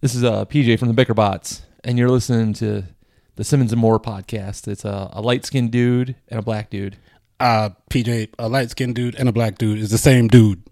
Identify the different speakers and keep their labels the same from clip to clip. Speaker 1: This is uh, PJ from the Bicker Bots, and you're listening to the Simmons and Moore podcast. It's uh, a light skinned dude and a black dude.
Speaker 2: Uh, PJ, a light skinned dude and a black dude is the same dude.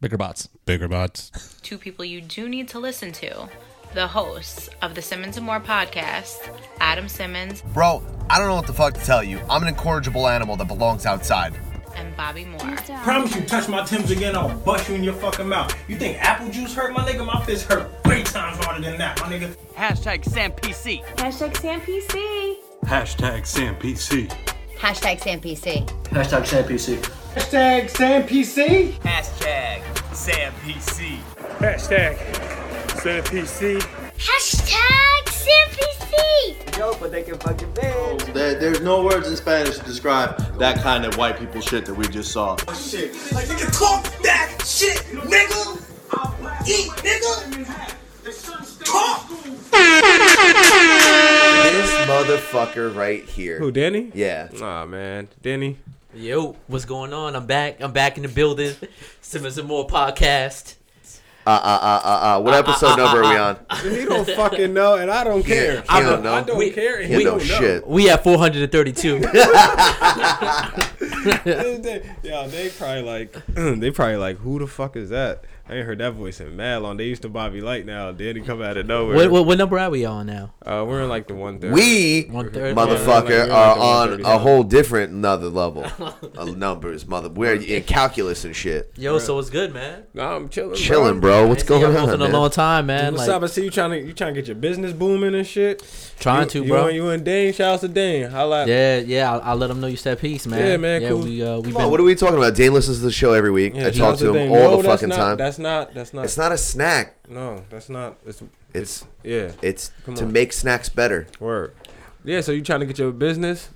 Speaker 1: Bicker Bots.
Speaker 2: Bigger bots.
Speaker 3: two people you do need to listen to the hosts of the Simmons and More podcast, Adam Simmons
Speaker 4: Bro, I don't know what the fuck to tell you. I'm an incorrigible animal that belongs outside.
Speaker 3: and Bobby Moore.
Speaker 5: Promise you touch my Tim's again, I'll bust you in your fucking mouth. You think apple juice hurt, my nigga? My fist hurt three times harder than that, my nigga.
Speaker 6: Hashtag SamPC.
Speaker 7: Hashtag SamPC.
Speaker 8: Hashtag SamPC.
Speaker 9: Hashtag SamPC.
Speaker 10: Hashtag SamPC.
Speaker 6: Hashtag SamPC.
Speaker 8: Hashtag SamPC.
Speaker 7: Hashtag SamPC.
Speaker 10: There, there's no words in Spanish to describe that kind of white people shit that we just saw.
Speaker 5: Shit. Like, nigga, talk that shit, nigga. Eat, nigga. Talk.
Speaker 4: This motherfucker right here.
Speaker 11: Who, Danny?
Speaker 4: Yeah.
Speaker 11: Nah, man. Danny?
Speaker 6: Yo, what's going on? I'm back. I'm back in the building. Simmons and More podcast.
Speaker 4: Uh, uh, uh, uh, uh. What episode number are we on?
Speaker 11: He don't fucking know, and I don't care.
Speaker 4: he
Speaker 11: I
Speaker 4: don't know.
Speaker 11: I don't
Speaker 6: We-
Speaker 11: care, and
Speaker 4: You
Speaker 11: he
Speaker 4: know
Speaker 11: don't know.
Speaker 4: shit.
Speaker 6: We at 432.
Speaker 11: They- yeah, they probably like, they probably like, who the fuck is that? I ain't heard that voice in mad long. They used to Bobby Light now. Danny come out of nowhere.
Speaker 6: what, what, what number are we on now?
Speaker 11: Uh, we're in like the one third.
Speaker 4: We,
Speaker 6: One third.
Speaker 11: Yeah,
Speaker 4: motherfucker,
Speaker 11: like-
Speaker 4: are
Speaker 11: like
Speaker 4: on
Speaker 11: the
Speaker 4: a whole different another level of numbers, mother. We're in calculus and shit.
Speaker 6: Yo, so what's good, man?
Speaker 11: Nah, I'm chilling.
Speaker 4: Chilling, bro. What's
Speaker 6: Ain't seen y'all
Speaker 4: going
Speaker 6: both
Speaker 4: on,
Speaker 6: in a
Speaker 4: man?
Speaker 6: long time, man.
Speaker 11: What's
Speaker 6: like,
Speaker 11: up? I see you trying to you trying to get your business booming and shit.
Speaker 6: Trying
Speaker 11: you,
Speaker 6: to,
Speaker 11: you
Speaker 6: bro.
Speaker 11: and- You and Dane. Shout out to Dane. Holla. at-
Speaker 6: Yeah, yeah. I'll, I'll let them know you said peace, man.
Speaker 11: Yeah, man,
Speaker 6: Yeah,
Speaker 11: cool.
Speaker 6: we uh, we've
Speaker 4: Come on,
Speaker 6: been
Speaker 4: what are we talking about? Dane listens to the show every week.
Speaker 11: Yeah,
Speaker 4: I
Speaker 11: shout
Speaker 4: talk
Speaker 11: out
Speaker 4: to him
Speaker 11: Dane.
Speaker 4: all
Speaker 11: No,
Speaker 4: the
Speaker 11: that's
Speaker 4: fucking
Speaker 11: not-
Speaker 4: time.
Speaker 11: That's not. That's not.
Speaker 4: It's not a snack.
Speaker 11: No, that's not. It's.
Speaker 4: It's
Speaker 11: Yeah.
Speaker 4: it's
Speaker 11: Come
Speaker 4: to
Speaker 11: on.
Speaker 4: make snacks better.
Speaker 11: Word. Yeah. So you trying to get your business?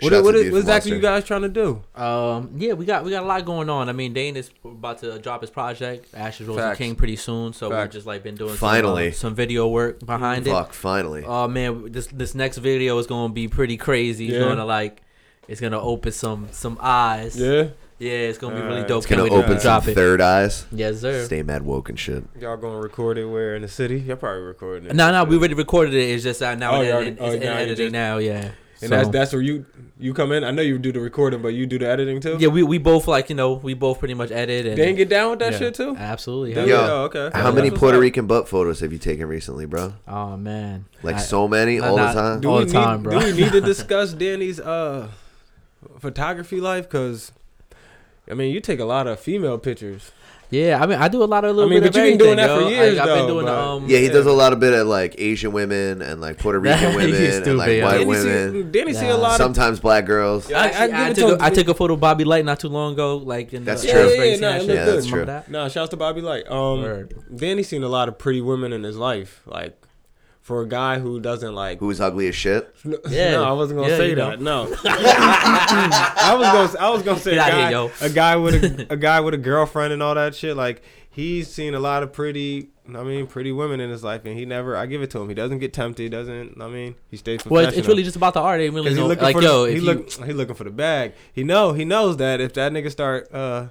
Speaker 4: Shout
Speaker 11: What,
Speaker 4: out
Speaker 11: what,
Speaker 4: to
Speaker 11: what,
Speaker 4: Dude
Speaker 11: what
Speaker 4: from
Speaker 11: exactly you
Speaker 4: Monster.
Speaker 11: guys trying to do?
Speaker 6: um yeah we got we got a lot going on. I mean Dane is about to drop his project Ashes Rose
Speaker 11: Facts.
Speaker 6: King pretty soon, so we've
Speaker 11: Facts.
Speaker 6: just like been doing some,
Speaker 4: Finally.
Speaker 6: uh, some, video work behind it.
Speaker 4: Fuck, finally.
Speaker 6: Oh man, this this next video is gonna be pretty crazy. It's
Speaker 11: Yeah.
Speaker 6: gonna like, it's gonna open some some eyes.
Speaker 11: Yeah.
Speaker 6: yeah, it's gonna be really
Speaker 11: Alright.
Speaker 6: dope.
Speaker 4: It's gonna
Speaker 6: Can't wait to
Speaker 4: open some
Speaker 6: drop it.
Speaker 4: third eyes.
Speaker 6: Yes, sir.
Speaker 4: Stay mad woke and shit.
Speaker 11: Y'all gonna record it where in the city? Y'all probably recording it.
Speaker 6: No, no, we already recorded it. It's just out now.
Speaker 11: Oh,
Speaker 6: and,
Speaker 11: you already-
Speaker 6: it's
Speaker 11: oh,
Speaker 6: in
Speaker 11: now you
Speaker 6: editing
Speaker 11: just-
Speaker 6: now. Yeah.
Speaker 11: And
Speaker 6: So-
Speaker 11: that's that's where you you come in. I know you do the recording, but you do the editing too.
Speaker 6: yeah. We, we both like you know we both pretty much edit and
Speaker 11: They ain't get down with that
Speaker 6: yeah.
Speaker 11: shit too.
Speaker 6: Absolutely.
Speaker 11: Dude.
Speaker 6: yeah.
Speaker 11: Yeah, oh, okay.
Speaker 4: How many
Speaker 11: That's what's
Speaker 4: Puerto
Speaker 11: up.
Speaker 4: Rican butt photos have you taken recently, bro?
Speaker 6: Oh man.
Speaker 4: Like
Speaker 6: I-
Speaker 4: so many
Speaker 6: I-
Speaker 4: all
Speaker 6: not-
Speaker 4: the time.
Speaker 11: Do
Speaker 6: all
Speaker 11: we
Speaker 6: the
Speaker 11: need,
Speaker 6: time, bro.
Speaker 11: Do we need to discuss Danny's uh photography life? Cause I mean, you take a lot of female pictures.
Speaker 6: Yeah, I mean, I do a lot of little.
Speaker 11: I mean,
Speaker 6: bit
Speaker 11: but
Speaker 6: of
Speaker 11: you been doing that for
Speaker 6: everything, yo.
Speaker 11: years,
Speaker 6: Like, I've been
Speaker 11: though,
Speaker 6: doing
Speaker 11: but-
Speaker 6: um.
Speaker 4: Yeah, he does a lot of bit of like Asian women and like Puerto Rican
Speaker 6: You
Speaker 4: women and
Speaker 6: stupid,
Speaker 4: like white
Speaker 11: Danny see,
Speaker 4: women.
Speaker 11: Danny see a
Speaker 6: Nah.
Speaker 11: lot of.
Speaker 4: Sometimes black girls.
Speaker 11: I- I
Speaker 6: Actually, I,
Speaker 11: give it to
Speaker 6: took
Speaker 11: him.
Speaker 6: a, I took a photo of Bobby Light not too long ago. Like in
Speaker 4: That's
Speaker 6: the, uh,
Speaker 4: true. Yeah,
Speaker 11: yeah, yeah, nah, it looked Yeah,
Speaker 4: that's
Speaker 6: Remember
Speaker 4: true.
Speaker 6: that?
Speaker 11: Nah, shouts to Bobby Light. Um,
Speaker 6: Word.
Speaker 11: Danny seen a lot of pretty women in his life. Like, for a guy who doesn't like
Speaker 4: Who's ugly as shit?
Speaker 11: No,
Speaker 6: Yeah.
Speaker 11: no, I wasn't gonna
Speaker 6: Yeah,
Speaker 11: say
Speaker 6: you know.
Speaker 11: that. No, I was gonna, I was gonna say a
Speaker 6: Get outta
Speaker 11: guy,
Speaker 6: here, yo.
Speaker 11: a guy with a, a guy with a girlfriend and all that shit. Like he's seen a lot of pretty, I mean, pretty women in his life, and he never. I give it to him. He doesn't get tempted. He doesn't. I mean, he stays professional.
Speaker 6: Well, it's, it's really just about the art. They really
Speaker 11: Cause he
Speaker 6: know,
Speaker 11: looking
Speaker 6: like
Speaker 11: for
Speaker 6: yo,
Speaker 11: the,
Speaker 6: if
Speaker 11: he
Speaker 6: you,
Speaker 11: look, he looking for the bag. He know, he knows that if that nigga start uh,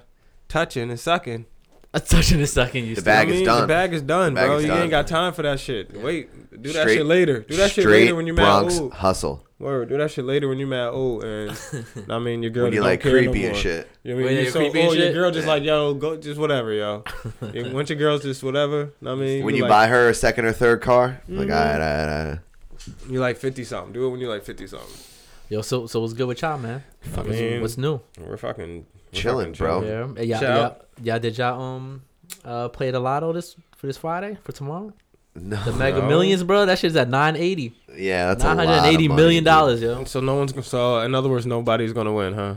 Speaker 11: touching and sucking,
Speaker 6: a touching and sucking you.
Speaker 4: The
Speaker 6: still-
Speaker 11: I
Speaker 4: bag is
Speaker 11: mean,
Speaker 4: done.
Speaker 11: The bag is done,
Speaker 4: The bag
Speaker 11: bro.
Speaker 4: is
Speaker 11: you
Speaker 4: done.
Speaker 11: ain't got time for that shit. Wait, do that
Speaker 4: Straight-
Speaker 11: shit later. Do that shit
Speaker 4: Straight
Speaker 11: later when you're mad.
Speaker 4: Bronx
Speaker 11: Ooh.
Speaker 4: hustle.
Speaker 11: Word, do that shit later when you mad old and I mean your girl
Speaker 4: When you
Speaker 11: don't
Speaker 4: like
Speaker 11: care no
Speaker 4: creepy and
Speaker 11: more.
Speaker 4: shit.
Speaker 11: You know what I
Speaker 6: When
Speaker 11: mean?
Speaker 6: you're
Speaker 11: You're so
Speaker 6: creepy and
Speaker 11: old, your
Speaker 6: shit?
Speaker 11: girl just like, yo, go just whatever, yo. Yeah, Once your girl's just whatever, know what I mean
Speaker 4: When you
Speaker 11: like, Mm-hmm.
Speaker 4: buy her a second or third car, like all right, all right, all right.
Speaker 11: you like fifty something. Do it when you like fifty something.
Speaker 6: Yo, so so what's good with y'all, man? What's-
Speaker 11: mean,
Speaker 6: what's new?
Speaker 11: We're fucking we're
Speaker 4: Chilling, bro.
Speaker 11: fucking chilling.
Speaker 6: Yeah, yeah,
Speaker 11: Shout
Speaker 6: yeah,
Speaker 11: out.
Speaker 6: yeah. Did y'all um uh play the lotto this for this Friday for tomorrow? The
Speaker 4: No,
Speaker 6: Mega Millions, bro. That shit's at nine eighty.
Speaker 4: yeah, that's a
Speaker 6: Nine
Speaker 4: lot.
Speaker 6: hundred eighty million dollars, yo.
Speaker 11: So no one's gonna so in other words, nobody's gonna win, huh?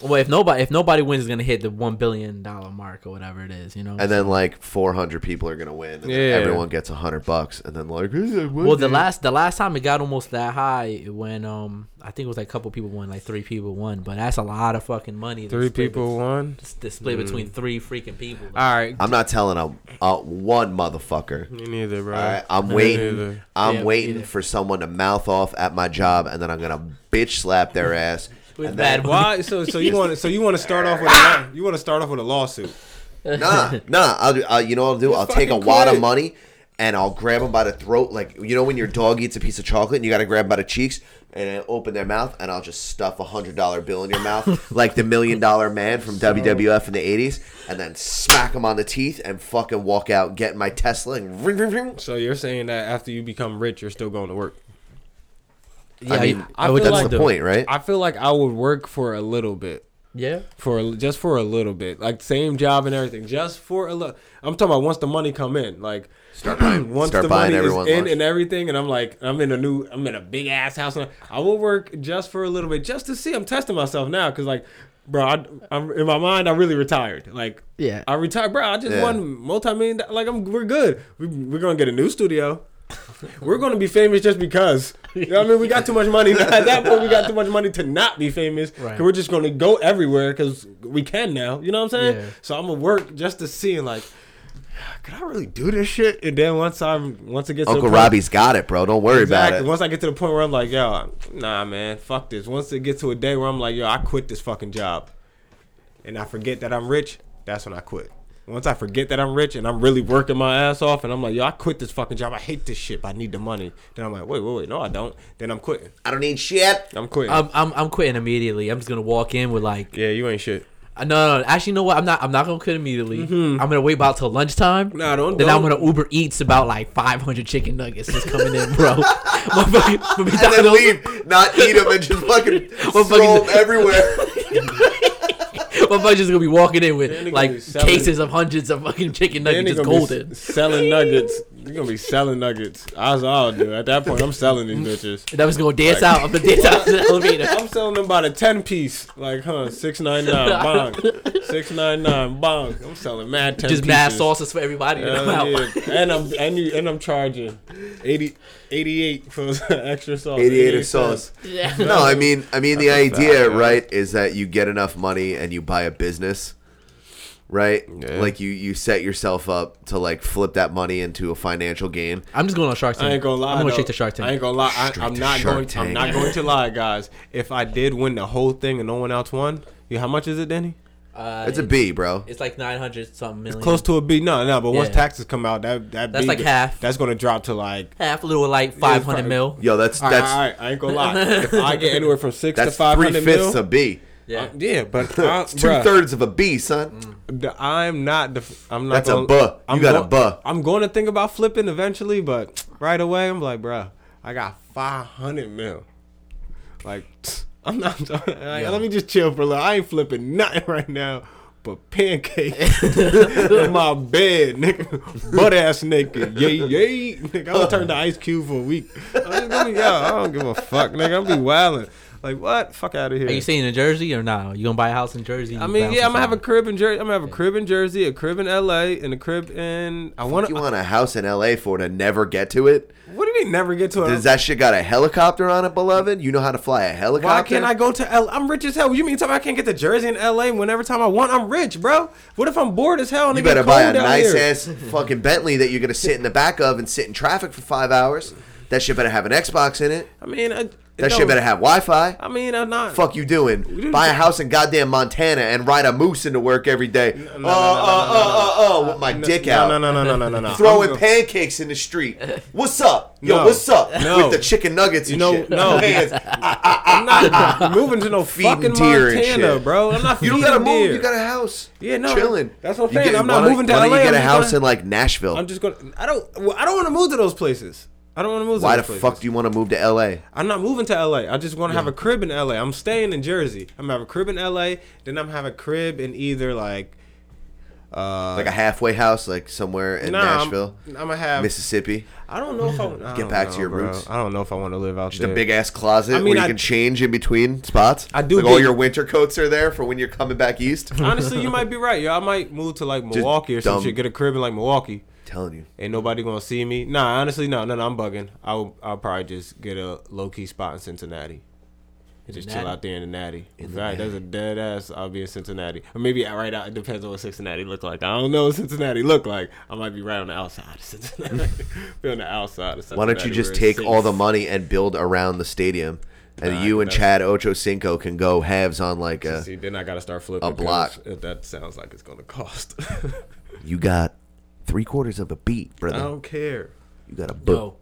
Speaker 6: Well, if nobody if nobody wins, it's gonna hit the one billion dollar mark or whatever it is, you know.
Speaker 4: And then like 400 people are gonna win. And
Speaker 11: Yeah.
Speaker 4: then everyone gets 100 bucks, and then like,
Speaker 6: well, the last the last time it got almost that high when um I think it was like a couple people won, like three people won, but that's a lot of fucking money. to
Speaker 11: Three
Speaker 6: split
Speaker 11: people
Speaker 6: bet-
Speaker 11: won.
Speaker 6: s- to split between
Speaker 11: Mm.
Speaker 6: three freaking people.
Speaker 11: All right.
Speaker 4: I'm not telling a, a one motherfucker.
Speaker 11: Me neither, bro.
Speaker 4: All right, I'm
Speaker 11: Me
Speaker 4: waiting.
Speaker 11: neither.
Speaker 4: I'm
Speaker 6: Yeah,
Speaker 4: waiting
Speaker 6: either.
Speaker 4: for someone to mouth off at my job, and then I'm gonna bitch slap their ass.
Speaker 6: With
Speaker 4: and
Speaker 6: bad
Speaker 4: then-
Speaker 6: money.
Speaker 11: Why? So, so you want to? So you want to start off with a law- you want to start off with a lawsuit?
Speaker 4: Nah, nah. I'll do. Uh, you know what I'll do? I'll take a
Speaker 11: fucking
Speaker 4: wad of
Speaker 11: quit.
Speaker 4: money, and I'll grab them by the throat, like you know when your dog eats a piece of chocolate and you gotta grab 'em by the cheeks and I open their mouth and I'll just stuff a hundred dollar bill in your mouth, like the million dollar man from WWF in the eighties, and then smack them on the teeth and fucking walk out, get in my Tesla and ring ring ring.
Speaker 11: So you're saying that after you become rich, you're still going to work?
Speaker 4: Yeah, I mean, I would- that's the point, right?
Speaker 11: I feel like I would work for a little bit.
Speaker 6: Yeah.
Speaker 11: for a, just for a little bit, like same job and everything, just for a little. I'm talking about once the money come in, like
Speaker 4: Start buying-
Speaker 11: once
Speaker 4: start
Speaker 11: the
Speaker 4: buying
Speaker 11: money is
Speaker 4: everyone
Speaker 11: in
Speaker 4: lunch.
Speaker 11: and everything, and I'm like, I'm in a new, I'm in a big ass house. Now. I will work just for a little bit, just to see. I'm testing myself now, cause like, bro, I, I'm in my mind, I really retired. Like,
Speaker 6: Yeah.
Speaker 11: I retired, bro. I just
Speaker 4: Yeah.
Speaker 11: won multi million. Like, I'm we're good. We, we're gonna get a new studio. We're gonna be famous just because. You know what I mean? We got too much money. At that point, we got too much money to not be famous. 'cause
Speaker 6: Right.
Speaker 11: We're just gonna go everywhere because we can now. You know what I'm saying?
Speaker 6: Yeah.
Speaker 11: So I'm gonna work just to see like, could I really do this shit? And then once I'm once I get to the
Speaker 4: Uncle
Speaker 11: point-
Speaker 4: Robbie's got it, bro. Don't worry
Speaker 11: Exactly.
Speaker 4: about
Speaker 11: Once I get to the point where I'm like, yo, nah, man, fuck this. Once it gets to a day where I'm like, yo, I quit this fucking job, and I forget that I'm rich, that's when I quit. Once I forget that I'm rich and I'm really working my ass off, and I'm like, yo, I quit this fucking job. I hate this shit, but I need the money. Then I'm like, wait, wait, wait, no, I don't. Then I'm quitting.
Speaker 4: it. I don't need shit.
Speaker 11: I'm quitting.
Speaker 6: I'm, I'm I'm quitting immediately. I'm just gonna walk in with like
Speaker 11: yeah, you ain't shit.
Speaker 6: Uh, No, no, no. Actually, you know what? I'm not. I'm not gonna quit immediately. I'm gonna wait about till lunchtime.
Speaker 11: Mm-hmm. Nah, don't-
Speaker 6: Then I'm
Speaker 11: don't.
Speaker 6: gonna Uber Eats about like 500 chicken nuggets that's coming in, bro. Motherfucking- from
Speaker 4: And then
Speaker 6: McDonald's.
Speaker 4: leave, not eat them, and just fucking
Speaker 6: Well,
Speaker 4: throw
Speaker 6: fucking-
Speaker 4: 'em everywhere.
Speaker 6: Motherfuckers just gonna be walking in with
Speaker 11: Then they gonna be
Speaker 6: like
Speaker 11: selling-
Speaker 6: cases of hundreds of fucking chicken
Speaker 11: Then
Speaker 6: nuggets
Speaker 11: they
Speaker 6: just
Speaker 11: gonna be
Speaker 6: golden.
Speaker 11: s- selling nuggets. You're gonna be selling nuggets. As I'll do. At that point, I'm selling these bitches.
Speaker 6: And I'm just gonna dance out. I'm gonna dance out to the elevator.
Speaker 11: I'm selling them by the ten piece, like huh, six nine nine bong, six nine nine bong. I'm selling mad ten
Speaker 6: Just
Speaker 11: pieces.
Speaker 6: mad sauces for everybody. and I'm
Speaker 11: Hell
Speaker 6: out.
Speaker 11: yeah. And I'm and you and I'm charging 80, 88 for extra sauce.
Speaker 4: 88 of
Speaker 11: cents.
Speaker 4: sauce. No, I mean, I mean, the
Speaker 11: That's a
Speaker 4: idea,
Speaker 11: fact, yeah.
Speaker 4: right, is that you get enough money and you buy a business, right?
Speaker 11: Yeah.
Speaker 4: Like you, you set yourself up to like flip that money into a financial gain.
Speaker 6: I'm just going on Shark Tank.
Speaker 11: I ain't gonna lie.
Speaker 6: I'm going
Speaker 11: though.
Speaker 6: straight to Shark Tank.
Speaker 11: I ain't gonna lie. I, I'm
Speaker 4: to
Speaker 11: not
Speaker 4: Shark
Speaker 11: going.
Speaker 4: Tank.
Speaker 11: I'm not going to lie, guys. If I did win the whole thing and no one else won, yeah, how much is it, Denny?
Speaker 6: uh,
Speaker 4: It's a B, bro.
Speaker 6: It's like 900 something million.
Speaker 11: Close to a B. No, no. But once
Speaker 6: Yeah.
Speaker 11: taxes come out, that that
Speaker 6: That's
Speaker 11: B,
Speaker 6: like half.
Speaker 11: That's gonna drop to like.
Speaker 6: half a little like 500 mil.
Speaker 4: Yo, that's
Speaker 11: All right, all
Speaker 4: that's
Speaker 11: right, I ain't gonna lie. If I get anywhere from six to
Speaker 4: that's
Speaker 11: five
Speaker 4: three
Speaker 11: hundred
Speaker 4: fifths
Speaker 11: mil,
Speaker 4: of B.
Speaker 6: Yeah.
Speaker 11: Uh, yeah, but I,
Speaker 4: It's two thirds of a B, son.
Speaker 11: The- I'm not. The, I'm not.
Speaker 4: That's a
Speaker 11: gonna-
Speaker 4: buh. You
Speaker 11: I'm
Speaker 4: got a
Speaker 11: go-
Speaker 4: buh.
Speaker 11: I'm going to think about flipping eventually, but right away I'm like, bruh, I got 500 mil. Like, I'm not. like, Let me just chill for a little. I ain't flipping nothing right now. But pancakes in my bed, nigga, butt ass naked, yay yay, nigga. I'm gonna turn to Ice Cube for a week. I'm just gonna be, yo, I don't give a fuck, nigga. I'm be wildin'. Like what? Fuck out of here.
Speaker 6: Are you staying in Jersey or not? You gonna buy a house in Jersey?
Speaker 11: I
Speaker 6: You
Speaker 11: mean,
Speaker 6: bounce
Speaker 11: yeah, I'm gonna
Speaker 6: inside.
Speaker 11: have a crib in Jersey. I'm gonna have a crib in Jersey, a crib in LA, and a crib in. I want
Speaker 4: You
Speaker 11: to.
Speaker 4: want a house in L.A. for to never get to it?
Speaker 11: What do you mean never get to a?
Speaker 4: Does that shit got a helicopter on it, beloved? You know how to fly a helicopter?
Speaker 11: Why can't I go to L? I'm rich as hell. You mean tell me I can't get to Jersey and LA whenever time I want? I'm rich, bro. What if I'm bored as hell and
Speaker 4: You
Speaker 11: it get
Speaker 4: better buy a
Speaker 11: cold out
Speaker 4: nice
Speaker 11: here?
Speaker 4: ass fucking Bentley that you're gonna sit in the back of and sit in traffic for five hours. That shit better have an Xbox in it.
Speaker 11: I mean, I,
Speaker 4: That shit better have Wi-Fi.
Speaker 11: I mean, I'm not.
Speaker 4: fuck you doing?
Speaker 11: didn't
Speaker 4: Buy a
Speaker 11: say-
Speaker 4: house in goddamn Montana and ride a moose into work every day. Oh, oh, oh, oh, oh, with my
Speaker 11: No,
Speaker 4: dick
Speaker 11: no,
Speaker 4: out.
Speaker 11: No, no, no, no, no, no, no.
Speaker 4: Throwing
Speaker 11: I'm-
Speaker 4: pancakes in the street. What's up? Yo,
Speaker 11: No.
Speaker 4: what's up?
Speaker 11: No.
Speaker 4: With the chicken nuggets and
Speaker 11: You know,
Speaker 4: shit.
Speaker 11: no.
Speaker 4: Hands.
Speaker 11: I'm not moving to no
Speaker 4: Feeding
Speaker 11: fucking
Speaker 4: deer and
Speaker 11: Montana,
Speaker 4: shit.
Speaker 11: bro. I'm not.
Speaker 4: You don't
Speaker 11: feeding
Speaker 4: gotta move.
Speaker 11: deer.
Speaker 4: You got a house.
Speaker 11: Yeah, no,
Speaker 4: Chilling.
Speaker 11: that's what I'm
Speaker 4: You
Speaker 11: saying. I'm not
Speaker 4: why don't-
Speaker 11: moving to
Speaker 4: Why don't
Speaker 11: LA,
Speaker 4: you get a
Speaker 11: I'm just
Speaker 4: house
Speaker 11: gonna-
Speaker 4: in like Nashville?
Speaker 11: I'm just gonna. I don't. well, I don't want to move to those places. I don't want to move.
Speaker 4: why the
Speaker 11: to those places.
Speaker 4: fuck do you want to move to LA?
Speaker 11: I'm not moving to LA. I just want to have a crib in LA. I'm staying in Jersey. I'm gonna have a crib in LA. Then I'm have a crib in either like uh
Speaker 4: Like a halfway house, like somewhere in
Speaker 11: nah,
Speaker 4: Nashville,
Speaker 11: I'm, I'm gonna have.
Speaker 4: Mississippi.
Speaker 11: I don't know if I I
Speaker 4: Get
Speaker 11: don't
Speaker 4: back to
Speaker 11: know,
Speaker 4: your
Speaker 11: bro.
Speaker 4: roots.
Speaker 11: I don't know if I want to live out
Speaker 4: Just
Speaker 11: there.
Speaker 4: a big ass closet
Speaker 11: I mean,
Speaker 4: where you
Speaker 11: I-
Speaker 4: can change in between spots.
Speaker 11: I do
Speaker 4: Like all
Speaker 11: get-
Speaker 4: your winter coats are there for when you're coming back east. I'm
Speaker 11: Honestly, you might be right. Yo, I might move to like Milwaukee or some
Speaker 4: dumb.
Speaker 11: shit. Get a crib in like Milwaukee.
Speaker 4: telling you.
Speaker 11: Ain't nobody gonna see me. Nah, honestly, no, no, no. I'm bugging. I'll I'll probably just get a low key spot in Cincinnati. And just chill
Speaker 6: Natty?
Speaker 11: out there in the natty. right, there's a dead ass. I'll be in Cincinnati, or maybe I- right out. It depends on what Cincinnati look like. I don't know what Cincinnati look like. I might be right on the outside of Cincinnati. be on the outside of Cincinnati.
Speaker 4: Why don't you just
Speaker 11: where it's
Speaker 4: take
Speaker 11: safe.
Speaker 4: all the money and build around the stadium, and
Speaker 11: Nah,
Speaker 4: you and
Speaker 11: that's-
Speaker 4: Chad Ochocinco can go halves on like uh, a.
Speaker 11: See, then I gotta start flipping
Speaker 4: block.
Speaker 11: pills. If that sounds like it's gonna cost.
Speaker 4: You got three quarters of a beat, brother.
Speaker 11: I don't care.
Speaker 4: You got a book.
Speaker 6: Yo,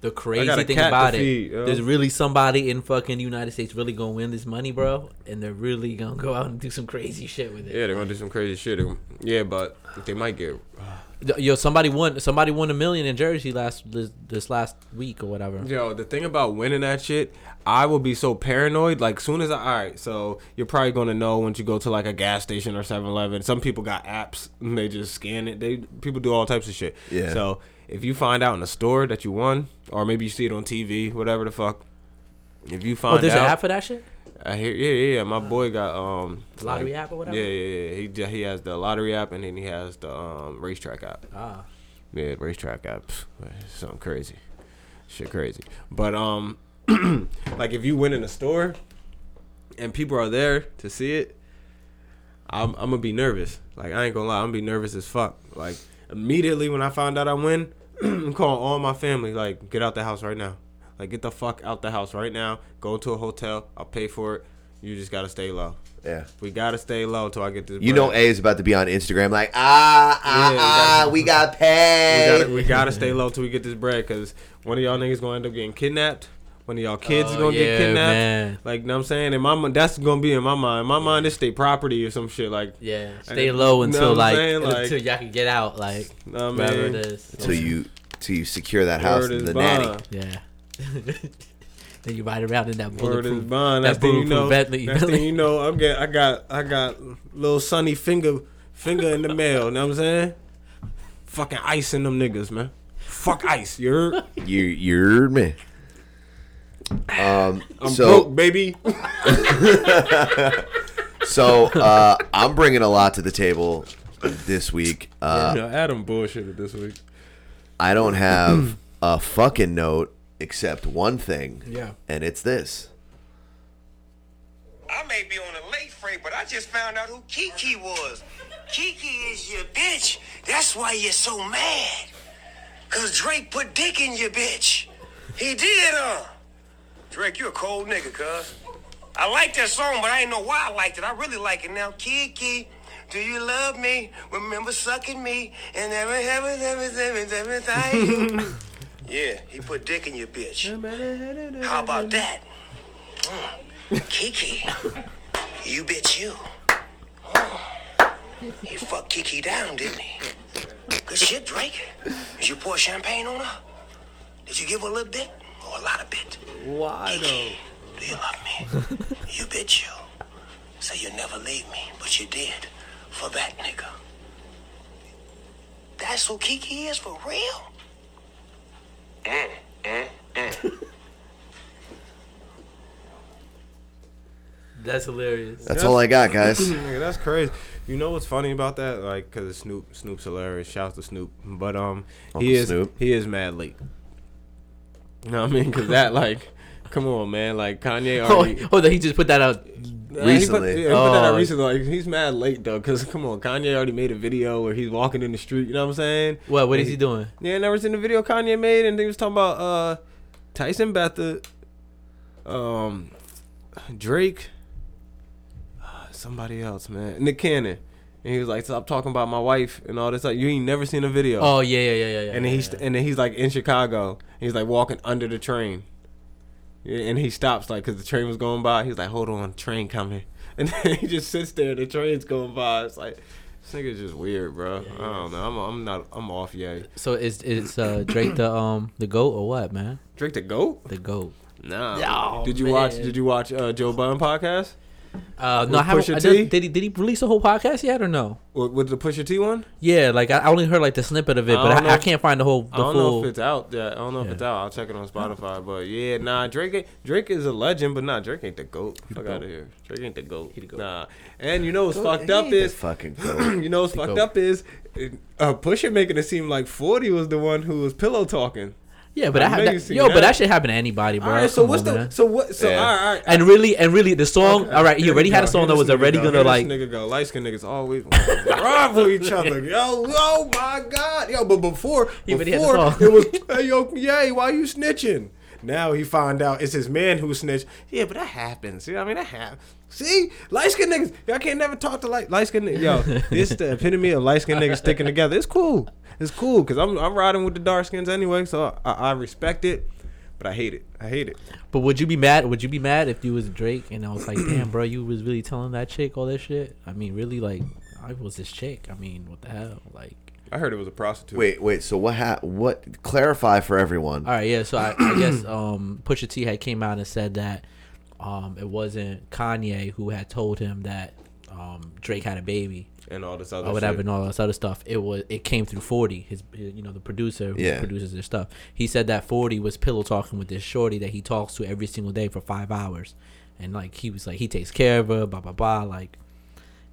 Speaker 6: the crazy
Speaker 11: got a
Speaker 6: thing
Speaker 11: cat to
Speaker 6: about it,
Speaker 11: feed, yo.
Speaker 6: there's really somebody in fucking United States really gonna win this money, bro, and they're really gonna go out and do some crazy shit with it.
Speaker 11: Yeah, they're gonna do some crazy shit. Yeah, but they might get.
Speaker 6: Yo, somebody won, somebody won a million in Jersey last this, this last week or whatever.
Speaker 11: Yo, the thing about winning that shit, I will be so paranoid. Like, soon as I, all right, so you're probably gonna know once you go to like a gas station or 7-Eleven. Some people got apps and they just scan it. They people do all types of shit.
Speaker 4: Yeah.
Speaker 11: So if you find out in a store that you won, or maybe you see it on TV, whatever the fuck. If you find
Speaker 6: Oh, there's
Speaker 11: out,
Speaker 6: an app for that shit.
Speaker 11: I hear, yeah, yeah, yeah. My boy got um
Speaker 6: Lottery app or whatever?
Speaker 11: Yeah, yeah, yeah. He j- he has the lottery app and then he has the um racetrack app.
Speaker 6: Ah,
Speaker 11: Yeah, racetrack apps. Something crazy, shit crazy. But um, like if you went in a store and people are there to see it, I'm I'm gonna be nervous. Like I ain't gonna lie, I'm gonna be nervous as fuck. Like immediately when I found out I win, I'm calling all my family. Like get out the house right now. Like get the fuck out the house right now. Go to a hotel. I'll pay for it. You just gotta stay low.
Speaker 4: Yeah.
Speaker 11: We gotta stay low until I get this.
Speaker 4: You know,
Speaker 11: bread.
Speaker 4: A is about to be on Instagram. Like, ah, ah,
Speaker 11: Yeah, we
Speaker 4: ah,
Speaker 11: gotta-
Speaker 4: we got
Speaker 11: We
Speaker 4: paid.
Speaker 11: gotta, we gotta stay low till we get this bread because one of y'all niggas gonna end up getting kidnapped. One of y'all kids is
Speaker 6: Oh,
Speaker 11: gonna
Speaker 6: yeah,
Speaker 11: get kidnapped.
Speaker 6: man.
Speaker 11: Like, know what I'm saying? In my mind, that's gonna be in my mind. In my mind, it's state property or some shit. Like,
Speaker 6: yeah.
Speaker 11: I-
Speaker 6: Stay low
Speaker 11: know
Speaker 6: until
Speaker 11: what I'm
Speaker 6: like,
Speaker 11: saying? Like-
Speaker 6: until y'all can get out, like
Speaker 11: Nah,
Speaker 6: whatever
Speaker 11: man.
Speaker 6: it is.
Speaker 4: till you, till you secure that house
Speaker 11: word
Speaker 4: and
Speaker 11: is
Speaker 4: the
Speaker 11: bond.
Speaker 4: nanny.
Speaker 6: Yeah. then you ride around in that
Speaker 11: Word is
Speaker 6: bulletproof.
Speaker 11: bond.
Speaker 6: that
Speaker 11: That's thing you
Speaker 6: bulletproof
Speaker 11: know.
Speaker 6: Bentley.
Speaker 11: That's thing you know. I'm get. I got. I got little sunny finger, finger in the mail. Know what I'm saying? Fucking ice in them niggas, man. Fuck ice. You heard?
Speaker 4: You, you're me. Um,
Speaker 11: I'm
Speaker 4: so, uh,
Speaker 11: broke, baby.
Speaker 4: so uh, I'm bringing a lot to the table this week. Uh,
Speaker 11: you know, Adam bullshitted this week.
Speaker 4: I don't have a fucking note except one thing.
Speaker 6: Yeah.
Speaker 4: And it's this.
Speaker 5: I may be on a late freight, but I just found out who Kiki was. Kiki is your bitch. That's why you're so mad. Cause Drake put dick in your bitch. He did, uh. Drake, you a cold nigga, cuz. I like that song, but I ain't know why I liked it. I really like it now. Kiki, do you love me? Remember sucking me and every, every, every, every, everything. yeah, he put dick in your bitch. How about that? Mm. Kiki, you bitch you. Oh. He fucked Kiki down, didn't he? Good shit, Drake. Did you pour champagne on her? Did you give her a little bit or a lot of bit?
Speaker 6: Why
Speaker 5: Kiki, do you love me? you bitch you. Say you never leave me, but you did. For that nigga. That's who Kiki is for real? Mm, mm, mm.
Speaker 6: That's hilarious.
Speaker 4: That's all I got, guys.
Speaker 11: Nigga, that's crazy. You know what's funny about that? Like, cause Snoop, Snoop's hilarious. Shouts to Snoop, but um,
Speaker 4: Uncle
Speaker 11: he is
Speaker 4: Snoop.
Speaker 11: he is mad late. You know what I mean? Cause that like, come on, man. Like Kanye
Speaker 6: Oh,
Speaker 11: already.
Speaker 6: oh, he just put that out.
Speaker 11: Nah, he put-
Speaker 4: Recently.
Speaker 11: yeah, he put that out
Speaker 6: Oh.
Speaker 11: recently. Like, he's mad late though, cause come on, Kanye already made a video where he's walking in the street. You know what I'm saying?
Speaker 6: What? What is he doing?
Speaker 11: Yeah, never seen the video Kanye made, and he was talking about uh, Tyson Bethard, um, Drake, uh, somebody else, man, Nick Cannon, and he was like, "Stop talking about my wife and all this." Like, you ain't never seen a video.
Speaker 6: Oh yeah, yeah, yeah, yeah. yeah
Speaker 11: and then
Speaker 6: yeah,
Speaker 11: he's
Speaker 6: yeah.
Speaker 11: and then he's like in Chicago. He's like walking under the train, Yeah, and he stops like because the train was going by. He's like, "Hold on, train coming," and then he just sits there. The train's going by. It's like. This nigga's just weird, bro. I don't know. I'm, I'm not. I'm off. Yeah.
Speaker 6: so is is uh, Drake the um the goat or what, man?
Speaker 11: Drake the goat?
Speaker 6: The goat.
Speaker 11: No.
Speaker 6: Oh,
Speaker 11: did you watch?
Speaker 6: man.
Speaker 11: Did you watch uh, Joe Budden podcast
Speaker 6: Uh, no,
Speaker 11: With
Speaker 6: I haven't.
Speaker 11: Pusha
Speaker 6: I
Speaker 11: T?
Speaker 6: did, did he did he release a whole podcast yet or no?
Speaker 11: with, with the Pusha T one?
Speaker 6: Yeah, like I, I only heard like the snippet of it,
Speaker 11: I
Speaker 6: but
Speaker 11: don't
Speaker 6: I, I
Speaker 11: know.
Speaker 6: can't find the whole the
Speaker 11: I don't
Speaker 6: full.
Speaker 11: know if it's out. Yet. I don't know if
Speaker 6: Yeah.
Speaker 11: it's out. I'll check it on Spotify. But yeah, nah, Drake. ain't- Drake is a legend, but nah, Drake ain't the goat. Fuck out of here. Drake ain't the goat. Nah. And you know what's fucked up
Speaker 4: The
Speaker 11: is
Speaker 4: fucking
Speaker 11: you know what's fucked
Speaker 6: goat.
Speaker 11: up is uh, Pusha making it seem like Forty was the one who was pillow talking.
Speaker 6: yeah, but
Speaker 11: I
Speaker 6: I had
Speaker 11: know you
Speaker 6: that,
Speaker 11: seen
Speaker 6: yo, but
Speaker 11: that.
Speaker 6: that should happen to anybody, bro.
Speaker 11: All right. So
Speaker 6: Come
Speaker 11: what's
Speaker 6: on,
Speaker 11: the?
Speaker 6: man.
Speaker 11: So what? So
Speaker 4: Yeah.
Speaker 11: all right. all right.
Speaker 6: and really, and really, the song.
Speaker 11: Okay.
Speaker 6: Oh, all right, he
Speaker 11: Here
Speaker 6: already
Speaker 11: we
Speaker 6: had
Speaker 11: go.
Speaker 6: a song
Speaker 11: Here
Speaker 6: that
Speaker 11: this
Speaker 6: was
Speaker 11: nigga
Speaker 6: already
Speaker 11: go.
Speaker 6: gonna
Speaker 11: Here
Speaker 6: like.
Speaker 11: This nigga go. Light skinned niggas always rival each other. Yo, oh my god, yo. But before,
Speaker 6: He already had the
Speaker 11: before
Speaker 6: song.
Speaker 11: it was hey, yo, yay. Why you snitching? Now he found out it's his man who snitched. Yeah, but that happens. You know what I mean? That happens. See, light skinned niggas, y'all can't never talk to light light skinned niggas. Yo, this the epitome of light skinned niggas sticking together. It's cool. It's cool because I'm I'm riding with the dark skins anyway, so I, I respect it, but I hate it. I hate it.
Speaker 6: But would you be mad? Would you be mad if you was Drake and I was like, damn, bro, you was really telling that chick all that shit? I mean, really, like, I was this chick. I mean, what the hell? Like,
Speaker 11: I heard it was a prostitute.
Speaker 4: Wait, wait. So what? Ha- what? Clarify for everyone.
Speaker 6: all right, yeah. So I, I guess um, Pusha T had came out and said that um, it wasn't Kanye who had told him that um, Drake had a baby.
Speaker 11: and all this other
Speaker 6: or whatever
Speaker 11: shit.
Speaker 6: and all this other stuff. It was it came through Forty, his you know the producer who
Speaker 4: Yeah.
Speaker 6: produces their stuff. He said that Forty was pillow talking with this shorty that he talks to every single day for five hours, and like he was like he takes care of her, blah blah blah, like,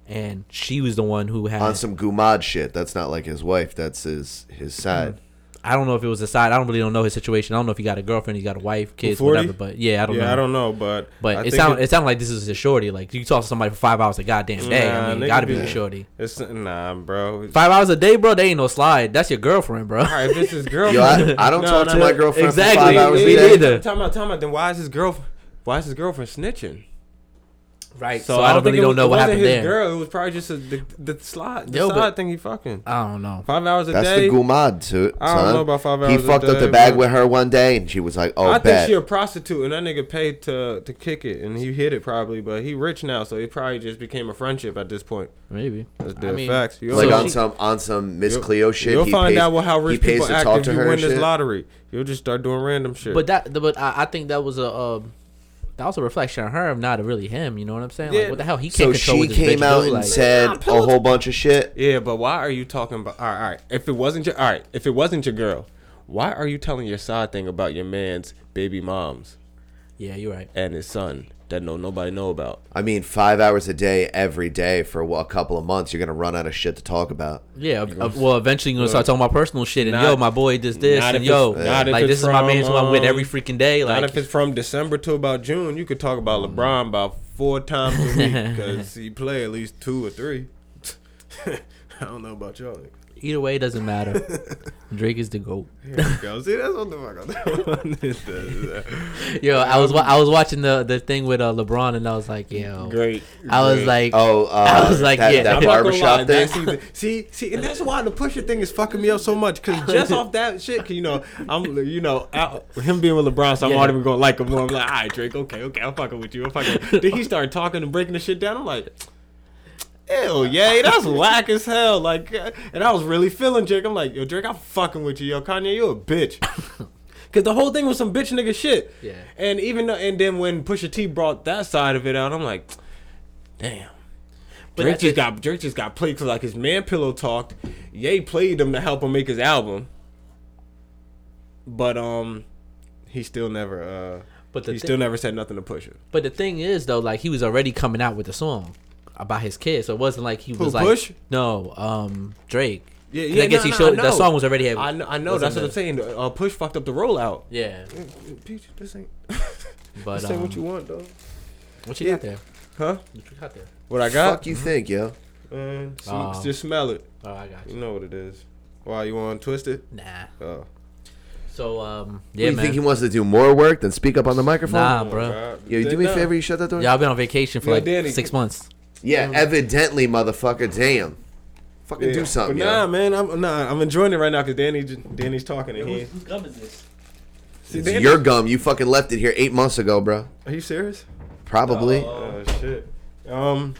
Speaker 6: and she was the one who had
Speaker 4: On some Gumad shit. That's not like his wife. That's his his side.
Speaker 6: I don't know if it was a side. I don't really don't know his situation. I don't know if he got a girlfriend, he got a wife, kids,
Speaker 11: 40?
Speaker 6: whatever. But yeah, I don't
Speaker 11: yeah,
Speaker 6: know.
Speaker 11: I don't know, but
Speaker 6: But
Speaker 11: I
Speaker 6: it
Speaker 11: think
Speaker 6: sounded it, sounded like this is a shorty. Like you talk to somebody for five hours a goddamn day.
Speaker 11: Nah,
Speaker 6: I mean,
Speaker 11: nigga
Speaker 6: it gotta be
Speaker 11: be-
Speaker 6: a shorty.
Speaker 11: It's nah, bro.
Speaker 6: Five hours a day, bro. They ain't no slide. That's your girlfriend, bro.
Speaker 11: All right, this is girlfriend.
Speaker 4: Yo, I, I don't
Speaker 11: No,
Speaker 4: talk
Speaker 11: no,
Speaker 4: to my girlfriend
Speaker 6: exactly.
Speaker 4: for five hours a
Speaker 6: Me
Speaker 4: day.
Speaker 6: neither.
Speaker 11: Time out, time out. Then why is his girlfriend? Why is his girlfriend snitching?
Speaker 6: Right. So, I don't
Speaker 11: think
Speaker 6: really
Speaker 11: it
Speaker 6: don't
Speaker 11: was-
Speaker 6: know
Speaker 11: it
Speaker 6: what
Speaker 11: wasn't
Speaker 6: happened
Speaker 11: his
Speaker 6: there.
Speaker 11: Girl, it was probably just a, the the slot, the
Speaker 6: Yo, but-
Speaker 11: slot thing he fucking.
Speaker 6: I don't know.
Speaker 11: Five hours a
Speaker 4: That's
Speaker 11: day.
Speaker 4: the Gumad, too.
Speaker 11: I don't
Speaker 4: son.
Speaker 11: know about five
Speaker 4: He
Speaker 11: hours a
Speaker 4: fucked up
Speaker 11: day,
Speaker 4: the bag
Speaker 11: but-
Speaker 4: with her one day, and she was like, "Oh,
Speaker 11: I think
Speaker 4: bet."
Speaker 11: she a prostitute, and that nigga paid to to kick it, and he hit it probably, but he rich now, so it probably just became a friendship at this point.
Speaker 6: Maybe.
Speaker 11: That's
Speaker 6: I
Speaker 11: the
Speaker 6: mean,
Speaker 11: facts. You
Speaker 4: like
Speaker 11: also-
Speaker 4: on some on some Miss
Speaker 11: You'll-
Speaker 4: Cleo shit.
Speaker 11: You'll
Speaker 4: he
Speaker 11: find
Speaker 4: pays-
Speaker 11: out well how
Speaker 4: he
Speaker 11: rich
Speaker 4: pays
Speaker 11: people
Speaker 4: to
Speaker 11: act
Speaker 4: talk
Speaker 11: if
Speaker 4: to
Speaker 11: you
Speaker 4: her
Speaker 11: win
Speaker 4: and
Speaker 11: this
Speaker 4: shit.
Speaker 11: lottery. You'll just start doing random shit.
Speaker 6: But that, but I, I think that was a uh, that was a reflection on her, not really him. You know what I'm saying?
Speaker 11: Yeah.
Speaker 6: Like, what the hell? He can't
Speaker 4: So
Speaker 6: control
Speaker 4: she
Speaker 6: what this
Speaker 4: came
Speaker 6: bitch
Speaker 4: out
Speaker 6: do,
Speaker 4: and
Speaker 6: like-
Speaker 4: said
Speaker 11: Nah,
Speaker 4: a
Speaker 11: pillow
Speaker 4: whole bunch of shit.
Speaker 11: Yeah, but why are you talking about? All right, all right. If it wasn't your, all right. If it wasn't your girl, why are you telling your side thing about your man's baby moms
Speaker 6: "Yeah, you're right."
Speaker 11: and his son that no nobody know about?
Speaker 4: I mean, five hours a day, every day for a couple of months, you're gonna run out of shit to talk about.
Speaker 6: Yeah. uh, well, eventually you're gonna start talking about personal shit and
Speaker 11: Not-
Speaker 6: yo, my boy, this, this,
Speaker 11: not
Speaker 6: and
Speaker 11: if it's-
Speaker 6: yo,
Speaker 11: not if
Speaker 6: like
Speaker 11: it's
Speaker 6: this is my
Speaker 11: from,
Speaker 6: man who I'm with every
Speaker 11: um,
Speaker 6: freaking day.
Speaker 11: Not
Speaker 6: Like,
Speaker 11: if it's from December to about June. You could talk about LeBron about four times a week because he play at least two or three. I don't know about y'all.
Speaker 6: either way, it doesn't matter. Drake is the goat.
Speaker 11: Here we go. See, that's what the fuck I'm
Speaker 6: Yo, I was wa- I was watching the the thing with uh, LeBron, and I was like, yo,
Speaker 11: Great.
Speaker 6: I was like,
Speaker 4: Oh, uh,
Speaker 6: I was like,
Speaker 4: that,
Speaker 6: yeah.
Speaker 4: that
Speaker 6: I'm not
Speaker 11: Barber
Speaker 4: barbershop thing.
Speaker 11: See, see, and that's why the pusher thing is fucking me up so much. Cause just off that shit, 'cause, you know, I'm, you know, out, him being with LeBron, so I'm
Speaker 6: Yeah.
Speaker 11: already gonna like him. more. I'm like, all right, Drake, okay, okay, I'm fucking with you. I'm fucking. then he started talking and breaking the shit down. I'm like. Ew, yay, that's whack as hell. Like, uh, and I was really feeling Drake. I'm like, yo, Drake, I'm fucking with you, yo, Kanye, you a bitch. Cause the whole thing was some bitch nigga shit.
Speaker 6: Yeah.
Speaker 11: And even though, and then when Pusha T brought that side of it out, I'm like, damn.
Speaker 6: But
Speaker 11: Drake
Speaker 6: that's
Speaker 11: just
Speaker 6: it.
Speaker 11: got Drake just got played 'cause, like his man pillow talked. Ye played him to help him make his album, but um, he still never uh,
Speaker 6: But
Speaker 11: but
Speaker 6: the
Speaker 11: he
Speaker 6: thi-
Speaker 11: still never said nothing to Pusha.
Speaker 6: But the thing is, though, like he was already coming out with a song about his kid, so it wasn't like he was like,
Speaker 11: Push?
Speaker 6: no, um, Drake.
Speaker 11: Yeah,
Speaker 6: 'Cause
Speaker 11: yeah,
Speaker 6: I guess
Speaker 11: no,
Speaker 6: he
Speaker 11: no,
Speaker 6: showed
Speaker 11: I know.
Speaker 6: that song was already. had-
Speaker 11: I know, I know
Speaker 6: was
Speaker 11: that's
Speaker 6: in
Speaker 11: what I'm
Speaker 6: the-
Speaker 11: saying. Uh, Push fucked up the rollout.
Speaker 6: Yeah,
Speaker 11: Peach, this ain't
Speaker 6: but
Speaker 11: this ain't
Speaker 6: um,
Speaker 11: what you want though,
Speaker 6: what you
Speaker 11: yeah.
Speaker 6: got there?
Speaker 11: huh?
Speaker 6: What you got there?
Speaker 11: What I got?
Speaker 4: Fuck you think, yo?
Speaker 11: Uh, sm-
Speaker 6: Um,
Speaker 11: just smell it.
Speaker 6: Oh, I got
Speaker 11: You
Speaker 6: you.
Speaker 11: know what it is. Why you want twisted?
Speaker 6: Nah.
Speaker 11: Oh,
Speaker 6: So um,
Speaker 4: Do
Speaker 6: yeah,
Speaker 4: you think he
Speaker 6: man.
Speaker 4: wants to do more work than speak up on the microphone?
Speaker 6: Nah, bro.
Speaker 4: Yo, do me a favor. You shut that door.
Speaker 6: Y'all been on vacation for
Speaker 11: Yo,
Speaker 6: like
Speaker 11: Danny.
Speaker 6: six months.
Speaker 4: Yeah, evidently, motherfucker. Damn. Fucking do something,
Speaker 11: But
Speaker 4: yo.
Speaker 11: nah, man, I'm nah, I'm enjoying it right now because Danny, j- Danny's talking and he.
Speaker 6: gum is this?
Speaker 11: See,
Speaker 4: It's your gum. You fucking left it here eight months ago, bro.
Speaker 11: Are you serious?
Speaker 4: Probably.
Speaker 11: Oh shit. Um.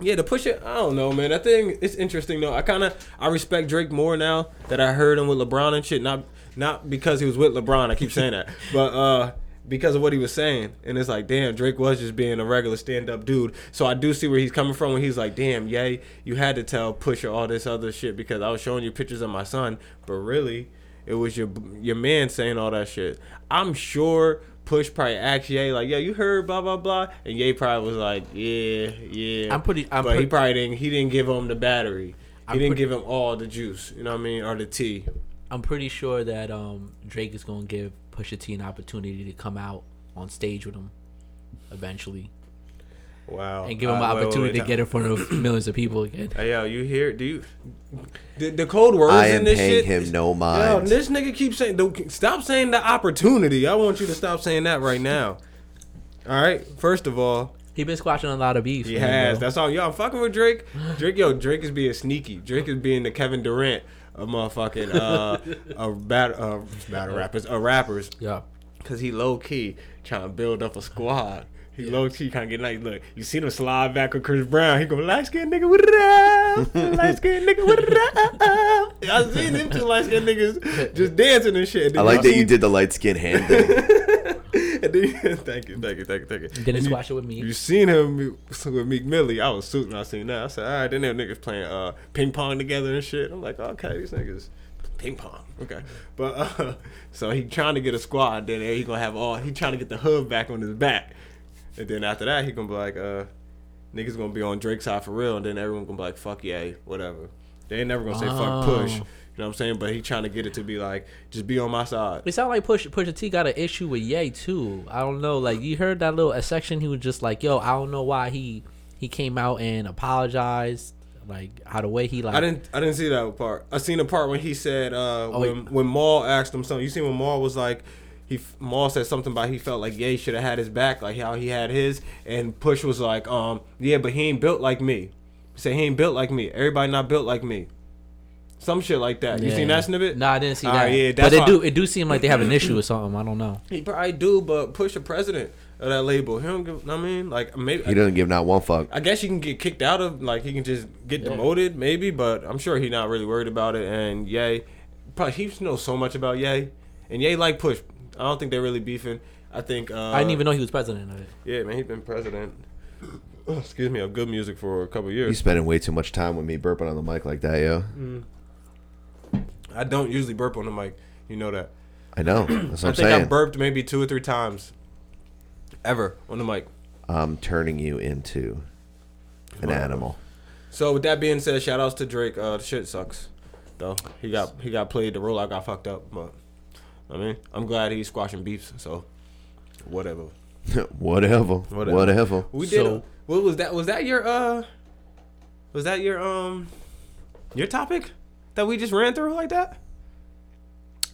Speaker 11: Yeah, to push it, I don't know, man. That thing, it's interesting though. I kind of, I respect Drake more now that I heard him with LeBron and shit. Not, not because he was with LeBron. I keep saying that, but uh, because of what he was saying. And it's like, damn, Drake was just being a regular stand-up dude. So I do see where he's coming from when he's like, damn, yay, you had to tell Pusher all this other shit because I was showing you pictures of my son, but really, it was your your man saying all that shit. I'm sure Push probably asked Ye like, "Yo, you heard blah blah blah," and Ye probably was like, "Yeah, yeah."
Speaker 6: I'm pretty- I'm
Speaker 11: but he
Speaker 6: pretty-
Speaker 11: probably didn't. He didn't give him the battery. He
Speaker 6: I'm
Speaker 11: didn't
Speaker 6: pretty-
Speaker 11: give him all the juice. You know what I mean, or the tea.
Speaker 6: I'm pretty sure that um Drake is gonna give Pusha T an opportunity to come out on stage with him, eventually.
Speaker 11: Wow.
Speaker 6: and give them
Speaker 11: Uh, wait,
Speaker 6: an
Speaker 11: wait,
Speaker 6: opportunity
Speaker 11: wait,
Speaker 6: to get in front of millions of people again.
Speaker 11: Hey, yo, you hear? Do you? The, the code words
Speaker 4: I am
Speaker 11: in this
Speaker 4: paying
Speaker 11: shit.
Speaker 4: him no
Speaker 11: Yo,
Speaker 4: mind.
Speaker 11: this nigga keeps saying, don't, stop saying the opportunity. I want you to stop saying that right now. All right. First of all,
Speaker 6: He been squashing a lot of beef.
Speaker 11: he
Speaker 6: man,
Speaker 11: has.
Speaker 6: bro.
Speaker 11: That's all. Y'all fucking with Drake. Drake, yo, Drake is being sneaky. Drake is being the Kevin Durant of motherfucking uh, a bat, uh, battle rappers, uh, rappers.
Speaker 6: yeah.
Speaker 11: Cause he low key trying to build up a squad. He low key kind of get nice. Look, you see him slide back with Chris Brown. He go light skinned nigga, what it up? Light skinned nigga, what it up? I seen them two light skinned niggas just dancing and shit. And
Speaker 4: I
Speaker 11: then
Speaker 4: like that you
Speaker 11: seen-
Speaker 4: did the light skin hand thing.
Speaker 11: and then- thank you, thank you, thank you, thank you.
Speaker 6: Didn't
Speaker 11: And you-
Speaker 6: squash it with me.
Speaker 11: You seen him with Meek Millie. I was suiting. I seen that. I said, all right, then them niggas playing uh, ping pong together and shit. I'm like, okay, these niggas ping pong. Okay, but uh, so he trying to get a squad. Then he gonna have all. He trying to get the hood back on his back. And then after that, he gonna be like, uh, niggas gonna be on Drake's side for real. And then everyone gonna be like, fuck yeah, whatever. They ain't never gonna say fuck
Speaker 6: Oh.
Speaker 11: push. You know what I'm saying? But he trying to get it to be like, just be on my side.
Speaker 6: It sound like Push Pusha T got an issue with Ye too. I don't know. Like you heard that little a section he was just like, "Yo, I don't know why he he came out and apologized." Like how the way he like
Speaker 11: I didn't. I didn't see that part. I seen the part when he said uh,
Speaker 6: Oh,
Speaker 11: when
Speaker 6: wait.
Speaker 11: when Maul asked him something. You seen when Maul was like, he Maul said something about he felt like Ye should have had his back, like how he had his, and Push was like, um, yeah, but he ain't built like me. He said he ain't built like me. Everybody not built like me. Some shit like that. You seen
Speaker 6: Yeah.
Speaker 11: that snippet?
Speaker 6: No, I didn't see
Speaker 11: All
Speaker 6: that.
Speaker 11: right, yeah,
Speaker 6: but
Speaker 11: that's
Speaker 6: it
Speaker 11: why-
Speaker 6: do it do seem like they have an issue with something. I don't know.
Speaker 11: He probably do, but Push the president of that label. He don't give. know what I mean, like maybe
Speaker 4: He doesn't give not one fuck.
Speaker 11: I guess you can get kicked out of like he can just get demoted maybe, but I'm sure he's not really worried about it. And Yay, probably he knows so much about Yay, and Yay like push. I don't think they're really beefing. I think uh,
Speaker 6: I didn't even know he was president of it.
Speaker 11: Yeah, man, he's been president. Excuse me, of good music for a couple
Speaker 4: You
Speaker 11: years.
Speaker 4: spending way too much time with me burping on the mic like that, yo.
Speaker 11: I don't usually burp on the mic. You know that.
Speaker 4: I know. That's what
Speaker 11: Mm. I
Speaker 4: I'm
Speaker 11: think I
Speaker 4: saying.
Speaker 11: burped maybe two or three times, ever on the mic.
Speaker 4: I'm turning you into an animal.
Speaker 11: So with that being said, shout outs to Drake. Uh, the shit sucks, though. He got he got played. The rollout got fucked up, but I mean, I'm glad he's squashing beefs. So whatever.
Speaker 4: Whatever.
Speaker 11: Whatever.
Speaker 4: Whatever.
Speaker 11: We did.
Speaker 6: So-
Speaker 11: what was that? Was that your uh? Was that your um? Your topic that we just ran through like that?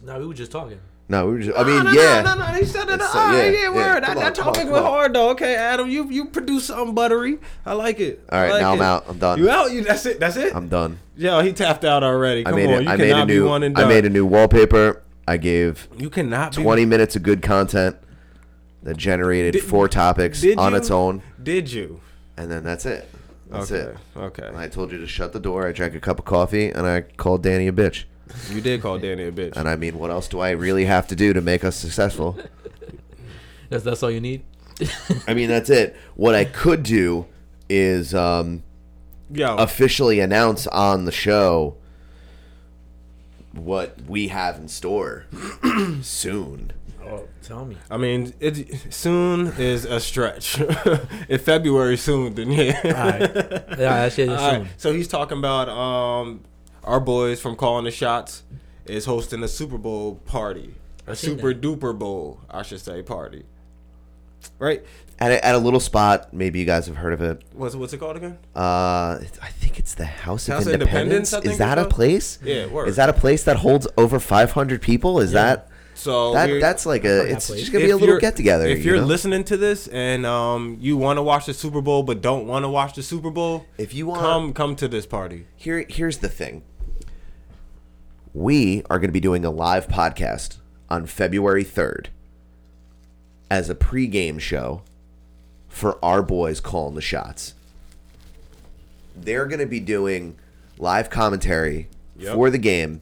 Speaker 6: No, we were just talking.
Speaker 4: No, we were just. I mean,
Speaker 11: no,
Speaker 4: yeah.
Speaker 11: No, no, no. He said it.
Speaker 4: It's, uh,
Speaker 11: oh, yeah,
Speaker 4: yeah,
Speaker 11: yeah,
Speaker 4: yeah.
Speaker 11: word. That,
Speaker 4: Come
Speaker 11: that
Speaker 4: on, come on,
Speaker 11: topic
Speaker 4: come
Speaker 11: went
Speaker 4: on.
Speaker 11: hard though. Okay, Adam, you you produced something buttery. I like it.
Speaker 4: All right,
Speaker 11: I like
Speaker 4: now I'm
Speaker 11: it.
Speaker 4: out. I'm done.
Speaker 11: You out? You that's it. That's it.
Speaker 4: I'm done.
Speaker 11: Yo, he tapped out already.
Speaker 4: I
Speaker 11: Come
Speaker 4: made
Speaker 11: on,
Speaker 4: it.
Speaker 11: you
Speaker 4: I made
Speaker 11: cannot
Speaker 4: a
Speaker 11: be
Speaker 4: new.
Speaker 11: one and done.
Speaker 4: I made a new wallpaper. I gave
Speaker 11: You cannot be-
Speaker 4: 20 minutes of good content that generated
Speaker 11: Did-
Speaker 4: four topics
Speaker 11: did
Speaker 4: on
Speaker 11: you?
Speaker 4: its own,
Speaker 11: Did you?
Speaker 4: and then that's it. That's
Speaker 11: okay.
Speaker 4: it.
Speaker 11: Okay.
Speaker 4: And I told you to shut the door. I drank a cup of coffee, and I called Danny a bitch.
Speaker 11: you did call Danny a bitch.
Speaker 4: And I mean, what else do I really have to do to make us successful?
Speaker 6: That's that's all you need.
Speaker 4: I mean, that's it. What I could do is um,
Speaker 11: Yo,
Speaker 4: officially announce on the show what we have in store soon.
Speaker 6: Tell me.
Speaker 11: I mean, it soon is a stretch. if February soon, then yeah.
Speaker 6: All right. yeah, that shit is
Speaker 11: All
Speaker 6: soon.
Speaker 11: right. So he's talking about um, our boys from Calling the Shots is hosting a Super Bowl party, a
Speaker 6: seen
Speaker 11: super
Speaker 6: that.
Speaker 11: duper bowl, I should say, party. Right?
Speaker 4: At a, at a little spot, maybe you guys have heard of it.
Speaker 11: What's what's it called again?
Speaker 4: Uh, it's- I think it's the House,
Speaker 11: House of
Speaker 4: of Independence.
Speaker 11: Independence, I think
Speaker 4: is that
Speaker 11: it's
Speaker 4: a
Speaker 11: called?
Speaker 4: place?
Speaker 11: Yeah, word.
Speaker 4: Is that a place that holds over 500 people? Is that
Speaker 11: So
Speaker 4: that
Speaker 11: Oh, we're-
Speaker 4: that's like a? It's
Speaker 6: place.
Speaker 4: just gonna be
Speaker 11: if
Speaker 4: a little
Speaker 11: you're-
Speaker 4: get together.
Speaker 11: If you're
Speaker 4: you know?
Speaker 11: listening to this and um, you want to watch the Super Bowl but don't want to watch the Super Bowl,
Speaker 4: If you want-
Speaker 11: come come to this party.
Speaker 4: here here's the thing. We are going to be doing a live podcast on February 3rd as a pregame show for our boys calling the shots. They're going to be doing live commentary
Speaker 11: Yep.
Speaker 4: for the game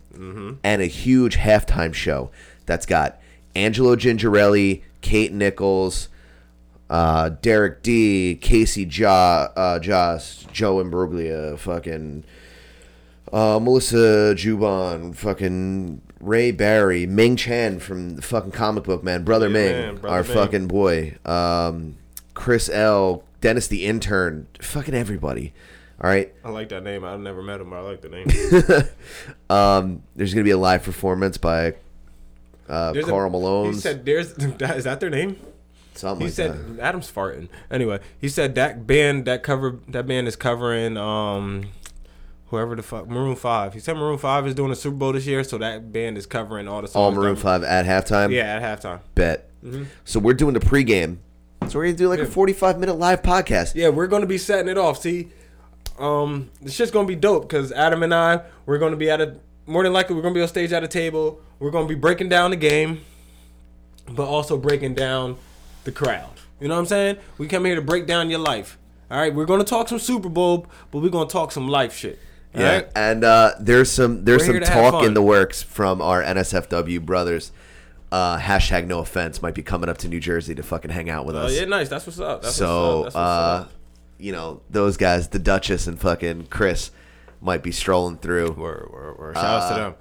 Speaker 4: and a huge halftime show that's got Angelo Gingerelli, Kate Nichols, uh, Derek D, Casey Ja, uh, Joss, Joe Imbruglia, fucking uh, Melissa Juban, fucking Ray Barry, Ming Chan from the fucking comic book man, brother
Speaker 11: Yeah,
Speaker 4: Ming,
Speaker 11: man, Brother
Speaker 4: our
Speaker 11: Ming.
Speaker 4: fucking boy, um, Chris L, Dennis the intern, fucking everybody. All right,
Speaker 11: I like that name. I've never met him, but I like the name.
Speaker 4: um, there's gonna be a live performance by uh,
Speaker 11: There's a-
Speaker 4: Carl Malone.
Speaker 11: He said, "There's that, is that their name?
Speaker 4: Something
Speaker 11: he
Speaker 4: like
Speaker 11: said Adam's farting. Anyway, he said that band that cover that band is covering um whoever the fuck Maroon Five. He said Maroon Five is doing a Super Bowl this year, so that band is covering all the songs.
Speaker 4: All Maroon
Speaker 11: that-
Speaker 4: Five at halftime.
Speaker 11: Yeah, at halftime.
Speaker 4: Bet. So we're doing the pregame. So we're gonna do like a
Speaker 11: Mm-hmm. Yeah.
Speaker 4: forty-five minute live podcast.
Speaker 11: Yeah, we're gonna be setting it off. See, um, this shit's gonna be dope because Adam and I we're gonna be at a more than likely we're gonna be on stage at a table. We're gonna be breaking down the game, but also breaking down the crowd. You know what I'm saying? We come here to break down your life. All right, we're gonna talk some Super Bowl, but we're gonna talk some life shit. All
Speaker 4: Yeah,
Speaker 11: right.
Speaker 4: and uh, there's some there's
Speaker 11: We're here
Speaker 4: some
Speaker 11: to have
Speaker 4: talk in
Speaker 11: fun.
Speaker 4: the works from our NSFW brothers. Uh, hashtag no offense might be coming up to New Jersey to fucking hang out with
Speaker 11: Oh
Speaker 4: us.
Speaker 11: yeah, nice. That's what's up. That's
Speaker 4: so,
Speaker 11: what's up. That's what's
Speaker 4: uh,
Speaker 11: up.
Speaker 4: you know those guys, the Duchess and fucking Chris, might be strolling through.
Speaker 11: Word, word, word. Shout outs
Speaker 4: uh,
Speaker 11: to them.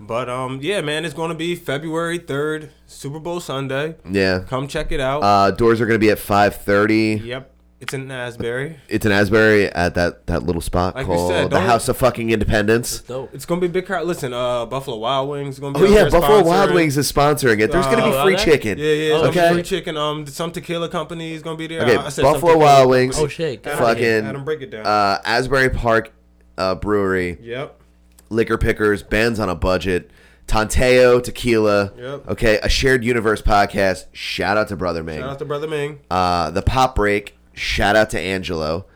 Speaker 11: But um, yeah, man, it's gonna be February third, Super Bowl Sunday.
Speaker 4: Yeah.
Speaker 11: Come check it out.
Speaker 4: Uh, doors are gonna be at five thirty.
Speaker 11: Yep, it's in Asbury.
Speaker 4: It's in Asbury at that, that little spot
Speaker 11: Like we
Speaker 4: called
Speaker 11: said,
Speaker 4: the
Speaker 11: don't-
Speaker 4: House of Fucking Independence.
Speaker 6: Dope.
Speaker 11: It's gonna be big crowd. Listen, uh, Buffalo Wild Wings is gonna be.
Speaker 4: Oh
Speaker 11: out
Speaker 4: yeah,
Speaker 11: there
Speaker 4: Buffalo
Speaker 11: sponsoring.
Speaker 4: Wild Wings is sponsoring it. There's gonna be
Speaker 6: Oh,
Speaker 4: free
Speaker 6: are they?
Speaker 4: chicken.
Speaker 11: Yeah, yeah. it's gonna be
Speaker 4: Okay.
Speaker 11: free chicken. Um, some tequila company is gonna be there.
Speaker 4: Okay,
Speaker 11: I- I said some
Speaker 4: Buffalo
Speaker 11: tequila
Speaker 4: Wild
Speaker 11: company.
Speaker 4: Wings.
Speaker 6: Oh, shit. Get outta
Speaker 4: Fucking
Speaker 6: here.
Speaker 11: Adam, break it down.
Speaker 4: Uh, Asbury Park uh, Brewery,
Speaker 11: Yep.
Speaker 4: liquor pickers, bands on a budget, Tanteo tequila.
Speaker 11: Yep.
Speaker 4: Okay, a shared universe podcast. Shout out to Brother Ming.
Speaker 11: Shout out to Brother Ming.
Speaker 4: uh, the pop break. Shout out to Angelo.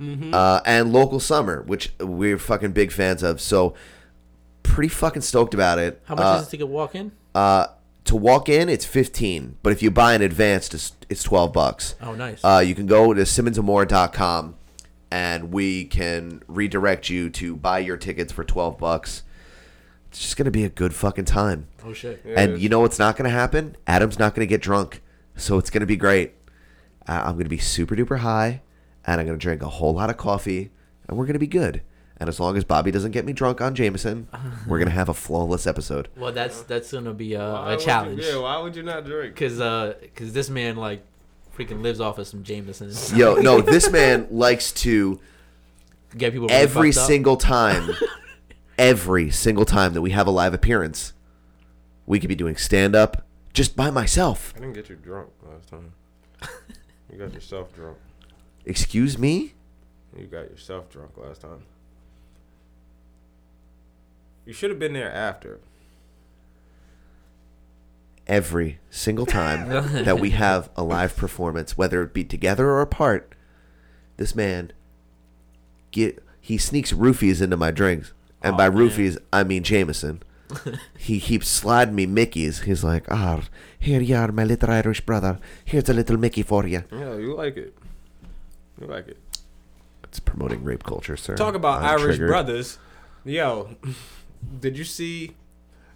Speaker 11: Mm-hmm.
Speaker 4: Uh, and local summer, which we're fucking big fans of. So pretty fucking stoked about it.
Speaker 6: How much
Speaker 4: Uh,
Speaker 6: is this to get walk in?
Speaker 4: uh, to walk in, it's fifteen, but if you buy in advance, it's it's twelve bucks.
Speaker 6: Oh, nice.
Speaker 4: Uh, you can go to simmonsandmore.com and we can redirect you to buy your tickets for twelve bucks. It's just gonna be a good fucking time.
Speaker 6: oh shit.
Speaker 4: and you know what's not gonna happen? Adam's not gonna get drunk, so it's gonna be great. Uh, I'm gonna be super duper high, and I'm gonna drink a whole lot of coffee, and we're gonna be good. And as long as Bobby doesn't get me drunk on Jameson, we're gonna have a flawless episode.
Speaker 6: Well, that's that's gonna be Oh, a,
Speaker 11: Why
Speaker 6: a
Speaker 11: would you-
Speaker 6: challenge.
Speaker 11: yeah. Why would you not drink?
Speaker 6: Cause uh, cause this man like freaking lives off of some Jameson.
Speaker 4: Yo, no, this man likes to
Speaker 6: Get people really
Speaker 4: every
Speaker 6: fucked up.
Speaker 4: single time, every single time that we have a live appearance, we could be doing stand up just by myself.
Speaker 11: I didn't get you drunk last time. You got yourself drunk.
Speaker 4: Excuse me?
Speaker 11: You got yourself drunk last time. You should have been there after.
Speaker 4: Every single time that we have a live performance, whether it be together or apart, this man get he sneaks roofies into my drinks. And by roofies, I mean Jameson. he keeps sliding me Mickeys. He's like, ah, here you are, my little Irish brother. Here's a little Mickey for you.
Speaker 11: Yeah, you like it. You like it.
Speaker 4: It's promoting rape culture, sir.
Speaker 11: Talk about
Speaker 4: I'm
Speaker 11: Irish
Speaker 4: triggered.
Speaker 11: brothers. Yo, did you see?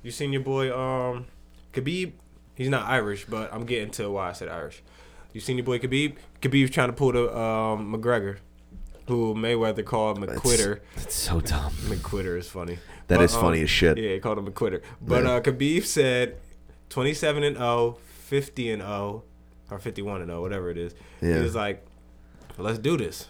Speaker 11: You seen your boy um Khabib? He's not Irish, but I'm getting to why I said Irish. You seen your boy Khabib? Khabib's trying to pull the um, McGregor, who Mayweather called
Speaker 4: That's-
Speaker 11: McQuitter.
Speaker 4: That's so dumb.
Speaker 11: McQuitter is funny.
Speaker 4: That
Speaker 11: That is
Speaker 4: is funny as shit.
Speaker 11: Yeah, he called him a quitter. But
Speaker 4: Yeah.
Speaker 11: uh, Khabib said 27 and 0, 50 and 0, or 51 and 0, whatever it is.
Speaker 4: Yeah.
Speaker 11: He was like, let's do this.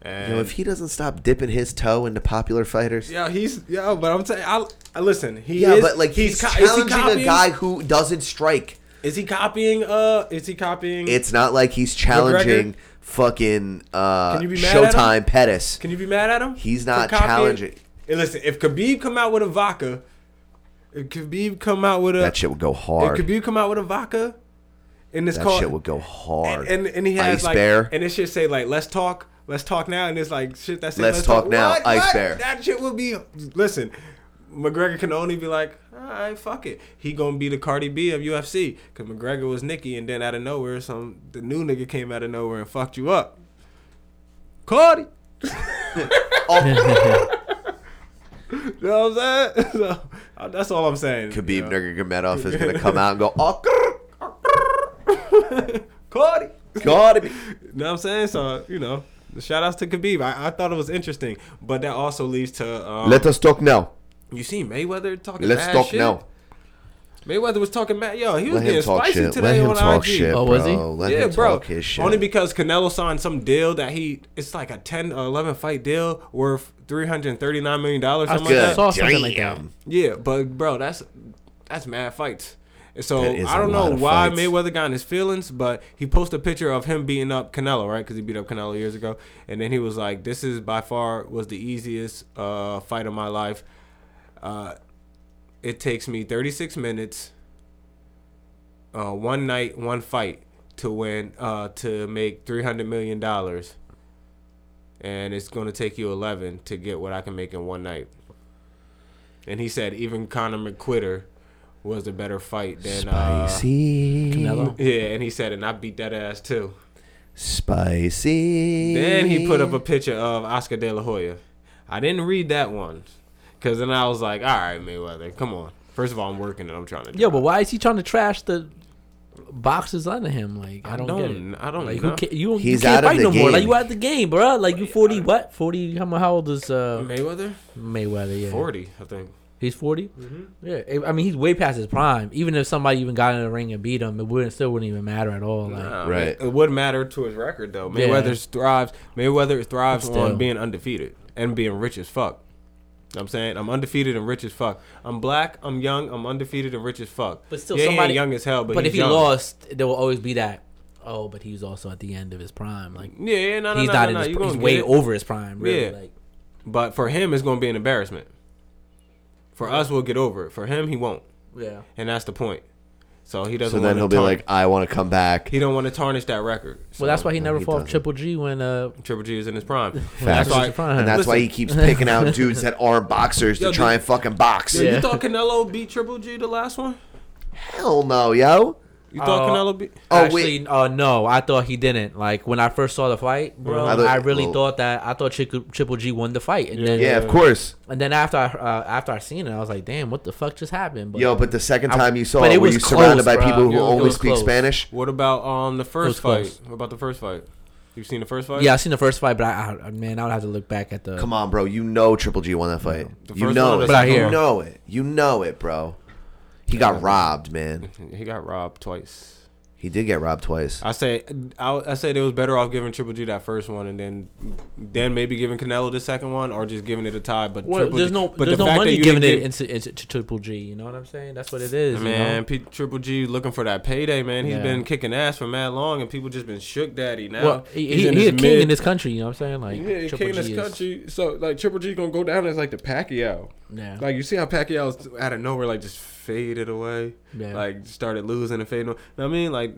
Speaker 11: And
Speaker 4: You know, if he doesn't stop dipping his toe into popular fighters, yeah,
Speaker 11: yeah, he's yeah, but I'm saying, I, I listen. He is,
Speaker 4: but like he's,
Speaker 11: co- is he
Speaker 4: challenging a
Speaker 11: copying-
Speaker 4: guy who doesn't strike.
Speaker 11: Is he copying? Uh, is he copying?
Speaker 4: It's not like he's challenging fucking uh,
Speaker 11: Can you be mad at
Speaker 4: Showtime
Speaker 11: him?
Speaker 4: Pettis.
Speaker 11: Can you be mad at him?
Speaker 4: He's
Speaker 11: for
Speaker 4: not
Speaker 11: copying?
Speaker 4: challenging.
Speaker 11: And listen, if Khabib come out with a vodka, if Khabib come out with a
Speaker 4: That shit would go hard.
Speaker 11: If Khabib come out with a vodka, and it's
Speaker 4: that
Speaker 11: called
Speaker 4: shit would go hard.
Speaker 11: and, and and he has
Speaker 4: Ice
Speaker 11: like
Speaker 4: Bear.
Speaker 11: and it should say like let's talk, let's talk now, and it's like shit that's it,
Speaker 4: Let's talk now,
Speaker 11: What?
Speaker 4: Ice
Speaker 11: What?
Speaker 4: Bear.
Speaker 11: That shit will be listen. McGregor can only be like, all right, fuck it. He gonna be the Cardi B of UFC because McGregor was Nicki, and then out of nowhere, some the new nigga came out of nowhere and fucked you up. Cardi,
Speaker 4: Oh.
Speaker 11: you know what I'm saying? so, uh, that's all I'm saying.
Speaker 4: Khabib
Speaker 11: you know?
Speaker 4: Nurmagomedov is gonna come out and go, oh, grr,
Speaker 11: Cardi.
Speaker 4: God.
Speaker 11: You know what I'm saying? So you know, shout outs to Khabib. I, I thought it was interesting, but that also leads to um,
Speaker 4: Let us talk now.
Speaker 11: You see Mayweather talking.
Speaker 4: Let's
Speaker 11: mad
Speaker 4: talk
Speaker 11: shit.
Speaker 4: now.
Speaker 11: Mayweather was talking mad. Yo, he was
Speaker 4: Let him
Speaker 11: getting
Speaker 4: talk
Speaker 11: spicy
Speaker 4: shit. Let
Speaker 11: today
Speaker 4: him
Speaker 11: on
Speaker 4: talk
Speaker 11: IG.
Speaker 4: shit,
Speaker 6: Oh, was he?
Speaker 4: bro. Let
Speaker 11: yeah,
Speaker 4: him
Speaker 11: bro.
Speaker 4: talk his shit.
Speaker 11: Only because Canelo signed some deal that he it's like a 10 or 11 fight deal worth 339 million dollars something
Speaker 4: Good
Speaker 11: like that.
Speaker 6: saw something like that.
Speaker 4: damn.
Speaker 11: Yeah, but bro, that's that's mad fights. And so
Speaker 4: That is
Speaker 11: I
Speaker 4: a
Speaker 11: don't know
Speaker 4: lot of
Speaker 11: why
Speaker 4: fights.
Speaker 11: Mayweather got in his feelings, but he posted a picture of him beating up Canelo, right? Because he beat up Canelo years ago, and then he was like, "This is by far was the easiest uh, fight of my life. Uh, it takes me 36 minutes, uh, one night, one fight to win uh, to make 300 million dollars." and it's going to take you 11 to get what I can make in one night. And he said even Conor McQuitter was a better fight than uh,
Speaker 4: Spicy.
Speaker 6: Canelo.
Speaker 11: yeah, and he said, and I beat that ass too.
Speaker 4: Spicy.
Speaker 11: Then he put up a picture of Oscar De La Hoya. I didn't read that one because then I was like, all right, Mayweather, come on. First of all, I'm working and I'm trying to.
Speaker 6: Yo, but why is he trying to trash the boxers under him? Like I
Speaker 11: I
Speaker 6: don't, get
Speaker 11: don't.
Speaker 6: it.
Speaker 11: I don't
Speaker 6: Like
Speaker 11: know.
Speaker 6: who ca- you, don't- you
Speaker 4: He's out
Speaker 6: can't
Speaker 4: of
Speaker 6: fight
Speaker 4: the
Speaker 6: no more. Like
Speaker 4: game.
Speaker 6: you out the game, bro. Like you forty what? Forty? How, mu- how old is uh,
Speaker 11: Mayweather,
Speaker 6: Mayweather? Yeah,
Speaker 11: forty, I think.
Speaker 6: He's 40
Speaker 11: Mm-hmm.
Speaker 6: Yeah, I mean he's way past his prime. Even if somebody even got in the ring and beat him, it wouldn't still wouldn't even matter at all. Like
Speaker 11: Nah,
Speaker 4: Right.
Speaker 11: Uh, It, it would matter to his record though.
Speaker 6: Yeah.
Speaker 11: Mayweather thrives. Mayweather thrives
Speaker 6: But still.
Speaker 11: on being undefeated and being rich as fuck. You know what I'm saying I'm undefeated and rich as fuck. I'm black. I'm young. I'm undefeated and rich as fuck.
Speaker 6: But still,
Speaker 11: Yeah, he ain't
Speaker 6: somebody
Speaker 11: young as hell. But,
Speaker 6: but
Speaker 11: he's
Speaker 6: if he
Speaker 11: young.
Speaker 6: lost, there will always be that. Oh, but he was also at the end of his prime. Like
Speaker 11: yeah, yeah, no, no,
Speaker 6: he's
Speaker 11: no,
Speaker 6: not
Speaker 11: no,
Speaker 6: in
Speaker 11: no,
Speaker 6: his.
Speaker 11: you
Speaker 6: pr-
Speaker 11: gonna
Speaker 6: He's
Speaker 11: get
Speaker 6: way
Speaker 11: it.
Speaker 6: over his prime. Really.
Speaker 11: Yeah.
Speaker 6: Like
Speaker 11: But for him, it's gonna be an embarrassment. For us, we'll get over it. For him, he won't,
Speaker 6: yeah.
Speaker 11: and that's the point. So he doesn't.
Speaker 4: So then
Speaker 11: wanna
Speaker 4: he'll be
Speaker 11: tarn-
Speaker 4: like, I want to come back.
Speaker 11: he don't want to tarnish that record. So
Speaker 6: Well, that's why he never
Speaker 4: he
Speaker 6: fought
Speaker 4: doesn't.
Speaker 6: Triple G when uh.
Speaker 11: Triple G is in his prime.
Speaker 4: Facts.
Speaker 11: That's why.
Speaker 6: his prime.
Speaker 4: and that's why he keeps picking out dudes that aren't boxers to
Speaker 11: Yo,
Speaker 4: try
Speaker 11: dude.
Speaker 4: and fucking box.
Speaker 11: Yo,
Speaker 6: Yeah.
Speaker 11: You thought Canelo beat Triple G the last one?
Speaker 4: Hell no, yo.
Speaker 11: You thought
Speaker 6: Uh,
Speaker 11: Canelo beat?
Speaker 4: Oh,
Speaker 6: Actually, uh, no, I thought he didn't. Like when I first saw the fight, bro,
Speaker 11: Mm-hmm.
Speaker 4: Mhm. I
Speaker 6: I,
Speaker 4: thought-
Speaker 6: really
Speaker 4: well-
Speaker 6: thought that I thought Chick- Triple G won the fight, and then
Speaker 4: Yeah, of course.
Speaker 6: and then after I uh, after I seen it, I was like, damn, what the fuck just happened?
Speaker 4: Yo, but the second
Speaker 6: I-
Speaker 4: time you saw
Speaker 6: but
Speaker 4: it,
Speaker 6: it
Speaker 4: were
Speaker 6: was
Speaker 4: you surrounded
Speaker 6: close,
Speaker 4: by
Speaker 6: bro.
Speaker 4: people who
Speaker 6: Yo, it
Speaker 4: only
Speaker 6: was
Speaker 4: speak
Speaker 6: close.
Speaker 4: Spanish?
Speaker 11: What about um the first fight?
Speaker 6: close.
Speaker 11: What about the first fight? You've seen the first fight?
Speaker 6: yeah, I seen the first fight, but I, I man, I would have to look back at the.
Speaker 4: Come on, bro. You know Triple G won that fight.
Speaker 11: The
Speaker 4: You
Speaker 11: first
Speaker 4: know
Speaker 11: one or
Speaker 4: it.
Speaker 11: the
Speaker 6: second
Speaker 4: You
Speaker 6: one?
Speaker 4: know it. You know it, bro. He got robbed, man.
Speaker 11: He got robbed twice.
Speaker 4: He did get robbed twice.
Speaker 11: I say I, I said it was better off giving Triple G that first one and then then maybe giving Canelo the second one or just giving it a tie. But
Speaker 6: Well,
Speaker 11: Triple
Speaker 6: there's
Speaker 11: G,
Speaker 6: no,
Speaker 11: but
Speaker 6: there's
Speaker 11: the
Speaker 6: no
Speaker 11: fact that
Speaker 6: money
Speaker 11: you
Speaker 6: given
Speaker 11: didn't
Speaker 6: it into, into to Triple G. You know what I'm saying? That's what it
Speaker 11: give-
Speaker 6: is,
Speaker 11: Man,
Speaker 6: man.
Speaker 11: P, Triple G looking for that payday, man. He's
Speaker 6: Yeah.
Speaker 11: been kicking ass for mad long, and people just been shook daddy. Now
Speaker 6: Well, he,
Speaker 11: he's
Speaker 6: he,
Speaker 11: in
Speaker 6: he
Speaker 11: his
Speaker 6: a king
Speaker 11: mid-
Speaker 6: in this country. You know what I'm saying? Like
Speaker 11: Yeah,
Speaker 6: Triple
Speaker 11: king in this
Speaker 6: G is-
Speaker 11: country. So like Triple G gonna go down as like the Pacquiao.
Speaker 6: Yeah.
Speaker 11: Like you see how Pacquiao's out of nowhere like just faded away.
Speaker 6: Yeah.
Speaker 11: Like started losing and fading. away. Know what I mean, like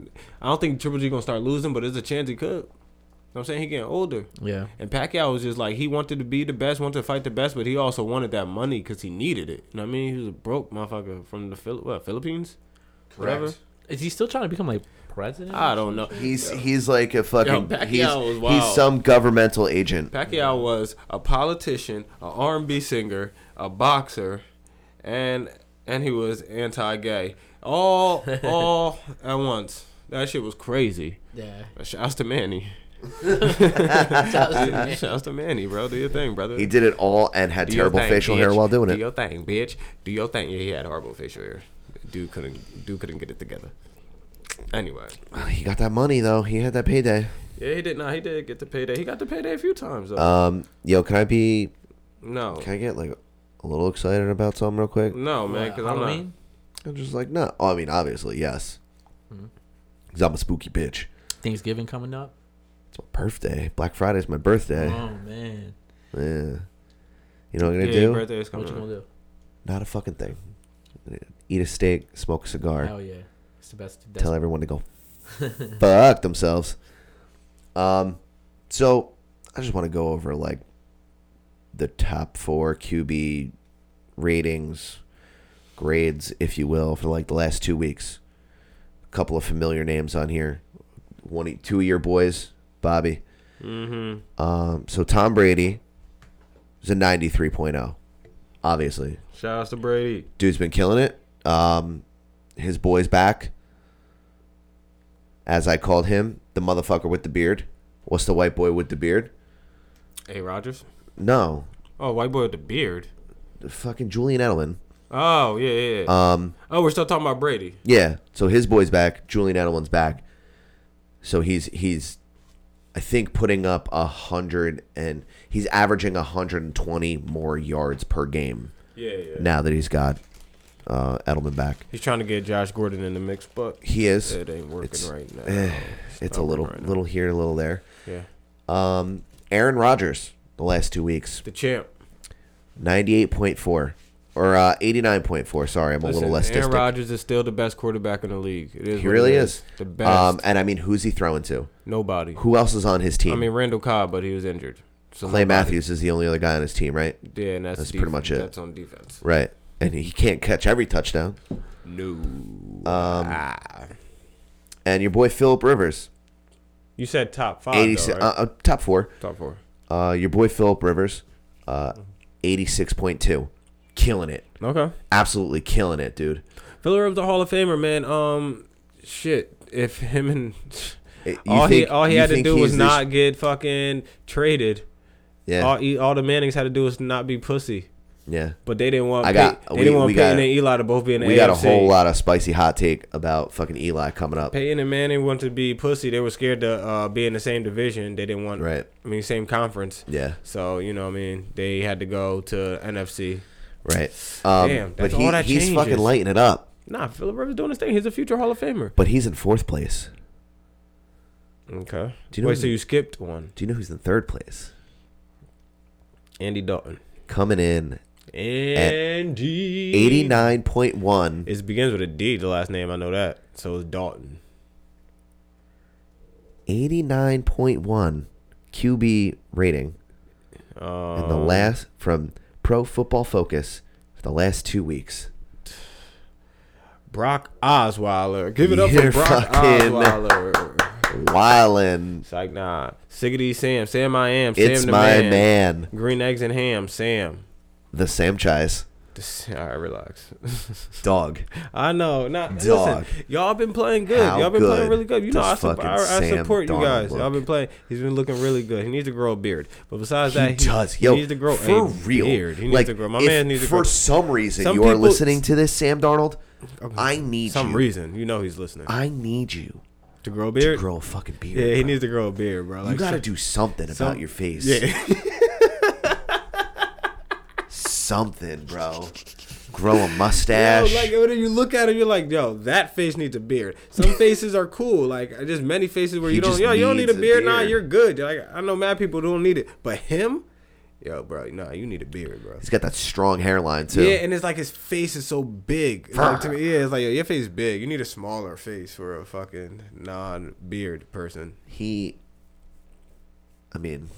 Speaker 11: I don't think Triple G gonna start losing, but there's a chance he could. Know what I'm saying he getting older.
Speaker 6: yeah.
Speaker 11: And Pacquiao was just like he wanted to be the best, wanted to fight the best, but he also wanted that money because he needed it. You know what I mean? He was a broke motherfucker from the Phil- what, Philippines. Whatever.
Speaker 6: Is he still trying to become like president?
Speaker 11: I don't know.
Speaker 4: He's he's like a fucking
Speaker 11: Yo, Pacquiao
Speaker 4: he's,
Speaker 11: was
Speaker 4: he's
Speaker 11: wild.
Speaker 4: some governmental agent.
Speaker 11: Pacquiao was a politician, a R&B singer, a boxer, and and he was anti-gay. All all at once. That shit was crazy.
Speaker 6: Yeah.
Speaker 11: Shouts to Manny. Shouts to Manny, bro. Do your thing, brother.
Speaker 4: He did it all and had
Speaker 11: Do your
Speaker 4: terrible
Speaker 11: thing,
Speaker 4: facial
Speaker 11: bitch.
Speaker 4: hair while doing
Speaker 11: Do
Speaker 4: it.
Speaker 11: your thing, bitch. Do your thing. Yeah, he had horrible facial hair. Dude couldn't dude couldn't get it together. Anyway.
Speaker 4: He got that money though. He had that payday.
Speaker 11: Yeah, he did not. He did get the payday. He got the payday a few times though.
Speaker 4: Um, yo, can I be?
Speaker 11: no.
Speaker 4: Can I get like a little excited about something real quick?
Speaker 11: No, Oh, man, because I'm not.
Speaker 6: Halloween?
Speaker 4: I'm just like, no. Oh, I mean, obviously, yes. Because I'm a spooky bitch.
Speaker 6: Hmm. Thanksgiving coming up.
Speaker 4: It's my birthday. Black Friday's my birthday.
Speaker 6: Oh man,
Speaker 4: Yeah. You know what I'm gonna
Speaker 11: Yeah,
Speaker 4: do?
Speaker 11: your birthday is
Speaker 6: what
Speaker 11: coming.
Speaker 6: you
Speaker 11: up.
Speaker 6: gonna do?
Speaker 4: Not a fucking thing. I'm gonna Eat a steak, smoke a cigar,
Speaker 6: Hell yeah, it's the best. That's
Speaker 4: tell everyone to go fuck themselves. Um, so I just want to go over like the top four QB ratings, grades, if you will, for like the last two weeks. A couple of familiar names on here. One, of- two of your boys, Bobby. Mm-hmm. Um, so Tom Brady is a 93.0, obviously
Speaker 11: Shout out to Brady.
Speaker 4: dude's been killing it. Um, his boy's back. As I called him, the motherfucker with the beard. What's the white boy with the beard?
Speaker 11: Hey, Rogers.
Speaker 4: No,
Speaker 11: Oh, white boy with the beard.
Speaker 4: the fucking Julian Edelman.
Speaker 11: Oh, yeah, yeah. yeah.
Speaker 4: Um,
Speaker 11: oh, we're still talking about Brady.
Speaker 4: yeah. So his boy's back. Julian Edelman's back. So he's he's, I think putting up a hundred and he's averaging hundred and twenty more yards per game
Speaker 11: Yeah, yeah.
Speaker 4: now that he's got uh, Edelman back.
Speaker 11: He's trying to get Josh Gordon in the mix, but
Speaker 4: He is.
Speaker 11: It ain't working
Speaker 4: It's-
Speaker 11: right now.
Speaker 4: eh,
Speaker 11: It's
Speaker 4: it's a
Speaker 11: not
Speaker 4: little,
Speaker 11: working right now.
Speaker 4: little here, a little there.
Speaker 11: Yeah.
Speaker 4: Um, Aaron Rodgers, the last two weeks,
Speaker 11: The champ.
Speaker 4: 98.4 or uh, 89.4. Sorry, I'm a
Speaker 11: Listen,
Speaker 4: little less
Speaker 11: Aaron
Speaker 4: distant.
Speaker 11: Rodgers is still the best quarterback in the league. It is.
Speaker 4: He
Speaker 11: what it
Speaker 4: really is.
Speaker 11: The best.
Speaker 4: Um, and I mean, who's he throwing to?
Speaker 11: nobody.
Speaker 4: Who else is on his team?
Speaker 11: I mean, Randall Cobb, but he was injured. So
Speaker 4: Clay
Speaker 11: nobody-
Speaker 4: Matthews is the only other guy on his team, right?
Speaker 11: Yeah, and that's,
Speaker 4: That's
Speaker 11: def-
Speaker 4: pretty much it.
Speaker 11: That's on defense.
Speaker 4: Right. And he can't catch every touchdown. Um,
Speaker 11: No. Ah.
Speaker 4: And your boy Philip Rivers,
Speaker 11: You said top five.
Speaker 4: 86
Speaker 11: though, right?
Speaker 4: uh, uh, top four.
Speaker 11: top four.
Speaker 4: Uh, your boy Philip Rivers, uh, 86.2. Killing it.
Speaker 11: Okay.
Speaker 4: Absolutely killing it, dude.
Speaker 11: Philip Rivers, the Hall of Famer, man. Um, shit. If him and
Speaker 4: It- you
Speaker 11: all he
Speaker 4: think-
Speaker 11: all he
Speaker 4: you
Speaker 11: had to
Speaker 4: think
Speaker 11: do
Speaker 4: he's
Speaker 11: was
Speaker 4: this-
Speaker 11: not get fucking traded.
Speaker 4: Yeah.
Speaker 11: All he, all the Mannings had to do was not be pussy.
Speaker 4: yeah.
Speaker 11: But they didn't want.
Speaker 4: I
Speaker 11: I
Speaker 4: got-
Speaker 11: They
Speaker 4: we-
Speaker 11: didn't want
Speaker 4: we
Speaker 11: Peyton
Speaker 4: got-
Speaker 11: and Eli to both be in the
Speaker 4: We
Speaker 11: AFC.
Speaker 4: got a whole lot of spicy hot take about fucking Eli coming up.
Speaker 11: Peyton and Manning wanted to be pussy. They were scared to uh, be in the same division. They didn't want.
Speaker 4: Right.
Speaker 11: I mean, same conference.
Speaker 4: Yeah.
Speaker 11: So you know, what I mean, they had to go to NFC.
Speaker 4: Right. Um,
Speaker 11: Damn,
Speaker 4: but
Speaker 11: that's
Speaker 4: he,
Speaker 11: all that
Speaker 4: he's fucking
Speaker 11: changes.
Speaker 4: lighting it up.
Speaker 11: Nah, Philip Rivers doing his thing. He's a future Hall of Famer.
Speaker 4: But he's in fourth place.
Speaker 11: Okay.
Speaker 4: Do you know
Speaker 11: Wait,
Speaker 4: who-
Speaker 11: so you skipped one?
Speaker 4: Do you know who's in third place?
Speaker 11: Andy Dalton.
Speaker 4: Coming in
Speaker 11: Andy.
Speaker 4: 89.1.
Speaker 11: It begins with a D. The last name I know that. So it's Dalton.
Speaker 4: 89.1 QB rating. in
Speaker 11: Uh.
Speaker 4: the last, from Pro Football Focus, for the last two weeks.
Speaker 11: Brock Osweiler. Give it up
Speaker 4: You're
Speaker 11: for Brock
Speaker 4: fucking-
Speaker 11: Osweiler.
Speaker 4: Wildin'.
Speaker 11: It's like nah. Siggity Sam. Sam I am. Sam
Speaker 4: It's
Speaker 11: the
Speaker 4: my man.
Speaker 11: man. Green eggs and ham. Sam.
Speaker 4: The Sam Chise.
Speaker 11: This, all right, relax.
Speaker 4: Dog.
Speaker 11: I know. Not
Speaker 4: Dog.
Speaker 11: listen. Y'all been playing good.
Speaker 4: How
Speaker 11: y'all been
Speaker 4: good
Speaker 11: playing really good. You know,
Speaker 4: does
Speaker 11: I, sup-
Speaker 4: fucking
Speaker 11: I, I
Speaker 4: Sam
Speaker 11: support you
Speaker 4: Darnold
Speaker 11: guys.
Speaker 4: look?
Speaker 11: Y'all been playing. He's been looking really good. He needs to grow a beard. But besides
Speaker 4: He
Speaker 11: that,
Speaker 4: does. Yo,
Speaker 11: he needs to grow
Speaker 4: for
Speaker 11: a
Speaker 4: real.
Speaker 11: beard. He needs
Speaker 4: like,
Speaker 11: to grow. My
Speaker 4: if
Speaker 11: man needs to grow.
Speaker 4: For some reason,
Speaker 11: Some
Speaker 4: you are
Speaker 11: people-
Speaker 4: listening to this, Sam Darnold. I need
Speaker 11: some
Speaker 4: you.
Speaker 11: reason, you know, he's listening
Speaker 4: I need you
Speaker 11: to grow a
Speaker 4: to
Speaker 11: beard.
Speaker 4: grow a fucking beard.
Speaker 11: yeah, he
Speaker 4: bro.
Speaker 11: needs to grow a beard, bro. Like,
Speaker 4: you got to
Speaker 11: so-
Speaker 4: do something about
Speaker 11: some-
Speaker 4: your face.
Speaker 11: Yeah,
Speaker 4: Something, bro. Grow a
Speaker 11: Yo,
Speaker 4: mustache.
Speaker 11: like when you look at him, you're like, yo, that face needs a beard. Some faces are cool, like just many faces where
Speaker 4: He
Speaker 11: you don't,
Speaker 4: just
Speaker 11: yo, you don't need
Speaker 4: needs
Speaker 11: a
Speaker 4: a
Speaker 11: beard. Nah,
Speaker 4: beard.
Speaker 11: you're good. Like I know mad people don't need it, but him, yo, bro, nah, you need a beard, bro.
Speaker 4: He's got that strong hairline, too.
Speaker 11: Yeah, and it's like his face is so big. It's Like, to me, yeah, it's like yo, your face is big. You need a smaller face for a fucking non-beard person.
Speaker 4: He, I mean,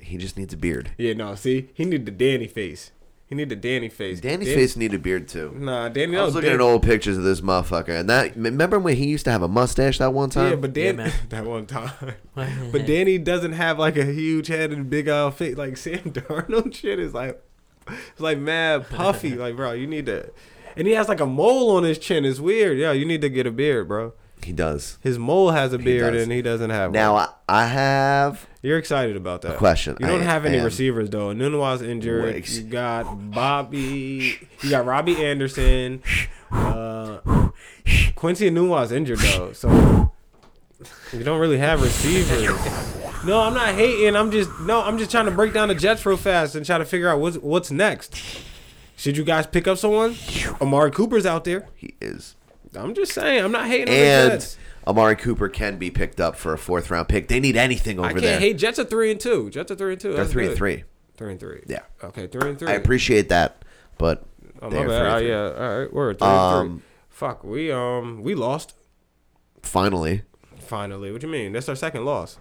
Speaker 4: he just needs a beard.
Speaker 11: Yeah, no, see, he need the Danny face. He need the Danny face.
Speaker 4: Danny's
Speaker 11: Dan-
Speaker 4: face need a beard, too.
Speaker 11: Nah, Danny.
Speaker 4: I was
Speaker 11: no,
Speaker 4: looking
Speaker 11: Dan-
Speaker 4: at old pictures of this motherfucker, and that remember when he used to have a mustache that one time?
Speaker 11: Yeah, but Dan
Speaker 6: man.
Speaker 11: that one time. but Danny doesn't have like a huge head and big old face like Sam Darnold. Shit is like, it's like mad puffy. like, bro, you need to. And he has like a mole on his chin. It's weird. Yeah, you need to get a beard, bro.
Speaker 4: he does.
Speaker 11: His mole has a beard
Speaker 4: does.
Speaker 11: and he doesn't have
Speaker 4: Now
Speaker 11: one.
Speaker 4: I, I have
Speaker 11: You're excited about that.
Speaker 4: question.
Speaker 11: You don't
Speaker 4: I
Speaker 11: have any
Speaker 4: am.
Speaker 11: receivers though. Nunua's injured.
Speaker 4: Wait.
Speaker 11: You got Bobby. You got Robbie Anderson. Uh, Quincy Nunua's injured though, so you don't really have receivers. No, I'm not hating. I'm just no. I'm just trying to break down the Jets real fast and try to figure out what's what's next. Should you guys pick up someone? Amari Cooper's out there.
Speaker 4: he is,
Speaker 11: I'm just saying. I'm not hating on the
Speaker 4: and
Speaker 11: Jets.
Speaker 4: Amari Cooper can be picked up for a fourth round pick. They need anything over
Speaker 11: I can't
Speaker 4: there.
Speaker 11: hate Jets are three and two. Jets are three and two.
Speaker 4: They're
Speaker 11: That's
Speaker 4: three and
Speaker 11: good.
Speaker 4: three.
Speaker 11: Three and three.
Speaker 4: Yeah.
Speaker 11: Okay, three and three.
Speaker 4: I appreciate that, but
Speaker 11: Oh
Speaker 4: they're
Speaker 11: my
Speaker 4: three
Speaker 11: bad.
Speaker 4: and
Speaker 11: Oh,
Speaker 4: three.
Speaker 11: yeah. All right. Word. Three and
Speaker 4: Um,
Speaker 11: three. Fuck. We um we lost
Speaker 4: finally,
Speaker 11: finally. What you mean? That's our second loss.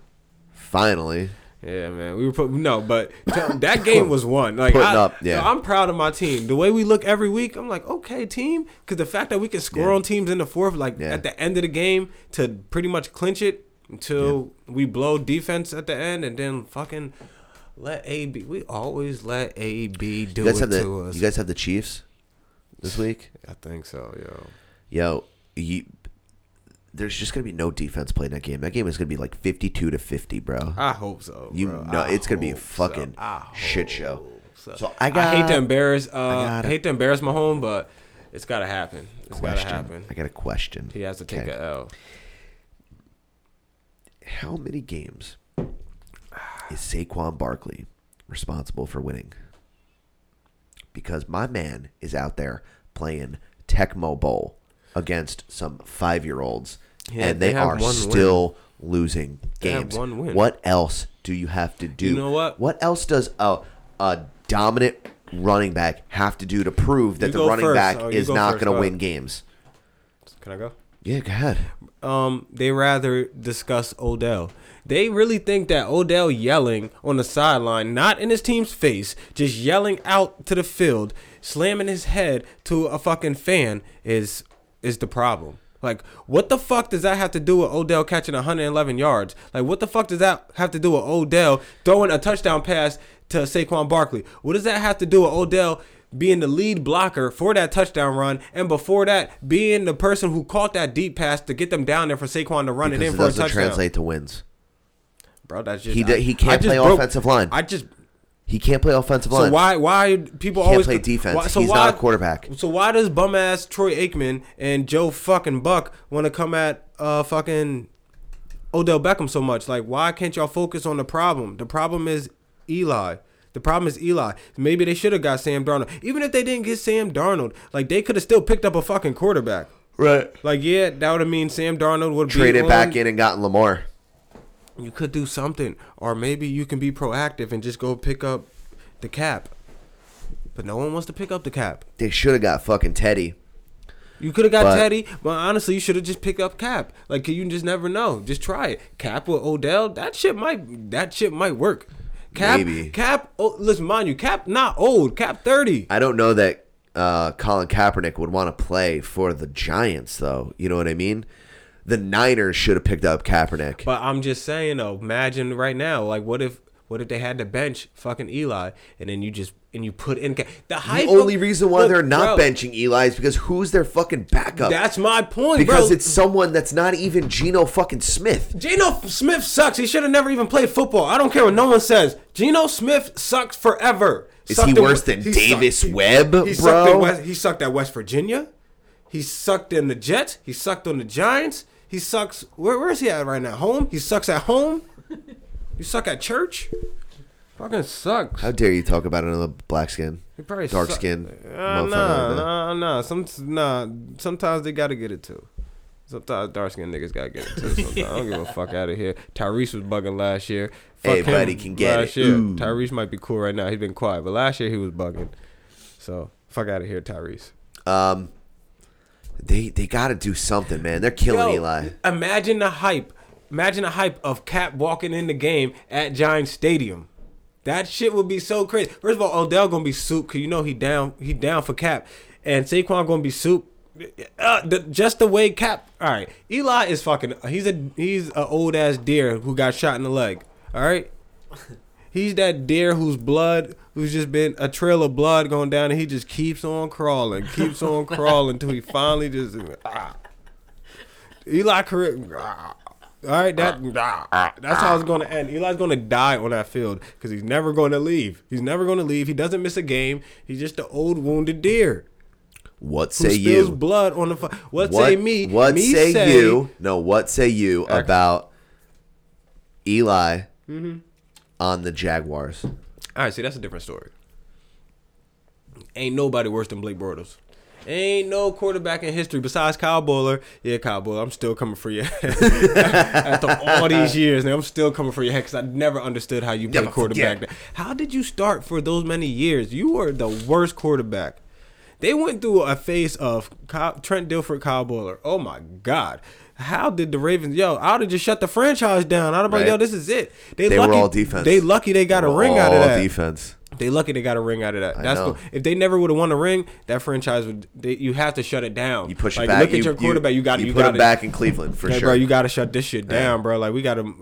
Speaker 4: finally,
Speaker 11: Yeah, man. We were put, no, but t- that game was won. Like
Speaker 4: Putting
Speaker 11: I,
Speaker 4: up, yeah.
Speaker 11: yo, I'm proud of my team. The way we look every week, I'm like, okay, team. Because the fact that we can score
Speaker 4: Yeah.
Speaker 11: on teams in the fourth, like
Speaker 4: Yeah.
Speaker 11: at the end of the game, to pretty much clinch it until we blow defense at the end, and then fucking let AB. We always let AB do
Speaker 4: you guys
Speaker 11: it
Speaker 4: have the
Speaker 11: to us.
Speaker 4: you guys have the Chiefs this week.
Speaker 11: I think so, yo.
Speaker 4: Yo, you, there's just gonna be no defense playing that game. That game is gonna be like 52 to 50, bro.
Speaker 11: I hope so.
Speaker 4: You
Speaker 11: bro.
Speaker 4: know,
Speaker 11: I
Speaker 4: it's gonna be a
Speaker 11: hope so.
Speaker 4: fucking
Speaker 11: I
Speaker 4: shit show.
Speaker 11: hope
Speaker 4: So I got.
Speaker 11: hate to embarrass. Uh,
Speaker 4: got a-
Speaker 11: hate to embarrass my home, but it's gotta happen. It's
Speaker 4: question.
Speaker 11: gotta happen.
Speaker 4: I got a question.
Speaker 11: He has to take
Speaker 4: Okay.
Speaker 11: a L.
Speaker 4: How many games is Saquon Barkley responsible for winning? Because my man is out there playing Tecmo Bowl against some five year olds,
Speaker 11: Yeah,
Speaker 4: and they,
Speaker 11: they have
Speaker 4: are
Speaker 11: one win.
Speaker 4: still losing
Speaker 11: They have
Speaker 4: games.
Speaker 11: one win.
Speaker 4: What else do you have to do?
Speaker 11: You know what?
Speaker 4: What else does a a dominant running back have to do to prove that
Speaker 11: You
Speaker 4: the
Speaker 11: go
Speaker 4: running
Speaker 11: first.
Speaker 4: back
Speaker 11: Oh, you
Speaker 4: is
Speaker 11: go
Speaker 4: not
Speaker 11: first.
Speaker 4: going to
Speaker 11: Go
Speaker 4: win
Speaker 11: ahead.
Speaker 4: games?
Speaker 11: Can I go?
Speaker 4: Yeah, go ahead.
Speaker 11: um, they rather discuss Odell. They really think that Odell yelling on the sideline, not in his team's face, just yelling out to the field, slamming his head to a fucking fan is is the problem. Like, what the fuck does that have to do with Odell catching 111 yards? Like, what the fuck does that have to do with Odell throwing a touchdown pass to Saquon Barkley? What does that have to do with Odell being the lead blocker for that touchdown run, and before that, being the person who caught that deep pass to get them down there for Saquon to run it
Speaker 4: Because
Speaker 11: in
Speaker 4: it
Speaker 11: for a
Speaker 4: doesn't
Speaker 11: touchdown.
Speaker 4: translate to wins.
Speaker 11: Bro, that's just
Speaker 4: He d-
Speaker 11: I-
Speaker 4: he can't
Speaker 11: I just
Speaker 4: play
Speaker 11: broke-
Speaker 4: offensive line.
Speaker 11: I just
Speaker 4: He can't play offensive
Speaker 11: so
Speaker 4: line.
Speaker 11: why why people
Speaker 4: He can't
Speaker 11: always
Speaker 4: play defense. He's not a quarterback.
Speaker 11: So why does bum ass Troy Aikman and Joe fucking Buck want to come at uh fucking Odell Beckham so much? Like why can't y'all focus on the problem? The problem is Eli. The problem is Eli. Maybe they should have got Sam Darnold. Even if they didn't get Sam Darnold, like they could have still picked up a fucking quarterback.
Speaker 4: Right.
Speaker 11: Like yeah, that would have mean Sam Darnold would
Speaker 4: Trade
Speaker 11: be
Speaker 4: it back
Speaker 11: on-
Speaker 4: in and gotten Lamar.
Speaker 11: you could do something, or maybe you can be proactive and just go pick up the cap. But no one wants to pick up the cap.
Speaker 4: They should have got fucking Teddy.
Speaker 11: You could have got
Speaker 4: But-
Speaker 11: Teddy, but honestly, you should have just picked up Cap. Like you just never know. Just try it. Cap with Odell, that shit might that shit might work. Cap,
Speaker 4: Maybe.
Speaker 11: Cap. Oh, listen, mind you, Cap not old. Cap thirty.
Speaker 4: I don't know that uh, Colin Kaepernick would want to play for the Giants, though. You know what I mean? The Niners should have picked up Kaepernick.
Speaker 11: But I'm just saying though, imagine right now, like what if what if they had to bench fucking Eli and then you just and you put in Cap. The,
Speaker 4: the
Speaker 11: hype of-
Speaker 4: only reason why
Speaker 11: Look,
Speaker 4: they're not
Speaker 11: bro,
Speaker 4: benching Eli is because who's their fucking backup?
Speaker 11: That's my point,
Speaker 4: because
Speaker 11: bro.
Speaker 4: it's someone that's not even Geno fucking Smith.
Speaker 11: Geno Smith sucks. He should have never even played football. I don't care what no one says. Geno Smith sucks forever.
Speaker 4: Is
Speaker 11: Sucked
Speaker 4: he
Speaker 11: in-
Speaker 4: worse than
Speaker 11: he
Speaker 4: Davis
Speaker 11: sucked- he-
Speaker 4: Webb,
Speaker 11: he Sucked
Speaker 4: bro?
Speaker 11: in West, he sucked at West Virginia. He sucked in the Jets. He sucked on the Giants. He sucks. Where, where is he at right now? Home. He sucks at home. You suck at church. Fucking sucks.
Speaker 4: How dare you talk about another black skin,
Speaker 11: He probably
Speaker 4: dark
Speaker 11: suck-
Speaker 4: skin?
Speaker 11: Uh,
Speaker 4: motherfucker
Speaker 11: nah,
Speaker 4: like that?
Speaker 11: nah, nah. Some, nah. Sometimes they gotta get it too. Sometimes dark skinned niggas gotta get it too. Sometimes. I don't give a fuck out of here. Tyrese was bugging last year. Fuck him
Speaker 4: Everybody can get
Speaker 11: last
Speaker 4: it.
Speaker 11: Year.
Speaker 4: Ooh.
Speaker 11: Tyrese might be cool right now. He's been quiet, but last year he was bugging. So fuck out of here, Tyrese.
Speaker 4: Um, they they got to do something, man. They're killing
Speaker 11: Yo,
Speaker 4: Eli.
Speaker 11: Imagine the hype. Imagine the hype of Cap walking in the game at Giants Stadium. That shit would be so crazy. First of all, Odell gonna be soup because you know he down he down for Cap, and Saquon gonna be soup. Uh, the, just the way Cap. All right, Eli is fucking. He's a he's a old ass deer who got shot in the leg. All right, he's that deer whose blood who's just been a trail of blood going down, and he just keeps on crawling, keeps on crawling until he finally just. ah. Eli career. All right, that that's how it's going to end. Eli's going to die on that field because he's never going to leave. He's never going to leave. He doesn't miss a game. He's just an old wounded deer
Speaker 4: What
Speaker 11: who
Speaker 4: say
Speaker 11: spills
Speaker 4: you?
Speaker 11: blood on the. Fu- what, say me?
Speaker 4: What
Speaker 11: me
Speaker 4: say, you? No, what say you about Eli
Speaker 11: Mm-hmm.
Speaker 4: on the Jaguars?
Speaker 11: All right, see, that's a different story. Ain't nobody worse than Blake Bortles. Ain't no quarterback in history besides Kyle Bowler. Yeah, Kyle Bowler, I'm still coming for you. After all these years, now I'm still coming for your head because I never understood how you play
Speaker 4: Never
Speaker 11: quarterback.
Speaker 4: forget.
Speaker 11: How did you start for those many years? You were the worst quarterback. They went through a phase of Kyle, Trent Dilford, Kyle Bowler. Oh my God. How did the Ravens? Yo, I would have just shut the franchise down. I'd have been like,
Speaker 4: Right.
Speaker 11: yo, this is it.
Speaker 4: They were all defense.
Speaker 11: They lucky they got a
Speaker 4: All
Speaker 11: ring out of that.
Speaker 4: defense.
Speaker 11: They lucky they got a ring out of that.
Speaker 4: I
Speaker 11: That's
Speaker 4: know.
Speaker 11: the, if they never would have won a ring, that franchise would. They, you have to shut it down.
Speaker 4: You push
Speaker 11: like,
Speaker 4: it back.
Speaker 11: Look at
Speaker 4: you,
Speaker 11: your quarterback. You, got.
Speaker 4: You,
Speaker 11: You,
Speaker 4: put
Speaker 11: got
Speaker 4: him back in Cleveland for
Speaker 11: hey,
Speaker 4: sure.
Speaker 11: bro. You got to shut this shit down, bro. Like we got to.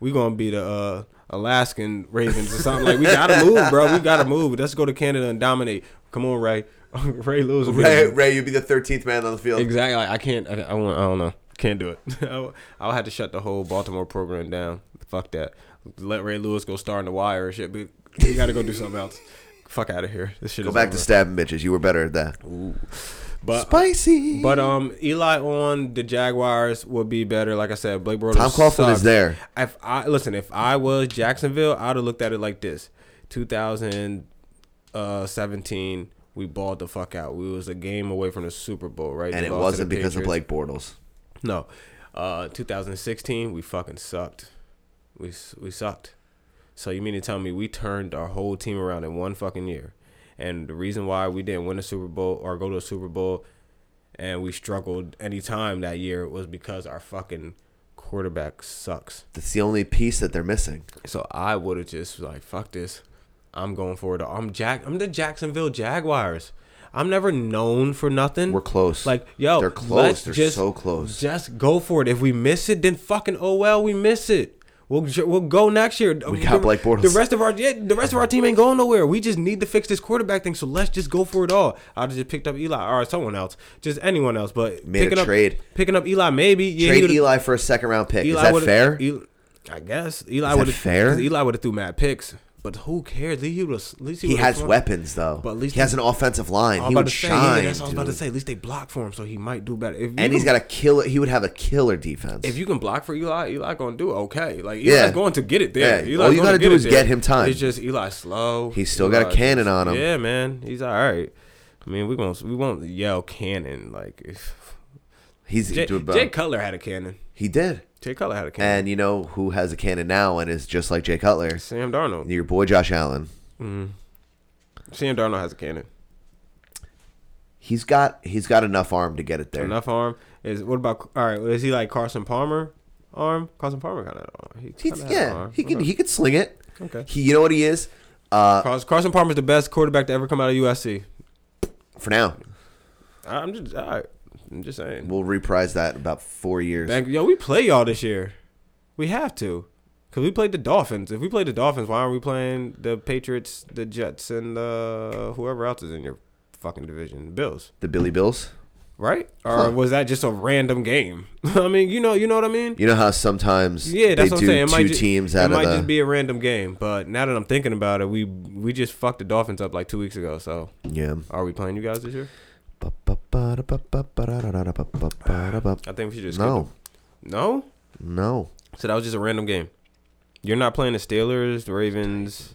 Speaker 11: We gonna be the uh, Alaskan Ravens or something. Like we gotta move, bro. We gotta move. Let's go to Canada and dominate. Come on, Ray. Ray Lewis. will be
Speaker 4: Ray,
Speaker 11: the-
Speaker 4: Ray, you'd be the thirteenth man on the field.
Speaker 11: Exactly. Like, I can't. I, I, won't- I don't know. Can't do it. I'll, I'll have to shut the whole Baltimore program down. Fuck that. Let Ray Lewis go star in the wire and shit. But we gotta go do something else. Fuck out of here. This shit
Speaker 4: Go
Speaker 11: is
Speaker 4: back
Speaker 11: over.
Speaker 4: to stabbing bitches. You were better at that.
Speaker 11: But,
Speaker 4: Spicy.
Speaker 11: But um, Eli on the Jaguars would be better. Like I said, Blake Bortles.
Speaker 4: Tom Coughlin
Speaker 11: sucks.
Speaker 4: is there.
Speaker 11: If I listen, if I was Jacksonville, I'd have looked at it like this: 2017 uh, we balled the fuck out. We was a game away from the Super Bowl, right?
Speaker 4: and
Speaker 11: We
Speaker 4: it
Speaker 11: lost to
Speaker 4: wasn't
Speaker 11: the
Speaker 4: because of
Speaker 11: Patriots.
Speaker 4: Blake Bortles.
Speaker 11: No, uh, 2016, we fucking sucked. We s- we sucked. So you mean to tell me we turned our whole team around in one fucking year? And the reason why we didn't win a Super Bowl or go to a Super Bowl, and we struggled any time that year was because our fucking quarterback sucks.
Speaker 4: That's the only piece that they're missing.
Speaker 11: So I would have just like, fuck this. I'm going for it. I'm Jack. I'm the Jacksonville Jaguars. I'm never known for nothing.
Speaker 4: We're close.
Speaker 11: Like, yo,
Speaker 4: They're close.
Speaker 11: let's
Speaker 4: They're
Speaker 11: just-
Speaker 4: so close.
Speaker 11: Just go for it. If we miss it, then fucking oh well, we miss it. We'll j- we'll go next year.
Speaker 4: We got Blake Bortles.
Speaker 11: The rest of our yeah, the rest of our team ain't going nowhere. We just need to fix this quarterback thing. So let's just go for it all. I just picked up Eli or someone else, just anyone else. But
Speaker 4: Made a
Speaker 11: picking
Speaker 4: trade.
Speaker 11: up picking up Eli maybe yeah, he
Speaker 4: Trade
Speaker 11: would've-
Speaker 4: Eli for a second round pick.
Speaker 11: Eli
Speaker 4: Is that
Speaker 11: would've-
Speaker 4: fair?
Speaker 11: El- I guess
Speaker 4: Is
Speaker 11: Eli
Speaker 4: that
Speaker 11: would have
Speaker 4: fair?
Speaker 11: Eli would have threw mad picks, but who cares? He was at least he,
Speaker 4: he
Speaker 11: would've
Speaker 4: has
Speaker 11: thrown-
Speaker 4: weapons though.
Speaker 11: But at least
Speaker 4: he has
Speaker 11: he-
Speaker 4: an offensive line.
Speaker 11: I was
Speaker 4: He
Speaker 11: about
Speaker 4: would
Speaker 11: to say, yeah,
Speaker 4: shine.
Speaker 11: that's what I was about to
Speaker 4: dude.
Speaker 11: say. At least they block for him, so he might do better. If
Speaker 4: And
Speaker 11: you
Speaker 4: he's got a killer. He would have a killer defense.
Speaker 11: if you can block for Eli, Eli gonna do okay. Like Eli's
Speaker 4: Yeah.
Speaker 11: going to get it there.
Speaker 4: Yeah.
Speaker 11: Eli's
Speaker 4: All you
Speaker 11: gonna
Speaker 4: gotta do
Speaker 11: it
Speaker 4: is
Speaker 11: there.
Speaker 4: get him time.
Speaker 11: It's just Eli slow.
Speaker 4: He's still got a
Speaker 11: Eli
Speaker 4: cannon
Speaker 11: just-
Speaker 4: on him.
Speaker 11: Yeah, man, he's all right. I mean, we gonna we won't yell cannon like if
Speaker 4: he's
Speaker 11: Jay,
Speaker 4: dude, bro.
Speaker 11: Jay Cutler had a cannon.
Speaker 4: he did.
Speaker 11: Jay Cutler had a cannon.
Speaker 4: And you know who has a cannon now and is just like Jay Cutler?
Speaker 11: Sam Darnold.
Speaker 4: Your boy Josh Allen.
Speaker 11: Sam Darnold has a cannon.
Speaker 4: He's got he's got enough arm to get it there.
Speaker 11: Enough arm is what about? All right, is he like Carson Palmer arm? Carson Palmer kind of arm.
Speaker 4: He's,
Speaker 11: kinda had an
Speaker 4: yeah,
Speaker 11: arm.
Speaker 4: he can
Speaker 11: Okay.
Speaker 4: he could sling it.
Speaker 11: Okay.
Speaker 4: He, you know what he is? Uh,
Speaker 11: Carson, Carson Palmer's the best quarterback to ever come out of USC.
Speaker 4: for now,
Speaker 11: I- I'm just, all right. I'm just saying.
Speaker 4: we'll reprise that in about four years.
Speaker 11: Bank- yo, we play y'all this year. We have to, cause we played the Dolphins. If we played the Dolphins, why aren't we playing the Patriots, the Jets, and uh, whoever else is in your fucking division, Bills?
Speaker 4: The Billy Bills.
Speaker 11: Right? Or
Speaker 4: Huh.
Speaker 11: was that just a random game? I mean, you know, you know what I mean.
Speaker 4: You know how sometimes
Speaker 11: Yeah, that's
Speaker 4: they
Speaker 11: what
Speaker 4: do
Speaker 11: I'm saying. It might
Speaker 4: two
Speaker 11: ju-
Speaker 4: teams
Speaker 11: it
Speaker 4: out
Speaker 11: might
Speaker 4: of the
Speaker 11: just be a random game, but now that I'm thinking about it, we we just fucked the Dolphins up like two weeks ago. So
Speaker 4: yeah.
Speaker 11: are we playing you guys this year? I
Speaker 4: I
Speaker 11: think we should just skip
Speaker 4: no,
Speaker 11: them. no.
Speaker 4: no.
Speaker 11: So that was just a random game. You're not playing the Steelers, the Ravens.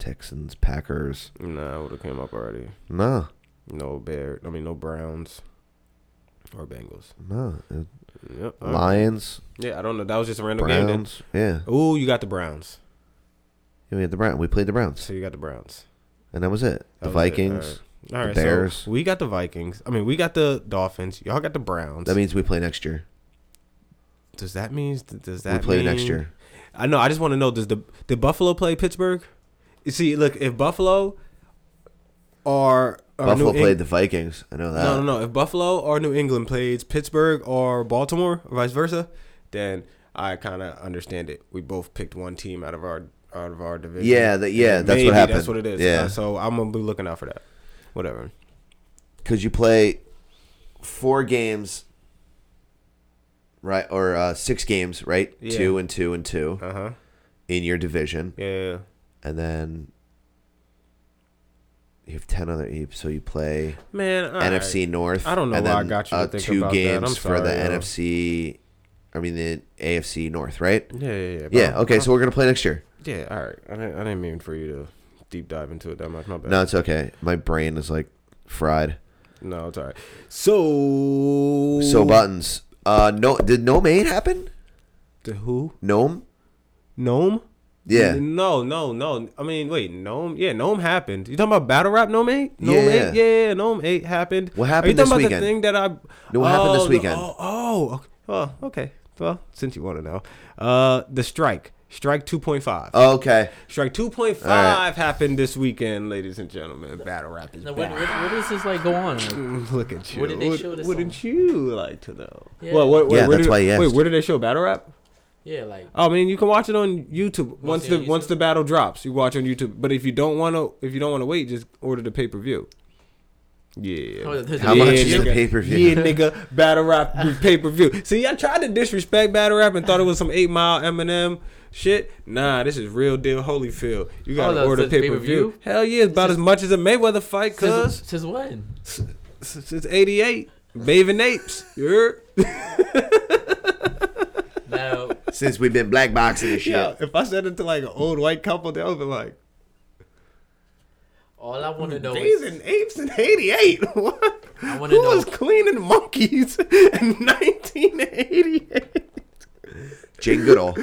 Speaker 4: Texans, Packers,
Speaker 11: Nah, I would have came up already.
Speaker 4: no,
Speaker 11: No bear. I mean, no Browns or Bengals.
Speaker 4: no. Uh,
Speaker 11: Yep. all right.
Speaker 4: Lions,
Speaker 11: Yeah, I don't know. That was just a random game.
Speaker 4: Browns, yeah.
Speaker 11: Then. Ooh, you got the Browns.
Speaker 4: yeah. We had the Browns. We played the Browns,
Speaker 11: So you got the Browns.
Speaker 4: and that was it. The
Speaker 11: That was it.
Speaker 4: Vikings.
Speaker 11: All right. All right,
Speaker 4: the
Speaker 11: so
Speaker 4: Bears.
Speaker 11: we got the Vikings. I mean, we got the Dolphins. Y'all got the Browns.
Speaker 4: That means we play next year.
Speaker 11: Does that mean? Does that
Speaker 4: we play
Speaker 11: mean,
Speaker 4: next year.
Speaker 11: I know. I just want to know. Does the did Buffalo play Pittsburgh? You see, look, if Buffalo or, or
Speaker 4: Buffalo
Speaker 11: New Eng-
Speaker 4: played the Vikings. I know that.
Speaker 11: no, no, no. If Buffalo or New England plays Pittsburgh or Baltimore, or vice versa, then I kind of understand it. We both picked one team out of our out of our division.
Speaker 4: Yeah, that- yeah,
Speaker 11: And
Speaker 4: that's what
Speaker 11: maybe
Speaker 4: happened.
Speaker 11: That's what it is.
Speaker 4: Yeah.
Speaker 11: Uh, so I'm gonna be looking out for that. Whatever.
Speaker 4: because you play four games, right, or uh, six games, right?
Speaker 11: Yeah.
Speaker 4: Two and two and two
Speaker 11: Uh huh.
Speaker 4: in your division,
Speaker 11: Yeah.
Speaker 4: and then you have ten other. you- So you play
Speaker 11: Man. all
Speaker 4: NFC
Speaker 11: right.
Speaker 4: North.
Speaker 11: I don't know
Speaker 4: and
Speaker 11: why I
Speaker 4: then,
Speaker 11: got you to
Speaker 4: uh,
Speaker 11: think
Speaker 4: two
Speaker 11: about that. I'm
Speaker 4: games for the
Speaker 11: sorry, yo.
Speaker 4: NFC. I mean the AFC North, right?
Speaker 11: Yeah, yeah, yeah.
Speaker 4: Yeah.
Speaker 11: But-
Speaker 4: Okay, so we're gonna play next year.
Speaker 11: yeah. All right. I didn't, I didn't mean for you to deep dive into it that much. My bad.
Speaker 4: No, it's okay. My brain is like fried.
Speaker 11: No, it's all right. So.
Speaker 4: So buttons. Uh, no, did no main happen?
Speaker 11: The who?
Speaker 4: Gnome.
Speaker 11: Gnome?
Speaker 4: Yeah.
Speaker 11: No, no, no. I mean, wait, Gnome? Yeah, Gnome happened. You talking about Battle Rap Gnome 8? Gnome
Speaker 4: Yeah.
Speaker 11: 8? Yeah, yeah, Gnome 8 happened.
Speaker 4: What
Speaker 11: Are
Speaker 4: happened
Speaker 11: you
Speaker 4: this
Speaker 11: talking about
Speaker 4: weekend?
Speaker 11: the thing that I.
Speaker 4: No, what happened this
Speaker 11: the-
Speaker 4: weekend?
Speaker 11: Oh, oh, okay. Well, okay. Well, since you want to know. Uh, the strike. Strike 2.5.
Speaker 4: Okay.
Speaker 11: strike 2.5
Speaker 4: Oh. All right.
Speaker 11: happened this weekend, ladies and gentlemen. Battle Rap is
Speaker 6: Now, what,
Speaker 11: back.
Speaker 6: what, what does this like go on? Like,
Speaker 11: Mm, Look at you.
Speaker 6: What did they
Speaker 11: Would-
Speaker 6: show this
Speaker 11: Wouldn't you like to know?
Speaker 6: Yeah.
Speaker 11: Well, what,
Speaker 4: Yeah,
Speaker 11: where
Speaker 4: that's
Speaker 11: did,
Speaker 4: why he asked.
Speaker 11: Wait, where did they show Battle Rap?
Speaker 6: yeah, like
Speaker 11: Oh, I mean, you can watch it on YouTube once
Speaker 6: it
Speaker 11: the
Speaker 6: on YouTube?
Speaker 11: once the battle drops. You watch on YouTube. But if you don't want to, if you don't want to wait, just order the pay per view. Yeah.
Speaker 6: Oh, there's a-
Speaker 4: How much
Speaker 11: Yeah,
Speaker 4: is the
Speaker 11: nigga.
Speaker 4: pay per view?
Speaker 11: Yeah, nigga, battle rap pay per view. See, I tried to disrespect battle rap and thought it was some eight mile Eminem shit. Nah, this is real deal Holyfield. You gotta
Speaker 6: Oh, that's-
Speaker 11: order
Speaker 6: that's
Speaker 11: pay per view.
Speaker 6: pay-per-view?
Speaker 11: Hell yeah, it's about as much as a Mayweather fight,
Speaker 6: since,
Speaker 11: cuz
Speaker 6: since when?
Speaker 11: since '88, bathing apes. You heard?
Speaker 6: Now,
Speaker 4: Since we've been black boxing and shit.
Speaker 11: Yeah. If I said it to like an old white couple, they would be like,
Speaker 6: All I want to know
Speaker 11: Days
Speaker 6: is
Speaker 11: and apes in '88. What?
Speaker 6: I want to
Speaker 11: Hmm. Who
Speaker 6: know.
Speaker 11: was cleaning monkeys in 1988?
Speaker 4: Jane Goodall.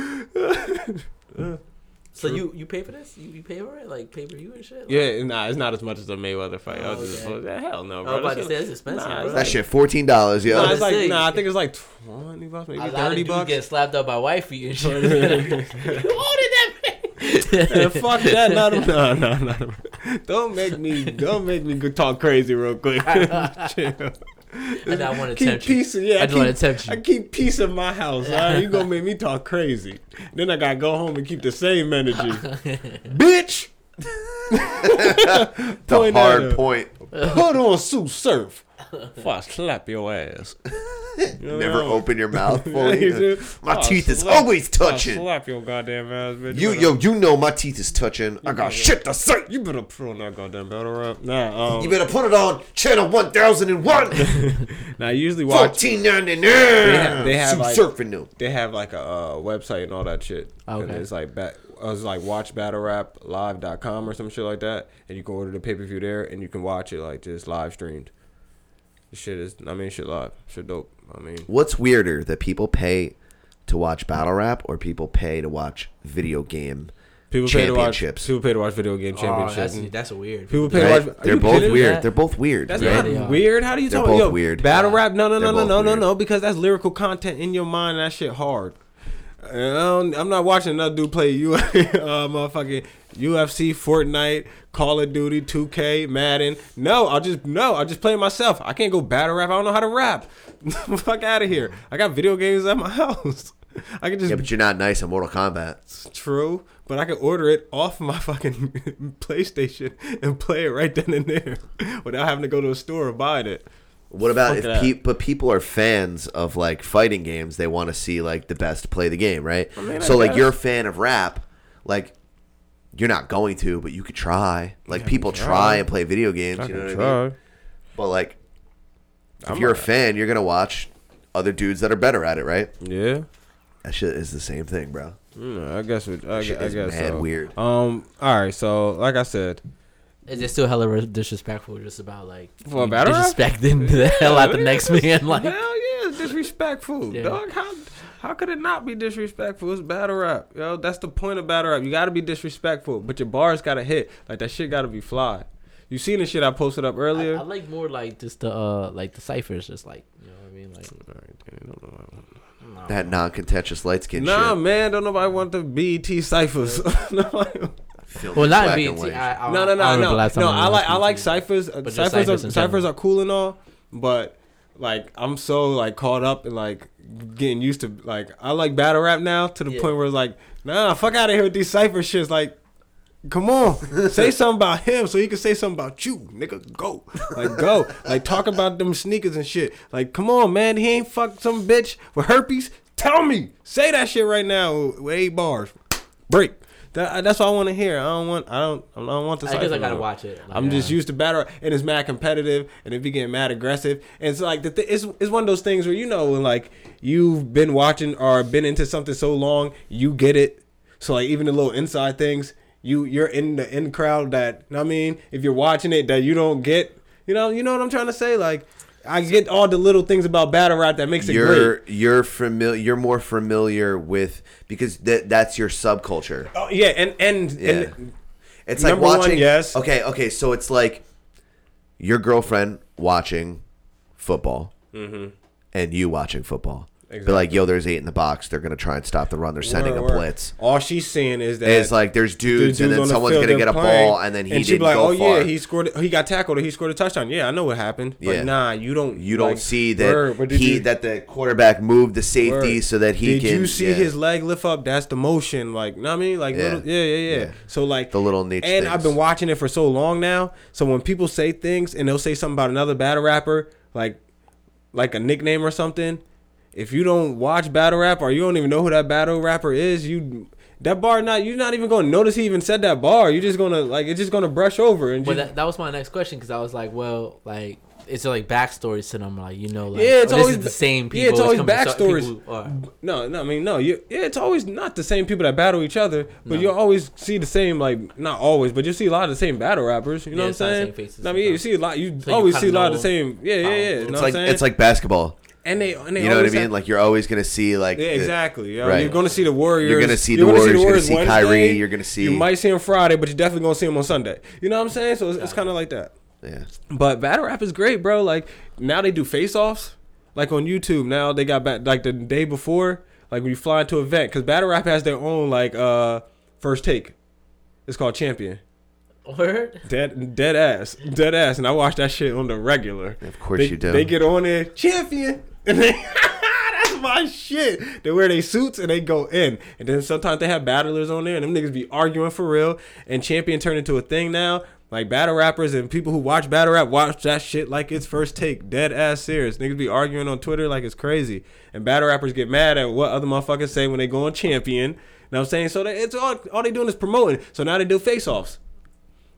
Speaker 6: so you you pay for this? You, you pay for it? Like pay per view and shit? Like,
Speaker 11: Yeah, nah, it's not as much as a Mayweather fight. I was just
Speaker 6: Okay.
Speaker 11: like, hell no,
Speaker 6: Oh, I
Speaker 11: bro.
Speaker 6: was about
Speaker 11: This
Speaker 6: to say,
Speaker 11: shit-
Speaker 6: it's expensive,
Speaker 11: Nah,
Speaker 6: bro.
Speaker 11: it's
Speaker 4: That
Speaker 11: like,
Speaker 4: shit, fourteen dollars, yo.
Speaker 11: nah, it's like
Speaker 6: Honestly.
Speaker 11: nah, I think it's like twenty bucks, maybe
Speaker 6: a lot of
Speaker 11: thirty
Speaker 6: dudes
Speaker 11: bucks.
Speaker 6: get slapped up by wifey and shit. Who did
Speaker 11: Yeah,
Speaker 6: that?
Speaker 11: fuck that! Not a, no, no, no. no. Don't make me. Don't make me go talk crazy real quick. Chill.
Speaker 6: And I want to
Speaker 11: keep
Speaker 6: tempt you.
Speaker 11: peace. Yeah,
Speaker 6: I just want
Speaker 11: keep-
Speaker 6: to tempt you.
Speaker 11: I keep peace in my house. All right? You gonna make me talk crazy? Then I gotta go home and keep the same energy, bitch.
Speaker 4: the
Speaker 11: Point
Speaker 4: hard
Speaker 11: out.
Speaker 4: point.
Speaker 11: Put on Sue Surf. Fuck, slap your ass.
Speaker 4: Never open your mouth
Speaker 11: You
Speaker 4: fully.
Speaker 11: do?
Speaker 4: My
Speaker 11: I'll
Speaker 4: teeth is
Speaker 11: Oh, slap-
Speaker 4: always
Speaker 11: I'll
Speaker 4: touching.
Speaker 11: Slap your goddamn ass, bitch.
Speaker 4: You
Speaker 11: better-
Speaker 4: yo, you know my teeth is touching. I
Speaker 11: better-
Speaker 4: got shit to say.
Speaker 11: You better put on that goddamn battle rap. Nah, um,
Speaker 4: You better put it on channel one thousand and one.
Speaker 11: nah. I usually watch.
Speaker 4: Fourteen ninety nine.
Speaker 11: have- they have, like-
Speaker 4: surfing them.
Speaker 11: they have like a uh, website and all that shit. And
Speaker 6: Ah, Okay.
Speaker 11: it's like bat, I was like watch battlerap or some shit like that, and you can order the pay per view there, and you can watch it like just live streamed. The shit is, I mean, shit live, shit dope. I mean,
Speaker 4: What's weirder that people pay to watch battle rap or people pay to watch video game
Speaker 11: people pay to watch
Speaker 4: championships?
Speaker 11: People pay to watch video game
Speaker 6: Oh, that's,
Speaker 11: championships. and
Speaker 6: that's weird.
Speaker 11: people pay
Speaker 4: Right?
Speaker 11: to watch. are
Speaker 4: They're
Speaker 11: you
Speaker 4: both
Speaker 11: kidding?
Speaker 4: weird.
Speaker 6: That-
Speaker 4: They're both weird.
Speaker 11: That's
Speaker 4: right?
Speaker 11: not
Speaker 6: they are.
Speaker 11: weird. How do you
Speaker 4: They're
Speaker 11: talk about
Speaker 4: both
Speaker 11: yo,
Speaker 4: weird.
Speaker 11: battle rap? No, no, no,
Speaker 4: They're
Speaker 11: no,
Speaker 4: both
Speaker 11: no, no,
Speaker 4: weird.
Speaker 11: no. Because that's lyrical content in your mind. That shit hard. I don't, I'm not watching another dude play U, uh, motherfucking UFC, Fortnite, Call of Duty, 2K, Madden. No, I'll just no, I'll just play it myself. I can't go battle rap. I don't know how to rap. Fuck out of here. I got video games at my house. I can just
Speaker 4: Yeah, but you're not nice in Mortal Kombat.
Speaker 11: True, but I could order it off my fucking PlayStation and play it right then and there without having to go to a store or buy it.
Speaker 4: What about
Speaker 11: Fuck
Speaker 4: if
Speaker 11: that.
Speaker 4: pe- but people are fans of like fighting games? They want to see like the best play the game, right?
Speaker 11: mean,
Speaker 4: so
Speaker 11: I
Speaker 4: like
Speaker 11: guess.
Speaker 4: you're a fan of rap, like you're not going to, but you could try. Like people try and play video games, you know what I mean? But like if you're a fan, you're gonna watch other dudes that are better at it, right?
Speaker 11: Yeah.
Speaker 4: That shit is the same thing, bro.
Speaker 11: Mm, I guess. It, I,
Speaker 4: Shit
Speaker 11: I
Speaker 4: is
Speaker 11: guess
Speaker 4: mad
Speaker 11: so.
Speaker 4: weird.
Speaker 11: Um. All right. So, like I said,
Speaker 6: Is it still hella disrespectful? Just about like
Speaker 11: For a
Speaker 6: you
Speaker 11: battle rap?
Speaker 6: disrespecting the hell out the next man. Like
Speaker 11: hell yeah, it's disrespectful,
Speaker 6: Yeah.
Speaker 11: dog. How how could it not be disrespectful? It's battle rap, yo. That's the point of battle rap. You got to be disrespectful, but your bars got to hit. Like that shit got to be fly. You seen the shit I posted up
Speaker 6: I,
Speaker 11: earlier?
Speaker 6: I like more like just the uh like the ciphers, just like you know what I mean. Like
Speaker 11: All right, Danny, don't know why-
Speaker 4: That non-contentious light skin
Speaker 11: Nah,
Speaker 4: shit.
Speaker 11: man, don't nobody want the BET ciphers. no,
Speaker 4: Filthy
Speaker 6: well, not
Speaker 4: black
Speaker 6: being
Speaker 4: and white.
Speaker 11: no, no, no, no. No, I like I like ciphers. uh,
Speaker 6: But just
Speaker 11: Ciphers
Speaker 6: ciphers
Speaker 11: are
Speaker 6: in
Speaker 11: ciphers
Speaker 6: general.
Speaker 11: are cool and all, but like I'm so like caught up and like getting used to like I like battle rap now to the
Speaker 6: Yeah.
Speaker 11: point where it's like nah, fuck out of here with these cipher shits. Like, come on, say something about him so he can say something about you, nigga. Go, like go, like talk about them sneakers and shit. Like, come on, man, he ain't fucked some bitch with herpes. Tell me, say that shit right now with eight bars. Break. That, that's what I want to hear. I don't want. I don't. I don't want the.
Speaker 6: I guess I
Speaker 11: cipher
Speaker 6: gotta
Speaker 11: no.
Speaker 6: watch it. Like,
Speaker 11: I'm just
Speaker 6: yeah.
Speaker 11: used to battle, and it's mad competitive, and if you get mad aggressive, and it's like the th- it's it's one of those things where you know when like you've been watching or been into something so long, you get it. So like even the little inside things, you you're in the in crowd that know what I mean, if you're watching it that you don't get, you know you know what I'm trying to say. Like I get all the little things about battle rap that makes it
Speaker 4: you're
Speaker 11: great.
Speaker 4: you're familiar. You're more familiar with because that that's your subculture.
Speaker 11: Oh yeah, and and
Speaker 4: Yeah.
Speaker 11: and
Speaker 4: It's like
Speaker 11: Number one,
Speaker 4: watching.
Speaker 11: yes.
Speaker 4: Okay. Okay. So it's like your girlfriend watching football,
Speaker 11: Mm-hmm.
Speaker 4: and you watching football. But like, yo, there's eight in the box. They're gonna try and stop the run. They're sending
Speaker 11: Word,
Speaker 4: a
Speaker 11: word.
Speaker 4: blitz.
Speaker 11: All she's seeing is that
Speaker 4: It's like there's dudes,
Speaker 11: dudes
Speaker 4: and then
Speaker 11: on the
Speaker 4: someone's
Speaker 11: field
Speaker 4: gonna get
Speaker 11: and
Speaker 4: a
Speaker 11: playing,
Speaker 4: ball, and then he
Speaker 11: she'd
Speaker 4: didn't go
Speaker 11: "Oh
Speaker 4: far.
Speaker 11: yeah, he scored. He got tackled. or He scored a touchdown. Yeah, I know what happened. But
Speaker 4: Yeah.
Speaker 11: nah, you don't.
Speaker 4: you don't
Speaker 11: like,
Speaker 4: see that
Speaker 11: word, but did
Speaker 4: he
Speaker 11: you-
Speaker 4: that the quarterback moved the safety
Speaker 11: word.
Speaker 4: so that he
Speaker 11: did
Speaker 4: can.
Speaker 11: you see
Speaker 4: yeah.
Speaker 11: his leg lift up? That's the motion. Like, know what I mean? Like,
Speaker 4: Yeah.
Speaker 11: yeah, little, yeah, yeah, yeah,
Speaker 4: Yeah.
Speaker 11: So like
Speaker 4: The little niche
Speaker 11: And I've
Speaker 4: things.
Speaker 11: been watching it for so long now. So when people say things and they'll say something about another battle rapper, like like a nickname or something. If you don't watch battle rap or you don't even know who that battle rapper is, you that bar not you're not even gonna notice he even said that bar. You're just gonna like it's just gonna brush over and
Speaker 6: But
Speaker 11: just,
Speaker 6: that, that was my next question because I was like, well, like it's like backstories to them, like you know, like
Speaker 11: yeah, it's
Speaker 6: oh, this
Speaker 11: always
Speaker 6: is the same people.
Speaker 11: Yeah, it's always
Speaker 6: coming- so-
Speaker 11: backstories.
Speaker 6: people who are-
Speaker 11: No, no, I mean no. You, yeah, it's always not the same people that battle each other, but
Speaker 6: No.
Speaker 11: you always see the same like not always, but you see a lot of the same battle rappers. You know
Speaker 6: Yeah,
Speaker 11: what I'm
Speaker 6: it's not the
Speaker 11: saying?
Speaker 6: same faces
Speaker 11: No, I mean, yeah, you
Speaker 6: sometimes.
Speaker 11: see a lot. You
Speaker 6: So you
Speaker 11: always
Speaker 6: kinda
Speaker 11: see a lot of the
Speaker 6: know
Speaker 11: same. Yeah, yeah, yeah. know
Speaker 4: Oh, It's
Speaker 11: what
Speaker 4: like
Speaker 11: I'm saying?
Speaker 4: it's like basketball.
Speaker 11: and they and they
Speaker 4: You know what I
Speaker 11: always
Speaker 4: mean?
Speaker 11: have-
Speaker 4: like you're always gonna see like
Speaker 11: yeah,
Speaker 4: the-
Speaker 11: exactly. Yo.
Speaker 4: right.
Speaker 11: You're gonna see the Warriors.
Speaker 4: You're gonna see the
Speaker 11: gonna
Speaker 4: Warriors. You're gonna see
Speaker 11: Warriors
Speaker 4: Kyrie.
Speaker 11: Wednesday.
Speaker 4: You're gonna see.
Speaker 11: You might see him Friday, but you're definitely gonna see him on Sunday. You know what I'm saying? So it's, it's kind of like that.
Speaker 4: Yeah.
Speaker 11: But battle rap is great, bro. Like now they do face offs. Like on YouTube now they got back like the day before. Like when you fly into an event, because battle rap has their own like uh first take. It's called Champion.
Speaker 6: Word?
Speaker 11: Dead, dead ass, dead ass, and I watch that shit on the regular.
Speaker 4: Of course
Speaker 11: They-
Speaker 4: you do.
Speaker 11: They get on there, champion, and they, that's my shit. They wear their suits and they go in, and then sometimes they have battlers on there, and them niggas be arguing for real. And champion turned into a thing now. Like battle rappers and people who watch battle rap watch that shit like it's first take, dead ass serious. Niggas be arguing on Twitter like it's crazy, and battle rappers get mad at what other motherfuckers say when they go on champion. You know what I'm saying? So they, it's all all they doing is promoting. So now they do face offs.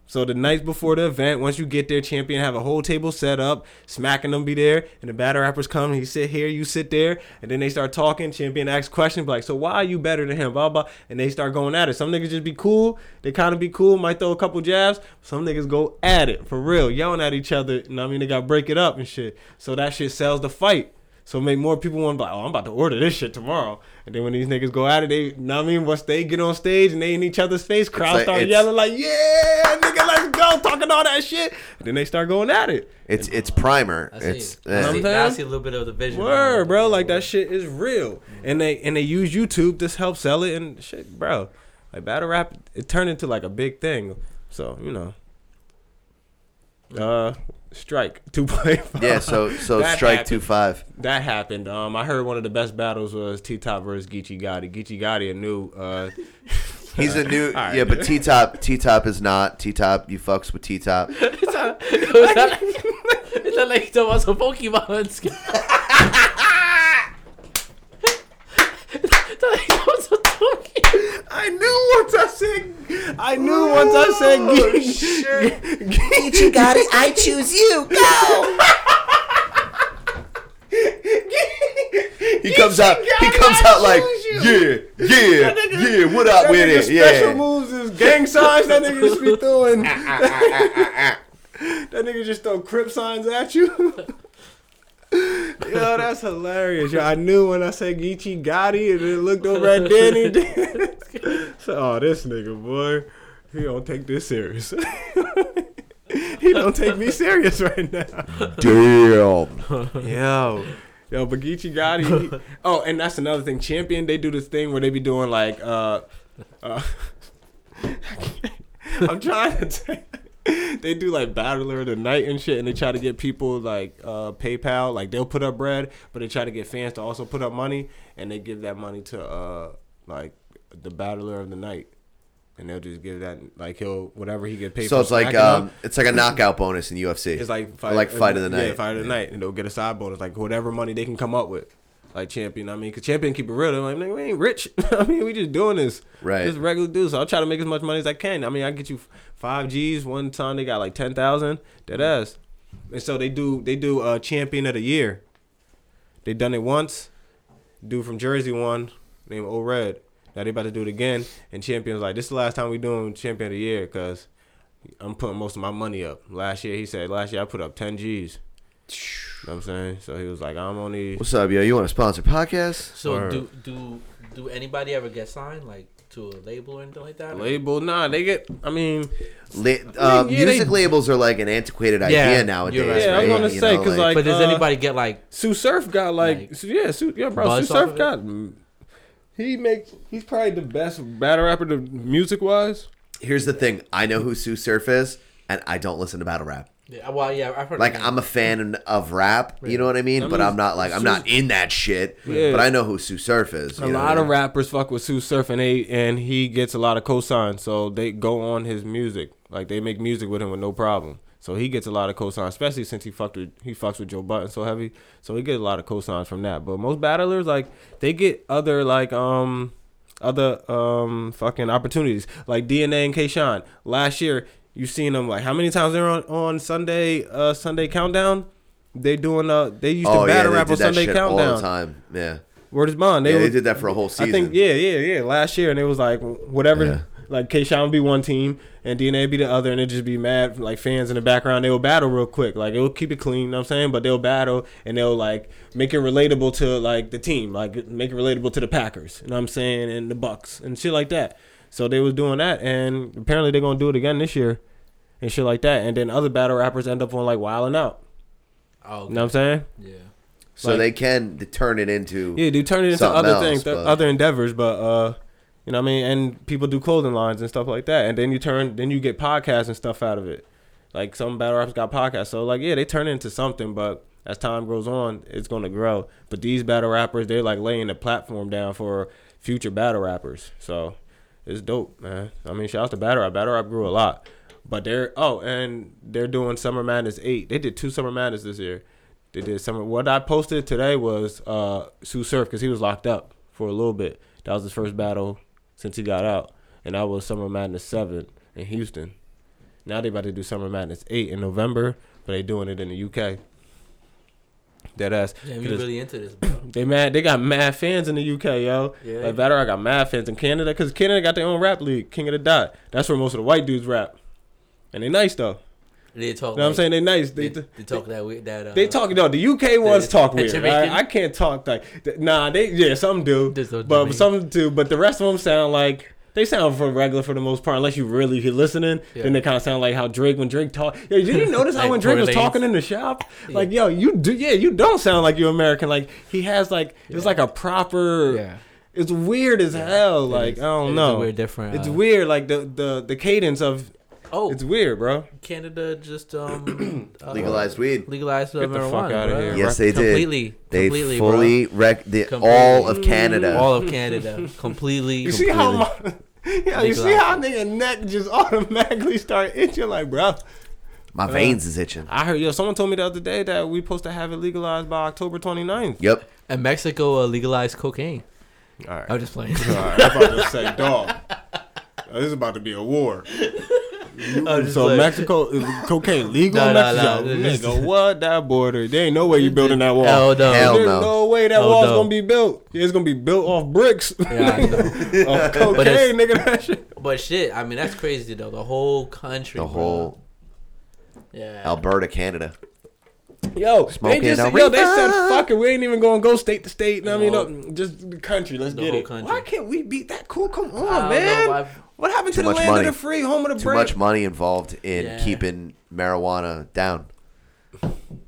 Speaker 11: So the nights before the event, once you get there, champion have a whole table set up, smacking them be there, and the battle rappers come. And he sit here, you sit there, and then they start talking. Champion asks questions like, "So why are you better than him?" Blah blah, and they start going at it. Some niggas just be cool, they kind of be cool, might throw a couple jabs. Some niggas go at it for real, yelling at each other. And I mean, they got break it up and shit. So that shit sells the fight. So make more people want to be like, oh, I'm about to order this shit tomorrow. And then when these niggas go out, it, they, know what I mean, once they get on stage and they in each other's face, crowd
Speaker 4: like-
Speaker 11: start
Speaker 4: it's-
Speaker 11: yelling like, yeah, nigga, let's go, talking all that shit. And then they start going at it.
Speaker 4: It's it's primer.
Speaker 6: I see.
Speaker 4: It's
Speaker 6: I
Speaker 4: eh.
Speaker 6: see,
Speaker 11: I'm
Speaker 6: now I
Speaker 11: saying?
Speaker 6: see a little bit of the vision.
Speaker 11: Word, bro, like that shit is real. And they and they use YouTube to help sell it and shit, bro. Like battle rap, it turned into like a big thing. So you know, uh, strike two point five.
Speaker 4: yeah. So so
Speaker 11: That
Speaker 4: strike
Speaker 11: happened.
Speaker 4: two five.
Speaker 11: That happened. Um, I heard one of the best battles was T Top versus Geechee Gotti. Geechee Gotti, a new. Uh,
Speaker 4: He's a new
Speaker 11: right.
Speaker 4: yeah, but T top T top is not T top. You fucks with T top.
Speaker 6: it's, not like, it's not like you talking about some Pokemon. It's not like you talking about some Pokemon.
Speaker 11: I knew once I said. I knew once I said. Geechee Geechee Gotti, I choose you. Go.
Speaker 4: He comes out. He comes out like yeah, yeah, yeah. What up with it?
Speaker 11: Special
Speaker 4: Yeah.
Speaker 11: moves is gang signs. That nigga just be throwing. that nigga just throw crip signs at you. Yo, that's hilarious. Yo, I knew when I said Geechee Gotti and then looked over at Danny. so, oh, this nigga, boy, he don't take this serious. he don't take me serious right now.
Speaker 4: Damn.
Speaker 11: Yo. Yo, but Geechee Gotti. he- oh, and that's another thing. Champion, they do this thing where they be doing like, uh, uh I'm trying to. T- they do like battler of the night and shit, and they try to get people like uh PayPal, like they'll put up bread, but they try to get fans to also put up money, and they give that money to uh like the battler of the night, and they'll just give that like he'll whatever he get paid.
Speaker 4: So
Speaker 11: for
Speaker 4: it's like
Speaker 11: smacking him,
Speaker 4: um, it's like a knockout bonus in UFC.
Speaker 11: it's like
Speaker 4: Or like fight of the night.
Speaker 11: Yeah, fight of the night, and they'll get a side bonus, like whatever money they can come up with. Like champion, I mean, cause champion keep it real. They're like, nigga, we ain't rich. I mean, we just doing this,
Speaker 4: Right.
Speaker 11: Just regular dudes. So I'll try to make as much money as I can. I mean, I get you five G's one time. They got like ten thousand. That ass. And so they do. They do uh, champion of the year. They done it once. Dude from Jersey won, named O Red. Now they about to do it again, and champion's like, this is the last time we doing champion of the year, cause I'm putting most of my money up. Last year, he said, last year I put up 10 G's. You know what I'm saying? So he was like, I'm only.
Speaker 4: What's up, yo? You want to sponsor podcast?
Speaker 6: So
Speaker 11: Word.
Speaker 6: do do do anybody ever get signed like to a label or anything like that?
Speaker 11: Label? Nah, they get. I mean,
Speaker 4: La- um,
Speaker 11: yeah,
Speaker 4: music
Speaker 11: they-
Speaker 4: labels are like an antiquated idea nowadays.
Speaker 6: you're right. Yeah, I was
Speaker 4: right?
Speaker 11: gonna
Speaker 4: You
Speaker 11: say,
Speaker 4: know,
Speaker 11: 'cause, like-
Speaker 6: but does
Speaker 11: uh,
Speaker 6: anybody get like
Speaker 11: Sue Surf got like.
Speaker 6: Like,
Speaker 11: Su- yeah, Sue, yeah, bro. Sue
Speaker 6: buzz off
Speaker 11: Surf
Speaker 6: of it?
Speaker 11: got. He makes. He's probably the best battle rapper to music wise.
Speaker 4: here's the thing. I know who Sue Surf is, and I don't listen to battle rap.
Speaker 6: Yeah, well, yeah, I've heard.
Speaker 4: Like I'm a fan of rap, you know what I mean? But I'm not like I'm not in that shit.
Speaker 11: Yeah.
Speaker 4: But I know who Sue Surf is.
Speaker 11: A
Speaker 4: you know what
Speaker 11: lot
Speaker 4: I
Speaker 11: of
Speaker 4: mean?
Speaker 11: rappers fuck with Sue Surf and they and he gets a lot of cosigns, so they go on his music. Like they make music with him with no problem. So he gets a lot of cosigns, especially since he fucked with he fucks with Joe Button so heavy. So he gets a lot of cosigns from that. But most battlers like they get other like um other um fucking opportunities like DNA and Kayshawn. Last year you seen them like how many times they're on on Sunday uh Sunday countdown. They doing uh they used
Speaker 4: Oh,
Speaker 11: to
Speaker 4: yeah,
Speaker 11: battle
Speaker 4: they
Speaker 11: rap on
Speaker 4: did that
Speaker 11: Sunday
Speaker 4: shit all
Speaker 11: Countdown.
Speaker 4: the time. Yeah.
Speaker 11: Word is bond.
Speaker 4: Yeah, they
Speaker 11: were-
Speaker 4: did that for a whole
Speaker 11: I
Speaker 4: season.
Speaker 11: think yeah, yeah, yeah. Last year, and it was like whatever.
Speaker 4: Yeah.
Speaker 11: Like Kayshawn would be one team, and DNA would be the other, and it'd just be mad like fans in the background. They will battle real quick, like it'll keep it clean. You know what I'm saying, but they'll battle and they'll like make it relatable to like the team, like make it relatable to the Packers. You know what I'm saying, and the Bucks and shit like that. So they was doing that, and apparently they're gonna do it again this year, and shit like that. And then other battle rappers end up on like wilding out.
Speaker 6: Oh,
Speaker 11: You know what I'm saying?
Speaker 6: yeah.
Speaker 4: So
Speaker 11: Like-
Speaker 4: they can d- turn it into
Speaker 11: Yeah, dude, turn it into
Speaker 4: something
Speaker 11: other
Speaker 4: else,
Speaker 11: things, th-
Speaker 4: but-
Speaker 11: other endeavors. But uh, you know, what I mean, and people do clothing lines and stuff like that, and then you turn, then you get podcasts and stuff out of it. Like some battle raps got podcasts, so like yeah, they turn it into something. But as time goes on, it's gonna grow. But these battle rappers, they're like laying the platform down for future battle rappers. So it's dope, man. I mean, shout out to battle rap. Battle rap grew a lot. But they're oh, and they're doing Summer Madness eight. They did two Summer Madness this year. They did some. What I posted today was uh, Sue Surf because he was locked up for a little bit. That was his first battle since he got out, and that was Summer Madness seven in Houston. Now they about to do Summer Madness eight in November, but they doing it in the UK. Dead ass.
Speaker 6: Damn, you
Speaker 11: 'Cause
Speaker 6: really into this, bro.
Speaker 11: They mad. They got mad fans in the UK, yo.
Speaker 6: Yeah.
Speaker 11: Like Battle Rock got mad fans in Canada because Canada got their own rap league, King of the Dot. That's where most of the white dudes rap, and they nice though.
Speaker 6: They talk.
Speaker 11: You know what I'm
Speaker 6: like-
Speaker 11: saying? They nice. They,
Speaker 6: They, they talk that way. That uh,
Speaker 11: they talk no. The UK ones talk weird.
Speaker 6: Jamaican?
Speaker 11: alright? I can't talk like th- nah. They yeah, some do,
Speaker 6: There's no
Speaker 11: but
Speaker 6: Jamaican.
Speaker 11: some do. But the rest of them sound like they sound for regular for the most part. Unless you really if you're listening,
Speaker 6: Yeah.
Speaker 11: then they kind of sound like how Drake when Drake talk. Yeah, did you notice how
Speaker 6: Like
Speaker 11: when Drake was
Speaker 6: correlates.
Speaker 11: talking in the shop? Like yo, you do yeah, you don't sound like you're American. Like he has like it's like a proper.
Speaker 6: Yeah.
Speaker 11: It's weird as hell. Like
Speaker 6: is.
Speaker 11: I
Speaker 6: It
Speaker 11: don't
Speaker 6: is a
Speaker 11: know.
Speaker 6: weird different,
Speaker 11: It's
Speaker 6: uh,
Speaker 11: weird. Like the the the cadence of.
Speaker 6: Oh,
Speaker 11: It's weird, bro.
Speaker 6: Canada just um uh,
Speaker 4: legalized weed.
Speaker 6: legalized uh,
Speaker 11: Get the
Speaker 6: marijuana.
Speaker 11: fuck outta
Speaker 6: bro.
Speaker 11: here,
Speaker 4: Yes, they
Speaker 6: completely,
Speaker 4: did. They
Speaker 6: completely,
Speaker 4: fully rec- the,
Speaker 6: Completely.
Speaker 4: all of
Speaker 6: bro.
Speaker 4: Canada.
Speaker 6: all of Canada completely.
Speaker 11: You see how
Speaker 6: completely.
Speaker 11: my, yeah, you see how nigga neck just automatically start itching like, bro.
Speaker 4: My veins is itching.
Speaker 11: I heard yo, someone told me the other day that we supposed to have it legalized by October 29th.
Speaker 4: Yep.
Speaker 6: and Mexico uh, legalized cocaine.
Speaker 11: All right,
Speaker 6: I'm just playing.
Speaker 11: I'm about to say, dog. This is about to be a war.
Speaker 6: I'm just
Speaker 11: So
Speaker 6: playing.
Speaker 11: Mexico, is cocaine legal
Speaker 6: No,
Speaker 11: in
Speaker 6: no,
Speaker 11: Mexico?
Speaker 6: no, this-
Speaker 11: Nigga, what that border? There ain't no way you building that wall.
Speaker 6: Hell no.
Speaker 4: Hell
Speaker 11: There's
Speaker 4: no.
Speaker 11: no. way that
Speaker 6: Hell
Speaker 11: wall's
Speaker 6: no.
Speaker 11: gonna be built. Yeah, it's gonna be built off bricks,
Speaker 6: Yeah, I know.
Speaker 11: of cocaine, nigga. That shit.
Speaker 6: But shit, I mean that's crazy though. The whole country,
Speaker 4: The
Speaker 6: bro.
Speaker 4: whole
Speaker 6: yeah.
Speaker 4: Alberta, Canada.
Speaker 11: Yo,
Speaker 4: Smoking
Speaker 11: they
Speaker 4: a
Speaker 11: just yo, they said
Speaker 4: reefer.
Speaker 11: fuck it. We ain't even gonna go state to state. No, I mean,
Speaker 6: No.
Speaker 11: no, just the country. Let's
Speaker 6: The
Speaker 11: get
Speaker 6: whole
Speaker 11: it.
Speaker 6: country.
Speaker 11: Why can't we beat that? Cool, come
Speaker 6: I
Speaker 11: on,
Speaker 6: don't know,
Speaker 11: Oh, man.
Speaker 6: I've-
Speaker 11: What happened
Speaker 4: Too
Speaker 11: to the
Speaker 4: much
Speaker 11: land
Speaker 4: money.
Speaker 11: of the free, home of the
Speaker 4: Too
Speaker 11: brave?
Speaker 4: much money involved in
Speaker 6: Yeah.
Speaker 4: keeping marijuana down.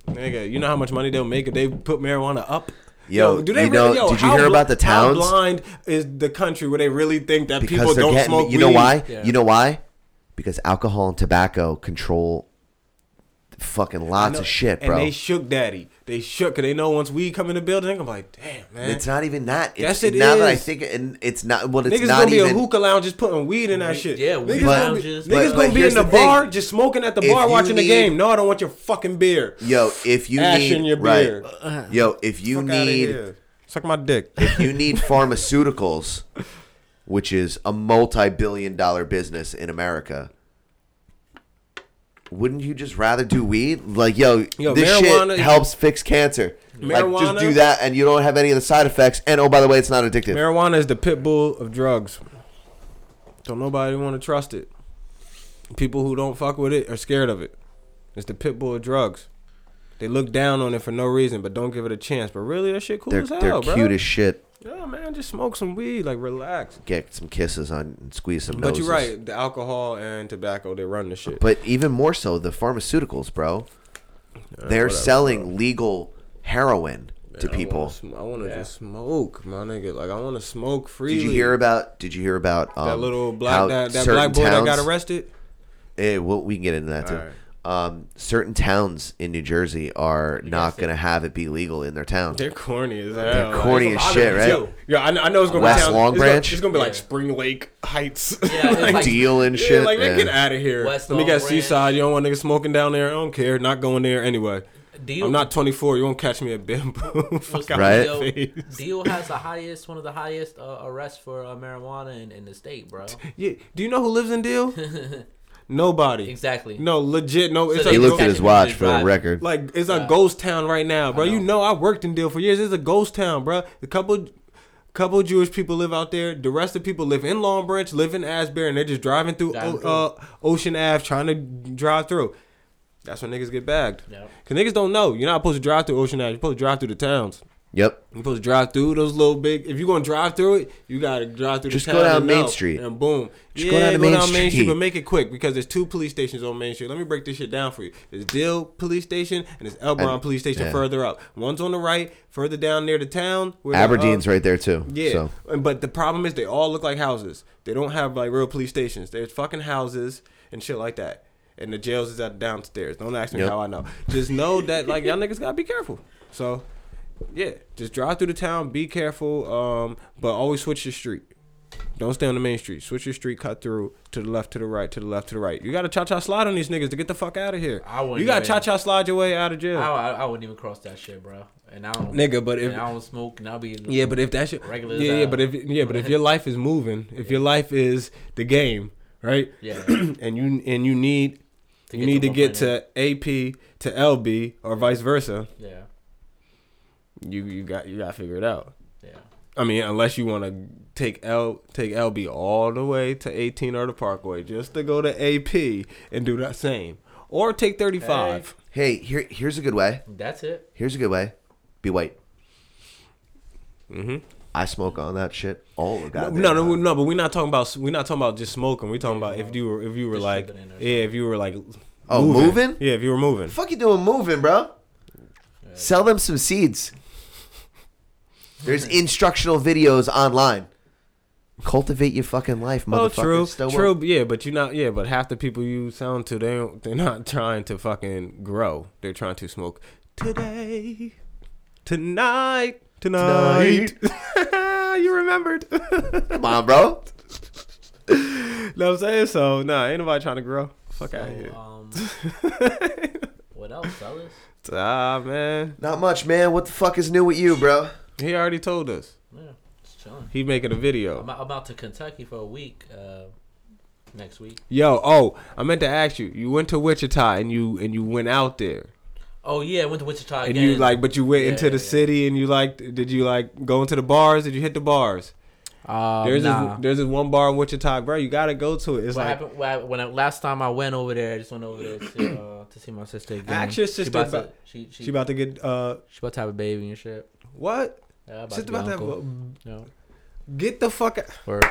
Speaker 11: Nigga, you know how much money they'll make if they put marijuana up.
Speaker 4: Yo, you know- did you
Speaker 11: how
Speaker 4: hear
Speaker 11: bl-
Speaker 4: about the
Speaker 11: How
Speaker 4: towns?
Speaker 11: blind is the country where they really think that
Speaker 4: Because
Speaker 11: people
Speaker 4: they're
Speaker 11: don't
Speaker 4: getting.
Speaker 11: smoke?
Speaker 4: you know
Speaker 11: weed?
Speaker 4: why?
Speaker 6: Yeah.
Speaker 4: You know why? Because alcohol and tobacco control fucking lots of shit,
Speaker 11: And
Speaker 4: bro.
Speaker 11: they shook daddy. They shook. Cause they know once we come in the building, I'm like, damn, man.
Speaker 4: it's not even that. It's,
Speaker 11: Yes, it
Speaker 4: now that I
Speaker 11: is.
Speaker 4: think, and it's not. Well, it's
Speaker 11: Niggas
Speaker 4: not
Speaker 11: gonna be
Speaker 4: even.
Speaker 11: a hookah lounge just putting weed in that shit.
Speaker 6: yeah, weed
Speaker 11: niggas gonna be,
Speaker 6: lounges,
Speaker 11: niggas
Speaker 6: but-
Speaker 11: gonna
Speaker 4: but
Speaker 11: be
Speaker 4: here's
Speaker 11: in the,
Speaker 4: the thing.
Speaker 11: bar just smoking at the
Speaker 4: If
Speaker 11: bar
Speaker 4: you
Speaker 11: watching the
Speaker 4: need-
Speaker 11: game. No, I don't want your fucking beer.
Speaker 4: Yo, if you
Speaker 11: Ash
Speaker 4: need
Speaker 11: in your
Speaker 4: right,
Speaker 11: beard.
Speaker 4: yo, if you
Speaker 11: Fuck outta
Speaker 4: need
Speaker 11: here. suck my dick.
Speaker 4: if you need pharmaceuticals, which is a multi-billion-dollar business in America, wouldn't you just rather do weed? Like, yo,
Speaker 11: Yo,
Speaker 4: this
Speaker 11: marijuana-
Speaker 4: shit helps fix cancer. like, just
Speaker 11: Marijuana-
Speaker 4: do that, and you don't have any of the side effects. And oh, by the way, it's not addictive.
Speaker 11: Marijuana is the pit bull of drugs. Don't nobody want to trust it. People who don't fuck with it are scared of it. It's the pit bull of drugs. They look down on it for no reason, but don't give it a chance. But really, that shit cool
Speaker 4: they're
Speaker 11: as hell,
Speaker 4: they're
Speaker 11: bro.
Speaker 4: cute as shit.
Speaker 11: Yeah, man, just smoke some weed, like relax.
Speaker 4: Get some kisses on and squeeze some.
Speaker 11: But
Speaker 4: noses.
Speaker 11: you're right. The alcohol and tobacco, they run the shit.
Speaker 4: But even more so, the pharmaceuticals, bro. They're
Speaker 11: whatever,
Speaker 4: selling legal heroin to people.
Speaker 11: I want to just smoke, my nigga. Like I want to smoke freely.
Speaker 4: Did you hear about? Did you hear about um,
Speaker 11: that little
Speaker 4: how
Speaker 11: black that, that
Speaker 4: certain
Speaker 11: black boy that got
Speaker 4: towns-
Speaker 11: arrested?
Speaker 4: Eh, well, we can get into that too.
Speaker 11: Alright.
Speaker 4: Um, certain towns in New Jersey are not going to have it be legal in their town.
Speaker 11: They're corny as hell.
Speaker 4: They're corny as
Speaker 6: there's a lot of
Speaker 4: shit,
Speaker 6: them,
Speaker 4: right?
Speaker 6: too.
Speaker 11: Yeah, I, kn- I know it's gonna
Speaker 4: West
Speaker 11: be towns-
Speaker 4: Long
Speaker 11: it's gonna-
Speaker 4: Branch?
Speaker 11: it's gonna be
Speaker 6: Yeah.
Speaker 11: like Spring Lake Heights.
Speaker 6: Yeah, it's like-
Speaker 4: Deal and
Speaker 11: Yeah,
Speaker 4: shit.
Speaker 11: like man,
Speaker 4: yeah.
Speaker 11: get out of here.
Speaker 6: West
Speaker 11: Let me
Speaker 6: Long
Speaker 11: guess,
Speaker 6: Branch.
Speaker 11: Seaside. You don't want niggas smoking down there. I don't care. Not going there anyway.
Speaker 6: Deal-
Speaker 11: I'm not 24. You won't catch me at bamboo. Fuck out
Speaker 4: Right?
Speaker 11: my face.
Speaker 6: Deal has the highest, one of the highest uh, arrests for uh, marijuana in, in the state, bro.
Speaker 11: Yeah. Do you know who lives in Deal? Nobody.
Speaker 6: Exactly.
Speaker 11: No, legit. No.
Speaker 6: So
Speaker 11: It's
Speaker 6: they
Speaker 11: a
Speaker 4: He looked
Speaker 11: ghost-
Speaker 4: at his watch for the record.
Speaker 11: Like it's a ghost town right now, bro. You know I worked in Deal for years. It's a ghost town, bro. A couple, couple Jewish people live out there. The rest of the people live in Long Branch, live in Asbury, and they're just driving through,
Speaker 6: Driving
Speaker 11: O-
Speaker 6: through.
Speaker 11: Uh, Ocean Ave, trying to drive through. That's when niggas get bagged.
Speaker 6: Yep.
Speaker 11: Cause niggas don't know. You're not supposed to drive through Ocean Ave. You're supposed to drive through the towns.
Speaker 4: Yep.
Speaker 11: You're supposed to drive through those little big. If you're gonna drive through it, you gotta drive through.
Speaker 4: Just
Speaker 11: the
Speaker 4: go
Speaker 11: town
Speaker 4: down
Speaker 11: and
Speaker 4: Main
Speaker 11: know,
Speaker 4: Street.
Speaker 11: and boom.
Speaker 4: Just
Speaker 11: yeah,
Speaker 4: go
Speaker 11: go
Speaker 4: down to
Speaker 11: down,
Speaker 4: Main
Speaker 11: Main Street,
Speaker 4: Street.
Speaker 11: but make it quick because there's two police stations on Main Street. Let me break this shit down for you. There's Dill Police Station and there's Elbron
Speaker 4: And-
Speaker 11: Police Station
Speaker 4: yeah.
Speaker 11: further up. One's on the right, further down near the town. Where the, uh,
Speaker 4: Aberdeen's right there too.
Speaker 11: yeah,
Speaker 4: So
Speaker 11: and- but the problem is they all look like houses. They don't have like real police stations. There's fucking houses and shit like that. And the jails is out downstairs. Don't ask me
Speaker 4: Yep.
Speaker 11: how I know. Just know that like y'all niggas gotta be careful. So, yeah, just drive through the town. Be careful. Um, but always switch your street. Don't stay on the main street. Switch your street, cut through to the left, to the right, to the left, to the right. You gotta cha cha slide on these niggas to get the fuck out of here.
Speaker 6: I wouldn't
Speaker 11: you gotta
Speaker 6: even-
Speaker 11: cha cha slide your way out of jail.
Speaker 6: I, I, I wouldn't even cross that shit, bro. And I don't,
Speaker 11: Nigga, but if-
Speaker 6: and I don't smoke, and I'll be
Speaker 11: Yeah, but if that's your
Speaker 6: Regular as
Speaker 11: yeah, yeah,
Speaker 6: hell.
Speaker 11: but if yeah, but if your life is moving, if your life is the game, right?
Speaker 6: Yeah.
Speaker 11: and you and you need
Speaker 6: To
Speaker 11: you
Speaker 6: get
Speaker 11: need
Speaker 6: to
Speaker 11: to get
Speaker 6: 100.
Speaker 11: to AP to LB or vice versa.
Speaker 6: yeah,
Speaker 11: You you got you got to figure it out.
Speaker 6: yeah.
Speaker 11: I mean, unless you want to take L take LB all the way to 18 or the Parkway just to go to AP and do that same, or take 35.
Speaker 4: hey, here here's a good way.
Speaker 6: That's it.
Speaker 4: Here's a good way. Be white. Mm-hmm. I smoke on that shit all the goddamn
Speaker 11: Mm-hmm. No, no,
Speaker 4: time.
Speaker 11: no, but we're not talking about we're not talking about just smoking. We're talking about if you were if you were like
Speaker 6: tripping in or
Speaker 11: yeah, if you were like
Speaker 4: Oh, moving?
Speaker 11: yeah, if you were moving.
Speaker 4: fuck you doing moving, bro? Sell them some seeds. There's instructional videos online. Cultivate your fucking life,
Speaker 11: Oh,
Speaker 4: motherfucker.
Speaker 11: true,
Speaker 4: Still
Speaker 11: true.
Speaker 4: work.
Speaker 11: Yeah, but you're not. Yeah, but half the people you sound to, they don't, they're not trying to fucking grow. They're trying to smoke today, tonight, tonight. you remembered. know what
Speaker 4: Come on, bro.
Speaker 11: I'm saying? So nah, ain't nobody trying to grow. Fuck out here.
Speaker 6: Um, what else, fellas?
Speaker 11: Ah man,
Speaker 4: Not much, man. What the fuck is new with you, bro?
Speaker 11: he already told us.
Speaker 6: Yeah, just chilling.
Speaker 11: He making a video.
Speaker 6: I'm, out- I'm out to Kentucky for a week. Uh, next week.
Speaker 11: Yo, oh, I meant to ask you. You went to Wichita and you and you went out there.
Speaker 6: Oh yeah, I went to Wichita
Speaker 11: And
Speaker 6: again.
Speaker 11: you like but you went
Speaker 6: Yeah,
Speaker 11: into the
Speaker 6: yeah.
Speaker 11: city and you like did you like go into the bars? Did you hit the bars?
Speaker 6: Um,
Speaker 11: There's
Speaker 6: nah.
Speaker 11: this there's this one bar in Wichita, bro. You gotta go to it. It's
Speaker 6: What
Speaker 11: like
Speaker 6: happened what happened- when I, last time I went over there? I just went over there to, uh, to see my sister again.
Speaker 11: Ask your
Speaker 6: She
Speaker 11: sister
Speaker 6: about, to,
Speaker 11: about-
Speaker 6: she, she,
Speaker 11: she about to get uh
Speaker 6: she about to have a baby and shit.
Speaker 11: what?
Speaker 6: Yeah, about
Speaker 11: Sister
Speaker 6: to be
Speaker 11: about to have
Speaker 6: uncle.
Speaker 11: a-
Speaker 6: No.
Speaker 11: Get the fuck out.
Speaker 6: Word.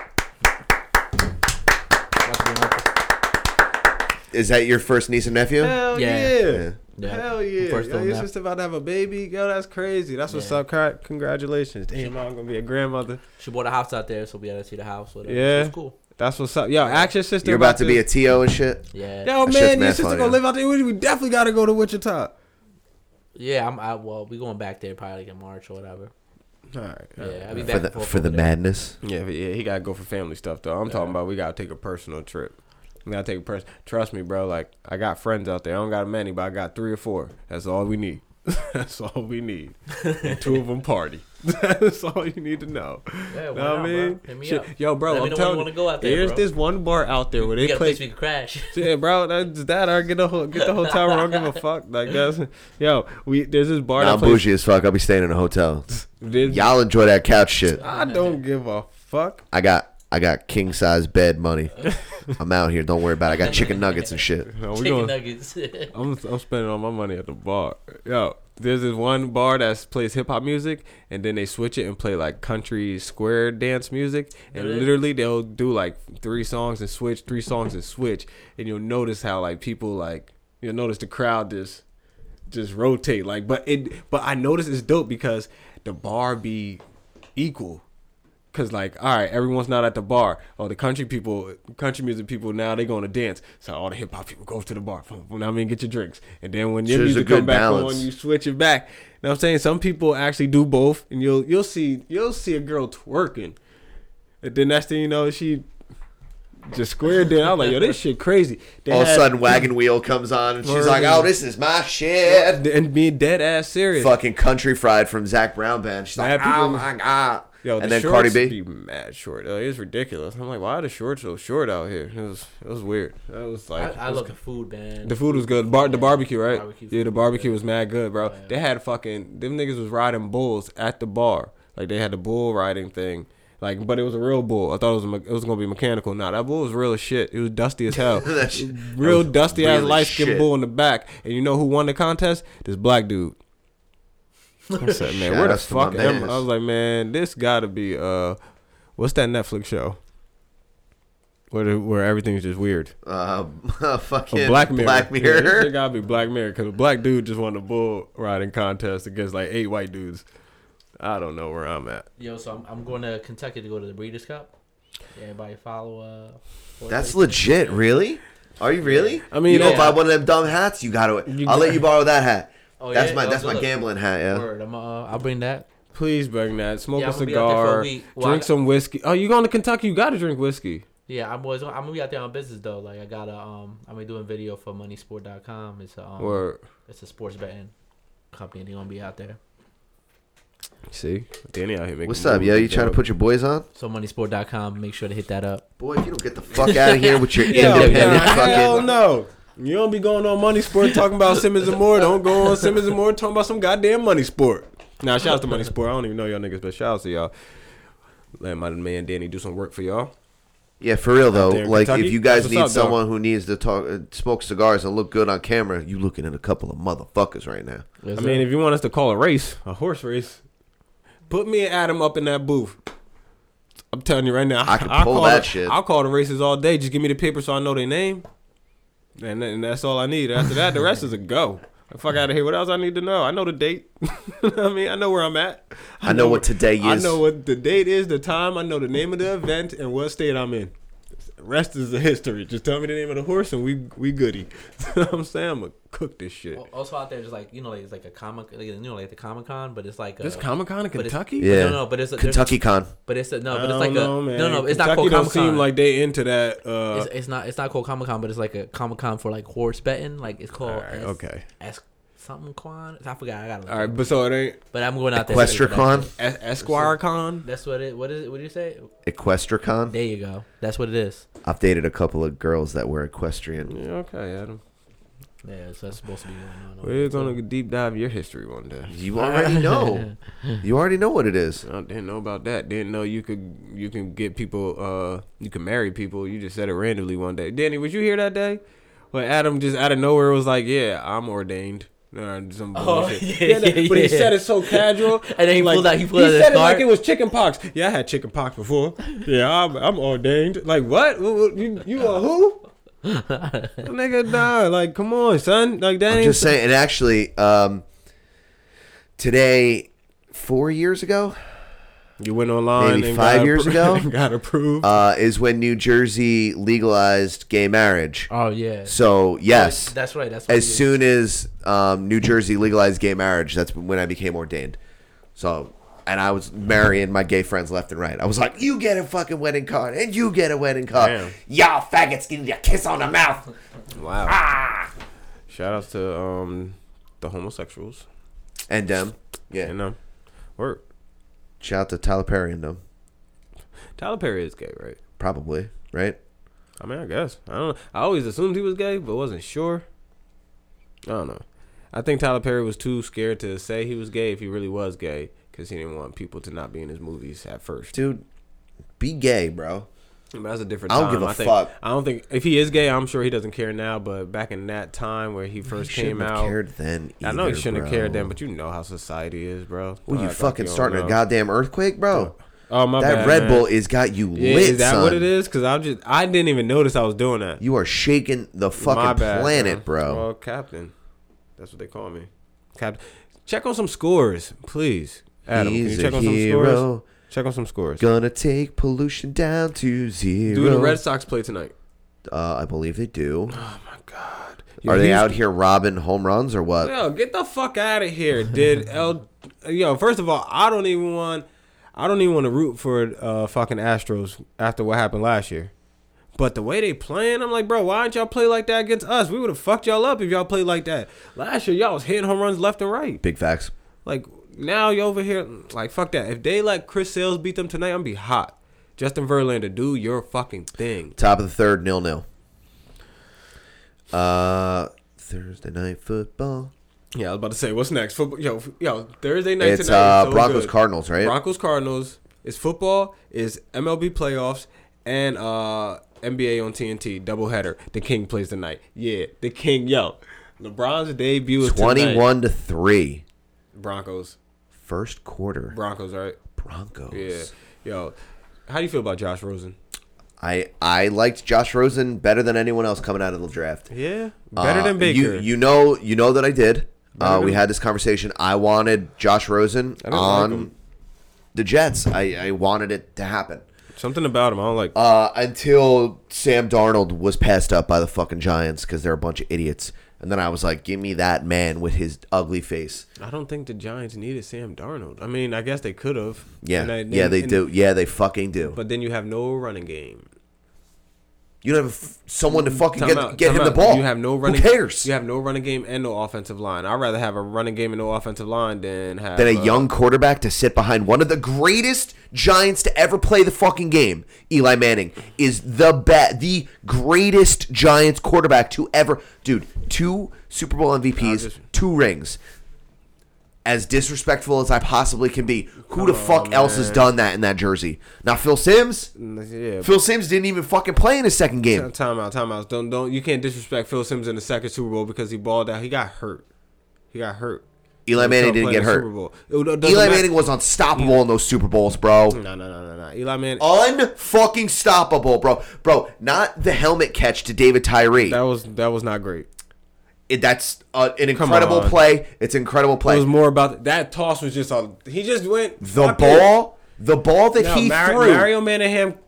Speaker 6: About to be an uncle.
Speaker 4: Is that your first niece and nephew?
Speaker 11: Hell
Speaker 6: Yeah.
Speaker 11: yeah.
Speaker 6: Yeah.
Speaker 11: Hell yeah.
Speaker 6: First
Speaker 11: Yo,
Speaker 6: on
Speaker 11: your
Speaker 6: that.
Speaker 11: sister about to have a baby. Yo, that's crazy. That's what's
Speaker 6: Yeah.
Speaker 11: up. Cra- Congratulations. Damn, I'm gonna be a grandmother.
Speaker 6: She bought a house out there, so we gotta see the house. Whatever.
Speaker 11: Yeah.
Speaker 6: So it's cool.
Speaker 11: That's what's up. Yo, ask your sister
Speaker 4: You're about to be
Speaker 11: this.
Speaker 4: a TO and shit.
Speaker 6: Yeah.
Speaker 11: Yo,
Speaker 4: That shit's
Speaker 11: man, your
Speaker 4: mad
Speaker 11: sister
Speaker 4: funny.
Speaker 11: gonna live out there. We we definitely gotta go to Wichita.
Speaker 6: Yeah. I'm. I, well, we going back there probably like in March or whatever.
Speaker 11: All right.
Speaker 6: Yeah. I'll be back
Speaker 4: For the,
Speaker 6: and forth
Speaker 4: for the
Speaker 6: over there.
Speaker 4: madness.
Speaker 11: Yeah, but yeah, he gotta go for family stuff though. I'm talking about we gotta take a personal trip. We gotta take a person. Trust me, bro. Like I got friends out there. I don't got many, but I got three or four. That's all we need. That's all we need. And two of them party. That's all you need to know.
Speaker 6: Yeah, why
Speaker 11: Know what
Speaker 6: not,
Speaker 11: I
Speaker 6: bro?
Speaker 11: mean?
Speaker 6: Hit me
Speaker 11: Shit.
Speaker 6: up.
Speaker 11: Yo, bro,
Speaker 6: Let
Speaker 11: I'm
Speaker 6: me know when you
Speaker 11: telling
Speaker 6: wanna go out there,
Speaker 11: There's
Speaker 6: bro.
Speaker 11: this one bar out there where
Speaker 6: We
Speaker 11: they
Speaker 6: got a
Speaker 11: play.
Speaker 6: place we can crash.
Speaker 11: Yeah, bro, that's that or get a ho- get the hotel room. I don't give a fuck. Like that's yo, we there's this bar.
Speaker 4: Nah,
Speaker 11: that
Speaker 4: I'm
Speaker 11: plays-
Speaker 4: bougie as fuck. I'll be staying in a hotel.
Speaker 11: there's-
Speaker 4: Y'all enjoy that couch shit.
Speaker 11: I don't give a fuck.
Speaker 4: I got I got king size bed money. I'm out here. Don't worry about. it. I got chicken nuggets and shit.
Speaker 11: No, we
Speaker 6: Chicken
Speaker 11: going.
Speaker 6: nuggets.
Speaker 11: I'm I'm spending all my money at the bar. Yo, there's this one bar that plays hip hop music, and then they switch it and play like country square dance music, and
Speaker 6: Really?
Speaker 11: literally they'll do like three songs and switch, three songs and switch, and you'll notice how like people like you'll notice the crowd just just rotate like, but it but I notice it's dope because the bar be equal. Cause like, all right, everyone's not at the bar. All the country people, country music people, now they going to dance. So all the hip hop people go to the bar. Boom, boom, I mean, get your drinks, and then when your
Speaker 4: There's a
Speaker 11: music come
Speaker 4: good
Speaker 11: back
Speaker 4: balance.
Speaker 11: on, you switch it back. Now I'm saying some people actually do both, and you'll you'll see you'll see a girl twerking, and then next thing you know, she just squared down. I was like, yo, this shit crazy. They
Speaker 4: All of a
Speaker 11: had-
Speaker 4: sudden, wagon wheel comes on, and she's
Speaker 11: Word.
Speaker 4: like, "Oh, this is my shit."
Speaker 11: and being dead ass serious.
Speaker 4: Fucking country fried from Zach Brown band. She's like,
Speaker 11: Mad people-
Speaker 4: "Oh my god!"
Speaker 11: Yo,
Speaker 4: and
Speaker 11: the
Speaker 4: then Cardi
Speaker 11: shorts
Speaker 4: B.
Speaker 11: be mad short. Uh, it's ridiculous. I'm like, why are the shorts so short out here? It was it was weird. That was
Speaker 6: I,
Speaker 11: like
Speaker 6: I love the food, man.
Speaker 11: The food was good. Bar- the barbecue, right?
Speaker 6: Barbecue
Speaker 11: yeah,
Speaker 6: food
Speaker 11: the
Speaker 6: was
Speaker 11: barbecue was mad good, bro. They had fucking them niggas was riding bulls at the bar. Like they had the bull riding thing. Like, but it was a real bull. I thought it was a me- it was gonna be mechanical. Nah, that bull was real as shit. It was dusty as hell.
Speaker 4: That sh- that
Speaker 11: real
Speaker 4: was
Speaker 11: dusty
Speaker 4: real
Speaker 11: ass
Speaker 4: as
Speaker 11: light skinned
Speaker 4: shit.
Speaker 11: bull in the back. And you know who won the contest? This black dude. I said,
Speaker 4: Shout
Speaker 11: man, where the
Speaker 4: outs to my
Speaker 11: fuck am
Speaker 4: mans.
Speaker 11: I? I was like, man, this gotta be uh, what's that Netflix show? Where the, where everything's just weird.
Speaker 4: Uh,
Speaker 11: A
Speaker 4: fucking
Speaker 11: Black Mirror.
Speaker 4: Black
Speaker 11: Yeah, this
Speaker 4: Mirror.
Speaker 11: shit gotta be Black Mirror because a black dude just won a bull riding contest against like eight white dudes. I don't know where I'm at.
Speaker 6: Yo, so I'm, I'm going to Kentucky to go to the Breeders' Cup. Everybody follow. Uh,
Speaker 4: That's legit. Really? Are you really?
Speaker 11: I mean,
Speaker 4: you gonna
Speaker 11: yeah.
Speaker 4: buy one of them dumb hats? You got to.
Speaker 11: You
Speaker 4: I'll
Speaker 11: got-
Speaker 4: let you borrow that hat.
Speaker 6: Oh,
Speaker 4: that's
Speaker 6: yeah?
Speaker 4: my
Speaker 6: Oh,
Speaker 4: that's
Speaker 6: so
Speaker 4: my
Speaker 6: look.
Speaker 4: gambling hat. Yeah.
Speaker 6: Word. I'm, uh, I'll bring that.
Speaker 11: Please bring that. Smoke
Speaker 6: Yeah,
Speaker 11: a
Speaker 6: I'm gonna be out there for a
Speaker 11: cigar.
Speaker 6: week. Well,
Speaker 11: drink
Speaker 6: I-
Speaker 11: some whiskey. Oh, you going to Kentucky? You gotta drink whiskey.
Speaker 6: Yeah, I'm always, I'm gonna be out there on business though. Like I gotta um I'm gonna be doing video for moneysport.com. It's a um,
Speaker 11: Or
Speaker 6: it's a sports betting company. They're gonna be out there.
Speaker 11: see, Danny out here making.
Speaker 4: What's up, yo? You trying to put your boys on?
Speaker 6: So moneysport.com, make sure to hit that up.
Speaker 4: Boy, if you don't get the fuck out of here with your
Speaker 11: Hell,
Speaker 4: independent
Speaker 11: nah,
Speaker 4: fucking.
Speaker 11: hell no. You don't be going on money sport talking about Simmons and Moore. Don't go on Simmons and Moore talking about some goddamn money sport. Now, shout out to money sport. I don't even know y'all niggas, but shout out to y'all. Let my man Danny do some work for y'all.
Speaker 4: Yeah, for real though.
Speaker 11: there in
Speaker 4: Like,
Speaker 11: Kentucky?
Speaker 4: if you guys
Speaker 11: What's
Speaker 4: need
Speaker 11: up, dog?
Speaker 4: someone who needs to talk, uh, smoke cigars and look good on camera, you looking at a couple of motherfuckers right now.
Speaker 11: I mean, if you want us to call a race, a horse race, put me and Adam up in that booth. I'm telling you right now,
Speaker 4: I can
Speaker 11: I'll
Speaker 4: pull
Speaker 11: call
Speaker 4: that
Speaker 11: the-
Speaker 4: shit.
Speaker 11: I'll call the races all day. Just give me the paper so I know their name, and, then- and that's all I need. After that, the rest is a go. The Fuck out of here. What else I need to know? I know the date. I mean, I know where I'm at.
Speaker 4: I know what today
Speaker 11: I
Speaker 4: is.
Speaker 11: know what the date is, the time. I know the name of the event and what state I'm in. Rest is the history. Just tell me the name of the horse and we we goody. I'm saying I'm gonna cook this shit.
Speaker 6: Al- also out there, just like you know, like, it's like a comic, like, you know, like the Comic Con, but it's like a,
Speaker 11: This Comic Con in
Speaker 6: uh, but it's-
Speaker 11: Kentucky?
Speaker 6: but
Speaker 4: Yeah.
Speaker 6: No, no, but it's a, there's-
Speaker 4: Kentucky Con.
Speaker 6: But it's a, no,
Speaker 11: I
Speaker 6: but it's
Speaker 11: don't
Speaker 6: like
Speaker 11: know,
Speaker 6: a
Speaker 11: man.
Speaker 6: no, no. It's not
Speaker 11: Kentucky
Speaker 6: called
Speaker 11: don't
Speaker 6: Comic Con.
Speaker 11: seem like they into that. Uh,
Speaker 6: it's, it's not it's not called Comic Con, but it's like a Comic Con for like horse betting. Like it's called
Speaker 11: Alright,
Speaker 6: S-
Speaker 11: okay.
Speaker 6: S something Con. I forgot. I gotta. Look
Speaker 11: all
Speaker 6: all
Speaker 11: right, but so it ain't
Speaker 6: But I'm going out there. to
Speaker 4: Equestria
Speaker 6: make
Speaker 4: Con.
Speaker 6: that shit.
Speaker 11: Es- Esquire Con.
Speaker 6: That's what it. What is it? What do you say?
Speaker 4: Equestria Con.
Speaker 6: There you go. That's what it is.
Speaker 4: I've dated a couple of girls that were equestrian.
Speaker 11: Yeah, okay, Adam.
Speaker 6: Yeah, so that's supposed to be going on.
Speaker 11: We're gonna deep dive your history one day.
Speaker 4: You already know. you already know what it is.
Speaker 11: I didn't know about that. Didn't know you could you can get people. Uh, you can marry people. You just said it randomly one day. Danny, was you here that day? When Adam just out of nowhere was like, "Yeah, I'm ordained." Or some
Speaker 6: Oh,
Speaker 11: bullshit.
Speaker 6: yeah, yeah,
Speaker 11: But he
Speaker 6: yeah.
Speaker 11: said it so casual,
Speaker 6: And then he
Speaker 11: like,
Speaker 6: pulled out- he pulled out his
Speaker 11: said it
Speaker 6: card.
Speaker 11: like it was chicken pox. Yeah, I had chicken pox before. Yeah, I'm, I'm ordained. Like what? What- what- You you are who? Nigga, nah. Like, come on, son. Like that.
Speaker 4: I'm
Speaker 11: ain't
Speaker 4: just saying. And actually, um, today, four years ago,
Speaker 11: You went online.
Speaker 4: Maybe
Speaker 11: and
Speaker 4: five
Speaker 11: got
Speaker 4: years
Speaker 11: appro-
Speaker 4: ago?
Speaker 11: and got approved.
Speaker 4: uh, is when New Jersey legalized gay marriage.
Speaker 6: Oh yeah.
Speaker 4: So yes,
Speaker 6: That's right. That's what
Speaker 4: as
Speaker 6: it is.
Speaker 4: soon as um, New Jersey legalized gay marriage, that's when I became ordained. So, and I was marrying my gay friends left and right. I was like, "You get a fucking wedding card, and you get a wedding card.
Speaker 11: Damn.
Speaker 4: Y'all faggots give you a kiss on the mouth."
Speaker 11: Wow. Ah. Shout outs to um the homosexuals.
Speaker 4: And um, yeah.
Speaker 11: And um work.
Speaker 4: Shout out to Tyler Perry and them,
Speaker 11: Tyler Perry is gay, right?
Speaker 4: probably right.
Speaker 11: I mean I guess. I don't know. I always assumed he was gay, but wasn't sure. I don't know. I think Tyler Perry was too scared to say he was gay if he really was gay because he didn't want people to not be in his movies at first.
Speaker 4: Dude, be gay, bro.
Speaker 11: But that's a different
Speaker 4: I
Speaker 11: time.
Speaker 4: don't give a
Speaker 11: think,
Speaker 4: fuck.
Speaker 11: I don't think if he is gay, I'm sure he doesn't care now. But back in that time where he first
Speaker 4: Shouldn't
Speaker 11: came
Speaker 4: have
Speaker 11: out,
Speaker 4: cared then.
Speaker 11: I know he
Speaker 4: either,
Speaker 11: shouldn't have
Speaker 4: bro.
Speaker 11: cared then. But you know how society is, bro.
Speaker 4: Well, you
Speaker 11: Like,
Speaker 4: fucking
Speaker 11: don't
Speaker 4: starting a
Speaker 11: know.
Speaker 4: goddamn earthquake, bro.
Speaker 11: Oh my
Speaker 4: that
Speaker 11: bad,
Speaker 4: Red
Speaker 11: man.
Speaker 4: Bull is got you
Speaker 11: Yeah,
Speaker 4: lit,
Speaker 11: is that
Speaker 4: son.
Speaker 11: what it is? Because I just I didn't even notice I was doing that.
Speaker 4: You are shaking the fucking planet,
Speaker 11: man.
Speaker 4: bro.
Speaker 11: Well, captain, that's what they call me. Captain, check on some scores, please. Adam,
Speaker 4: He's
Speaker 11: can you check
Speaker 4: a
Speaker 11: on some scores?
Speaker 4: hero.
Speaker 11: Check on some scores.
Speaker 4: Gonna take pollution down to zero.
Speaker 11: Do the Red Sox play tonight?
Speaker 4: uh, I believe they do.
Speaker 11: My God,
Speaker 4: Are they out here robbing home runs or what?
Speaker 11: Yo, get the fuck out of here, did L? Yo, first of all, I don't even want. I don't even want to root for uh, fucking Astros after what happened last year. But the way they playing, I'm like, bro, why didn't y'all play like that against us? We would have fucked y'all up if y'all played like that. Last year, y'all was hitting home runs left and right.
Speaker 4: Big facts.
Speaker 11: Like now you over here like fuck that. If they let Chris Sales beat them tonight, I'm gonna be hot. Justin Verlander, do your fucking thing.
Speaker 4: Top of the third, nil nil. Uh, Thursday night football.
Speaker 11: Yeah, I was about to say, what's next? Football, yo, f- yo, Thursday night
Speaker 4: It's
Speaker 11: tonight.
Speaker 4: uh,
Speaker 11: is so
Speaker 4: Broncos
Speaker 11: good.
Speaker 4: Cardinals, right?
Speaker 11: Broncos Cardinals. It's football. It's MLB playoffs and uh NBA on TNT doubleheader. The King plays tonight. Yeah, the King. Yo, LeBron's debut is tonight.
Speaker 4: Twenty-one to three.
Speaker 11: Broncos.
Speaker 4: First quarter.
Speaker 11: Broncos, right?
Speaker 4: Broncos.
Speaker 11: Yeah. Yo, how do you feel about Josh Rosen?
Speaker 4: I I liked Josh Rosen better than anyone else coming out of the draft.
Speaker 11: Yeah, better
Speaker 4: Uh,
Speaker 11: than Baker.
Speaker 4: You, you know, you know that I did. Uh,
Speaker 11: than-
Speaker 4: we had this conversation. I wanted Josh Rosen
Speaker 11: I don't like
Speaker 4: on
Speaker 11: him.
Speaker 4: the Jets. I, I wanted it to happen
Speaker 11: Something about him I don't like.
Speaker 4: uh, until Sam Darnold was passed up by the fucking Giants because they're a bunch of idiots. And then I was like, give me that man with his ugly face.
Speaker 11: I don't think the Giants needed Sam Darnold. I mean, I guess they could have.
Speaker 4: Yeah,
Speaker 11: And I-
Speaker 4: yeah, they
Speaker 11: and-
Speaker 4: do. Yeah, they fucking do.
Speaker 11: But then you have no running game.
Speaker 4: you don't have f- someone to fucking
Speaker 11: Time
Speaker 4: get,
Speaker 11: out,
Speaker 4: get
Speaker 11: time
Speaker 4: him the
Speaker 11: out.
Speaker 4: ball.
Speaker 11: You have no running.
Speaker 4: Who cares?
Speaker 11: You have no running game and no offensive line. I'd rather have a running game and no offensive line than have
Speaker 4: than a
Speaker 11: uh,
Speaker 4: young quarterback to sit behind one of the greatest Giants to ever play the fucking game. Eli Manning is the bet, the greatest Giants quarterback to ever, dude. Two Super Bowl MVPs,
Speaker 11: just-
Speaker 4: two rings. As disrespectful as I possibly can be, who the fuck else has done that in that jersey? Now Phil Sims.
Speaker 11: Yeah.
Speaker 4: Phil Sims didn't even fucking play in his second game.
Speaker 11: time out. Time out. Don't don't. You can't disrespect Phil Sims in the second Super Bowl because he balled out. He got hurt. He got hurt.
Speaker 4: Eli
Speaker 11: He
Speaker 4: Manning didn't
Speaker 11: couldn't play
Speaker 4: get
Speaker 11: in the
Speaker 4: hurt.
Speaker 11: Super Bowl. It doesn't
Speaker 4: Eli
Speaker 11: matter. Hmm.
Speaker 4: Manning was unstoppable in those Super Bowls, bro.
Speaker 11: No no no no no. Eli Manning.
Speaker 4: unfucking stoppable, bro. Bro, not the helmet catch to David Tyree.
Speaker 11: That was that was not great.
Speaker 4: It- that's uh, an incredible
Speaker 11: on.
Speaker 4: play. It's incredible play.
Speaker 11: It was more about that toss was just a he just went
Speaker 4: the
Speaker 11: fuck it.
Speaker 4: ball, the ball that
Speaker 11: No,
Speaker 4: he
Speaker 11: Mar-
Speaker 4: threw
Speaker 11: Mario Manningham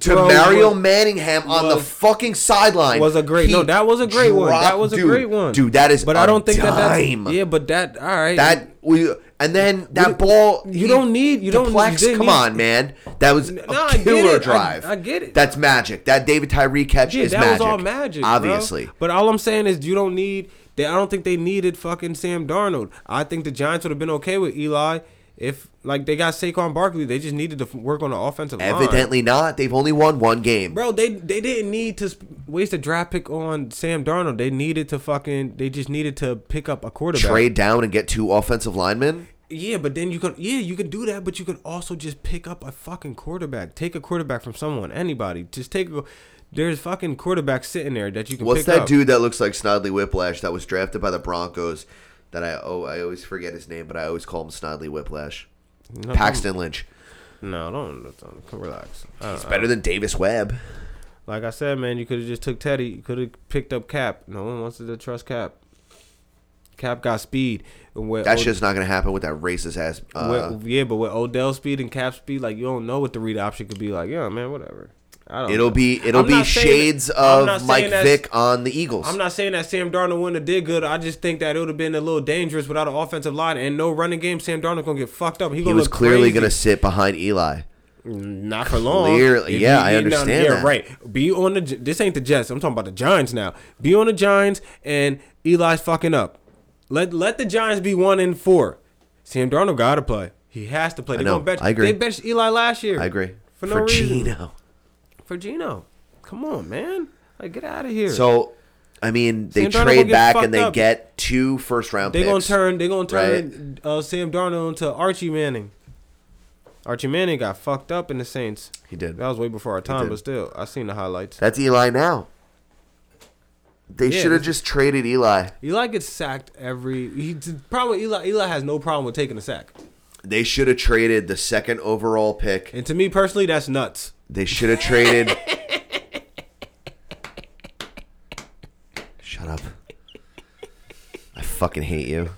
Speaker 4: to Mario
Speaker 11: was,
Speaker 4: Manningham on the
Speaker 11: was-
Speaker 4: fucking sideline
Speaker 11: was a great
Speaker 4: he
Speaker 11: no. That was a great one. That
Speaker 4: dropped-
Speaker 11: was a
Speaker 4: dude,
Speaker 11: great one,
Speaker 4: dude. That is,
Speaker 11: But I don't think that
Speaker 4: dime.
Speaker 11: that's yeah. But that all right.
Speaker 4: that we and then
Speaker 11: You-
Speaker 4: that ball.
Speaker 11: you don't need- you don't- you
Speaker 4: Plex,
Speaker 11: didn't
Speaker 4: come
Speaker 11: need-
Speaker 4: on, man. That was a
Speaker 11: No, I get
Speaker 4: killer
Speaker 11: it. I-
Speaker 4: drive.
Speaker 11: I get it.
Speaker 4: That's magic. That David Tyree catch
Speaker 11: yeah,
Speaker 4: is
Speaker 11: that
Speaker 4: magic.
Speaker 11: was all magic. bro.
Speaker 4: obviously.
Speaker 11: But all I'm saying is you don't need. They, I don't think they needed fucking Sam Darnold. I think the Giants would have been okay with Eli if like they got Saquon Barkley. They just needed to f- work on the offensive line.
Speaker 4: Evidently not. They've only won one game.
Speaker 11: Bro, they they didn't need to sp- waste a draft pick on Sam Darnold. They needed to fucking. They just needed to pick up a quarterback.
Speaker 4: Trade down and get two offensive linemen.
Speaker 11: Yeah, but then you can. Yeah, you can do that, but you can also just pick up a fucking quarterback. Take a quarterback from someone, anybody. Just take a. There's fucking quarterbacks sitting there that you can.
Speaker 4: What's
Speaker 11: pick
Speaker 4: that
Speaker 11: up.
Speaker 4: dude that looks like Snodley Whiplash that was drafted by the Broncos? That I oh I always forget his name, but I always call him Snodley Whiplash.
Speaker 11: No,
Speaker 4: Paxton Lynch.
Speaker 11: No, don't, don't, don't relax. I don't-
Speaker 4: He's better than Davis Webb.
Speaker 11: like I said, man, you could have just took Teddy. You could have picked up Cap. No one wants to trust Cap. Cap got speed. And with
Speaker 4: That
Speaker 11: Od-
Speaker 4: shit's not gonna happen with that racist ass. Uh,
Speaker 11: with- yeah, but with Odell speed and Cap speed, like you don't know what the read option could be. Like, yeah, man, whatever. I don't.
Speaker 4: it'll
Speaker 11: know.
Speaker 4: be it'll
Speaker 11: I'm
Speaker 4: be
Speaker 11: not saying-
Speaker 4: shades
Speaker 11: I'm not
Speaker 4: of Mike
Speaker 11: saying that's-
Speaker 4: Vick on the Eagles.
Speaker 11: I'm not saying that Sam Darnold wouldn't have did good. I just think that it would have been a little dangerous without an offensive line and no running game. Sam Darnold gonna get fucked up. He,
Speaker 4: he
Speaker 11: gonna
Speaker 4: was
Speaker 11: look
Speaker 4: clearly
Speaker 11: crazy.
Speaker 4: gonna sit behind Eli.
Speaker 11: not for long.
Speaker 4: Clearly-
Speaker 11: If
Speaker 4: yeah, I
Speaker 11: get down-
Speaker 4: understand
Speaker 11: yeah,
Speaker 4: that.
Speaker 11: right. Be on the. Gi- This ain't the Jets. I'm talking about the Giants now. Be on the Giants and Eli's fucking up. Let let the Giants be one and four. Sam Darnold gotta play. He has to play. They
Speaker 4: know.
Speaker 11: gonna bench.
Speaker 4: I agree.
Speaker 11: They benched Eli last year.
Speaker 4: I agree.
Speaker 11: For no reason.
Speaker 4: Geno.
Speaker 11: For Gino. Come on, man. Like get out of here.
Speaker 4: So, I mean, they
Speaker 11: Sam Darnold gonna
Speaker 4: trade
Speaker 11: get
Speaker 4: back
Speaker 11: fucked
Speaker 4: and they
Speaker 11: up.
Speaker 4: get two first round.
Speaker 11: They gonna
Speaker 4: picks.
Speaker 11: turn. They gonna turn uh, Sam Darnold into Archie Manning. Archie Manning got fucked up in the Saints.
Speaker 4: He did.
Speaker 11: That was way before our time,
Speaker 4: did.
Speaker 11: but still, I seen the highlights.
Speaker 4: That's Eli now. They
Speaker 11: Yeah,
Speaker 4: should have
Speaker 11: this-
Speaker 4: just traded Eli.
Speaker 11: Eli gets sacked every. He probably Eli. Eli has no problem with taking a sack.
Speaker 4: They should have traded the second overall pick.
Speaker 11: And to me personally, that's nuts.
Speaker 4: They should have traded. Shut up. I fucking hate you.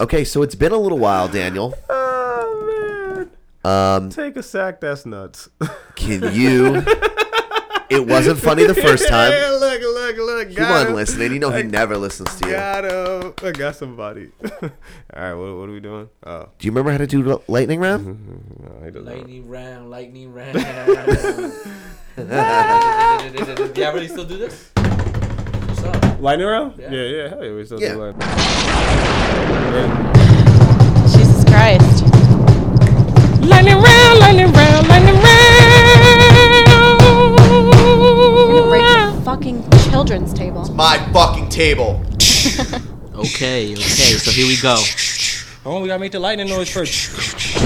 Speaker 4: Okay, so it's been a little while, Daniel.
Speaker 11: Oh man.
Speaker 4: Um,
Speaker 11: Take a sack. That's nuts.
Speaker 4: Can you It wasn't funny the first time.
Speaker 11: Yeah, look, look, look.
Speaker 4: He
Speaker 11: got
Speaker 4: wasn't
Speaker 11: him.
Speaker 4: listening. You know he
Speaker 11: I
Speaker 4: never listens to you.
Speaker 11: Got him. I got somebody. All right, what, what are we doing? Oh,
Speaker 4: Do you remember how to do the lightning round?
Speaker 11: no, he doesn't.
Speaker 6: Lightning round, lightning round. Mm-hmm. yeah, really still do this? What's up?
Speaker 11: Lightning round?
Speaker 6: Yeah.
Speaker 11: Yeah, yeah, hell yeah, we still
Speaker 4: Yeah.
Speaker 11: do lightning. Yeah.
Speaker 12: Jesus Christ. Lightning round, lightning round, lightning round. Break the fucking children's table.
Speaker 4: My fucking table.
Speaker 6: Okay, okay, so here we go.
Speaker 13: Hold on, we gotta make the lightning noise first.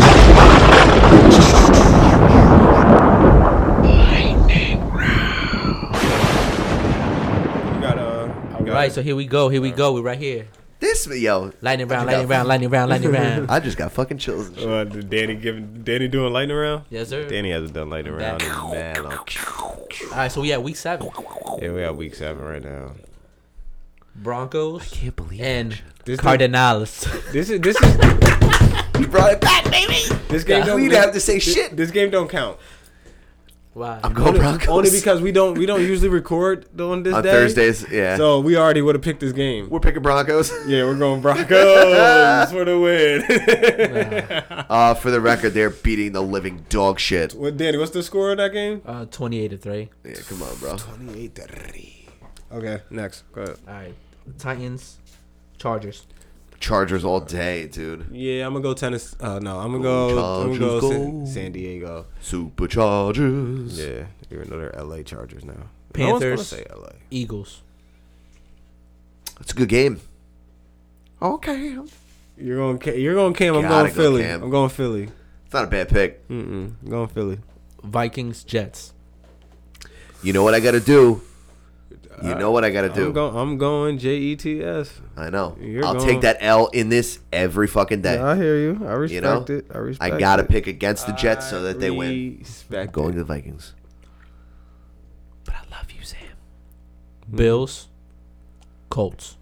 Speaker 11: You got uh, you got-
Speaker 6: Alright, so here we go, here we go, we're right here.
Speaker 4: This yo.
Speaker 6: Lightning round, lightning round, lightning round, lightning round.
Speaker 4: I just got fucking chills. and shit.
Speaker 11: Uh, did Danny giving Danny doing lightning round?
Speaker 6: Yes, sir.
Speaker 11: Danny hasn't done lightning
Speaker 6: back.
Speaker 11: round in mad long.
Speaker 6: Alright, so we at week seven.
Speaker 11: Yeah, we got week seven right now.
Speaker 6: Broncos. I can't believe and
Speaker 11: This
Speaker 6: Cardinals.
Speaker 11: This is this is
Speaker 4: You brought it back, baby.
Speaker 11: this game.
Speaker 4: We
Speaker 11: Don't,
Speaker 4: didn't have to say
Speaker 11: this-
Speaker 4: shit.
Speaker 11: This game don't count.
Speaker 6: Why?
Speaker 4: I'm going Broncos.
Speaker 11: Only because we don't we don't usually record on this
Speaker 4: on
Speaker 11: day.
Speaker 4: Thursdays, yeah.
Speaker 11: So we already would have picked this game.
Speaker 4: we're picking Broncos.
Speaker 11: Yeah, we're going Broncos for the win.
Speaker 4: Uh, for the record, they're beating the living dog shit.
Speaker 11: what Danny? What's the score of that game?
Speaker 6: Uh, 28 to 3.
Speaker 4: Yeah, come on, bro.
Speaker 11: Okay, next. Go ahead.
Speaker 6: Alright, Titans, Chargers.
Speaker 4: Chargers all day, dude.
Speaker 11: Yeah, I'm gonna go tennis. Uh, no, I'm gonna
Speaker 4: Go
Speaker 11: go. I'm gonna go,
Speaker 4: Chargers,
Speaker 11: San-
Speaker 4: go.
Speaker 11: San Diego.
Speaker 4: Superchargers.
Speaker 11: Yeah, even though they're LA Chargers now.
Speaker 6: Panthers.
Speaker 11: No one's gonna say
Speaker 6: Eagles.
Speaker 4: It's a good game. Okay. It's
Speaker 11: LA. You're going. Ca- You're going Cam. I'm
Speaker 4: Gotta
Speaker 11: going
Speaker 4: go
Speaker 11: Philly.
Speaker 4: Cam.
Speaker 11: I'm going Philly.
Speaker 4: not a bad pick.
Speaker 11: Mm-mm. I'm going Philly.
Speaker 6: Vikings, Jets.
Speaker 4: You know what I got to do. You know what I got to
Speaker 11: I'm,
Speaker 4: do.
Speaker 11: go- I'm going E Jets.
Speaker 4: I know.
Speaker 11: You're
Speaker 4: I'll
Speaker 11: going-
Speaker 4: take that L in this every fucking day.
Speaker 11: I hear you. I respect
Speaker 4: you know,
Speaker 11: it. I respect.
Speaker 4: gotta
Speaker 11: it.
Speaker 4: pick against the Jets so that they win.
Speaker 11: Respect.
Speaker 4: Going to the
Speaker 11: it.
Speaker 4: Vikings.
Speaker 6: But I love you, Sam. Bills, Colts.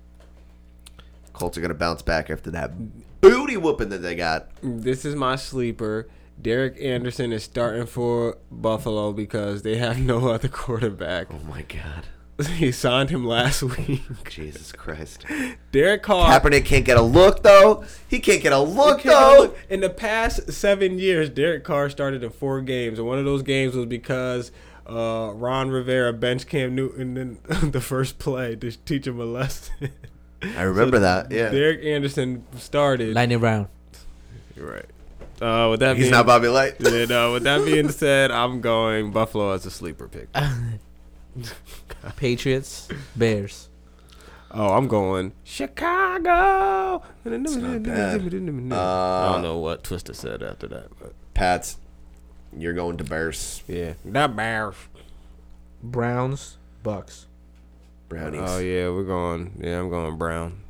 Speaker 4: Colts are gonna bounce back after that booty whooping that they got.
Speaker 11: This is my sleeper. Derek Anderson is starting for Buffalo because they have no other quarterback.
Speaker 4: Oh my god.
Speaker 11: He signed him last week.
Speaker 4: Jesus Christ.
Speaker 11: Derek Carr.
Speaker 4: Kaepernick can't get a look though. He can't get a look
Speaker 11: Okay, now
Speaker 4: though.
Speaker 11: look, in the past seven years, Derek Carr started in four games, and one of those games was because uh, Ron Rivera benched Cam Newton in the first play to teach him a lesson.
Speaker 4: I remember that. Yeah.
Speaker 11: Derek Anderson started.
Speaker 6: Lightning round.
Speaker 11: right. Uh, with that
Speaker 4: He's
Speaker 11: being,
Speaker 4: not Bobby Light.
Speaker 11: Yeah, no, with that being said, I'm going Buffalo as a sleeper pick.
Speaker 6: Patriots, Bears.
Speaker 11: Oh, I'm going Chicago. I
Speaker 4: not bad. Uh,
Speaker 11: don't know what Twister said after that. But
Speaker 4: Pats, you're going to Bears.
Speaker 11: yeah, not Bears.
Speaker 6: Browns, Bucks.
Speaker 4: Brownies.
Speaker 11: Oh yeah, we're going. Yeah, I'm going brown.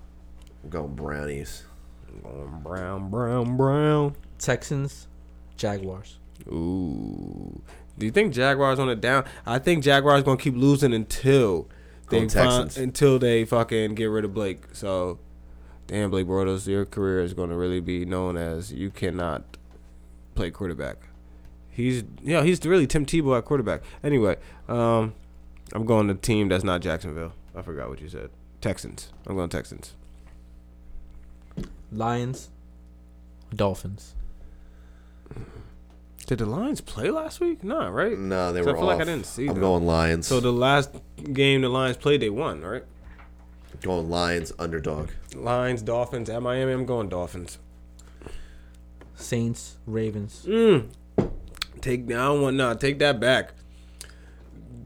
Speaker 4: I'm going brownies.
Speaker 11: I'm going Um, brown, brown, brown.
Speaker 6: Texans, Jaguars.
Speaker 11: Ooh. Do you think Jaguars on the down? I think Jaguars gonna keep losing until
Speaker 4: Go
Speaker 11: they find,
Speaker 4: Texans.
Speaker 11: until they fucking get rid of Blake. So, damn Blake Bortles, your career is gonna really be known as you cannot play quarterback. He's yeah, he's really Tim Tebow at quarterback. Anyway, um, I'm going to team that's not Jacksonville. I forgot what you said. Texans. I'm going Texans.
Speaker 6: Lions, Dolphins.
Speaker 11: Did the Lions play last week? Nah, right?
Speaker 4: No, they
Speaker 11: So
Speaker 4: were
Speaker 11: I feel like
Speaker 4: off.
Speaker 11: I didn't see
Speaker 4: I'm
Speaker 11: them.
Speaker 4: going Lions.
Speaker 11: So the last game the Lions played, they won, right?
Speaker 4: going Lions underdog.
Speaker 11: Lions, Dolphins at Miami. I'm going Dolphins.
Speaker 6: Saints, Ravens.
Speaker 11: Take I don't want nah. Take that back.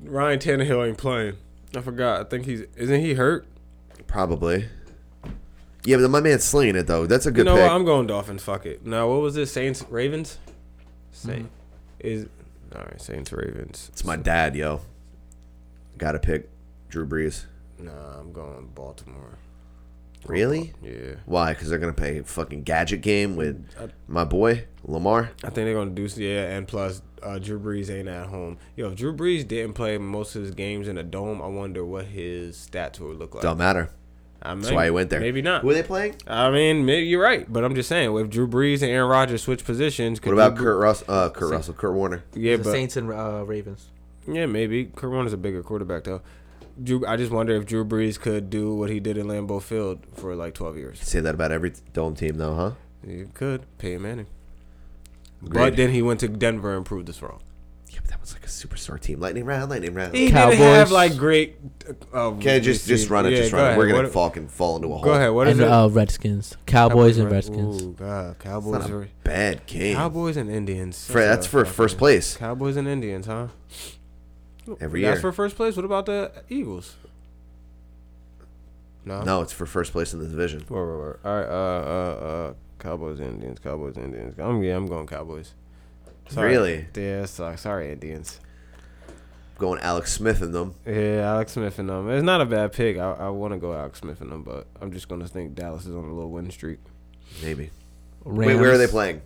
Speaker 11: Ryan Tannehill ain't playing. I forgot. I think he's isn't he hurt?
Speaker 4: Probably. Yeah, but my man's slinging it though. That's a
Speaker 11: You
Speaker 4: good
Speaker 11: know
Speaker 4: pick.
Speaker 11: what? I'm going Dolphins. Fuck it. Now what was this? Saints, Ravens. Saint is all right. Saints, Ravens.
Speaker 4: it's my dad, yo. Got to pick Drew Brees.
Speaker 11: Nah, I'm going Baltimore.
Speaker 4: Really?
Speaker 11: Yeah.
Speaker 4: Why? Because they're gonna play a fucking gadget game with my boy Lamar.
Speaker 11: I think they're gonna do yeah, and plus uh, Drew Brees ain't at home. Yo, if Drew Brees didn't play most of his games in a dome, I wonder what his stats would look like.
Speaker 4: Don't matter.
Speaker 11: I
Speaker 4: That's
Speaker 11: mean,
Speaker 4: why he went there.
Speaker 11: Maybe not.
Speaker 4: Who are they playing?
Speaker 11: I mean, maybe you're right, but I'm just saying, if Drew Brees and Aaron Rodgers switch positions, could
Speaker 4: What about
Speaker 11: Drew Bre-
Speaker 4: Kurt Russell? Uh, Kurt Russell. Kurt Warner.
Speaker 11: Yeah,
Speaker 6: the
Speaker 11: but
Speaker 6: Saints and uh, Ravens.
Speaker 11: Yeah, maybe Kurt Warner's a bigger quarterback though. Drew, I just wonder if Drew Brees could do what he did in Lambeau Field for like twelve years.
Speaker 4: Say that about every dome team, though, huh?
Speaker 11: You could Peyton Manning,
Speaker 4: Agreed.
Speaker 11: but then he went to Denver and proved us wrong.
Speaker 4: Yeah, but that was like a superstar team. Lightning round, lightning round.
Speaker 11: He didn't have like great. Uh,
Speaker 4: Okay, just just run it,
Speaker 11: Yeah,
Speaker 4: just
Speaker 11: go
Speaker 4: run it.
Speaker 11: ahead.
Speaker 4: We're gonna
Speaker 11: What-
Speaker 4: fucking fall into a hole.
Speaker 11: Go ahead. What is
Speaker 6: and
Speaker 11: it?
Speaker 6: uh, Redskins, Cowboys, and
Speaker 11: Red-
Speaker 6: Redskins.
Speaker 11: Ooh, God, Cowboys
Speaker 4: It's not a
Speaker 11: are-
Speaker 4: bad game.
Speaker 11: Cowboys and Indians.
Speaker 4: Fred, that's for
Speaker 11: fucking-
Speaker 4: first place.
Speaker 11: Cowboys and Indians, huh?
Speaker 4: Every
Speaker 11: that's
Speaker 4: year.
Speaker 11: for first place. What about the Eagles? No.
Speaker 4: No, it's for first place in the division.
Speaker 11: Word, word, word. All right, uh, uh, uh, Cowboys, Indians, Cowboys, Indians. I'm yeah, I'm going Cowboys. Sorry.
Speaker 4: Really?
Speaker 11: Yeah, it sucks. Sorry, Indians.
Speaker 4: Going Alex Smith in them.
Speaker 11: Yeah, Alex Smith and them. It's not a bad pick. I, I want to go Alex Smith and them, but I'm just gonna think Dallas is on a little win streak.
Speaker 4: Maybe. Wait, where are they playing?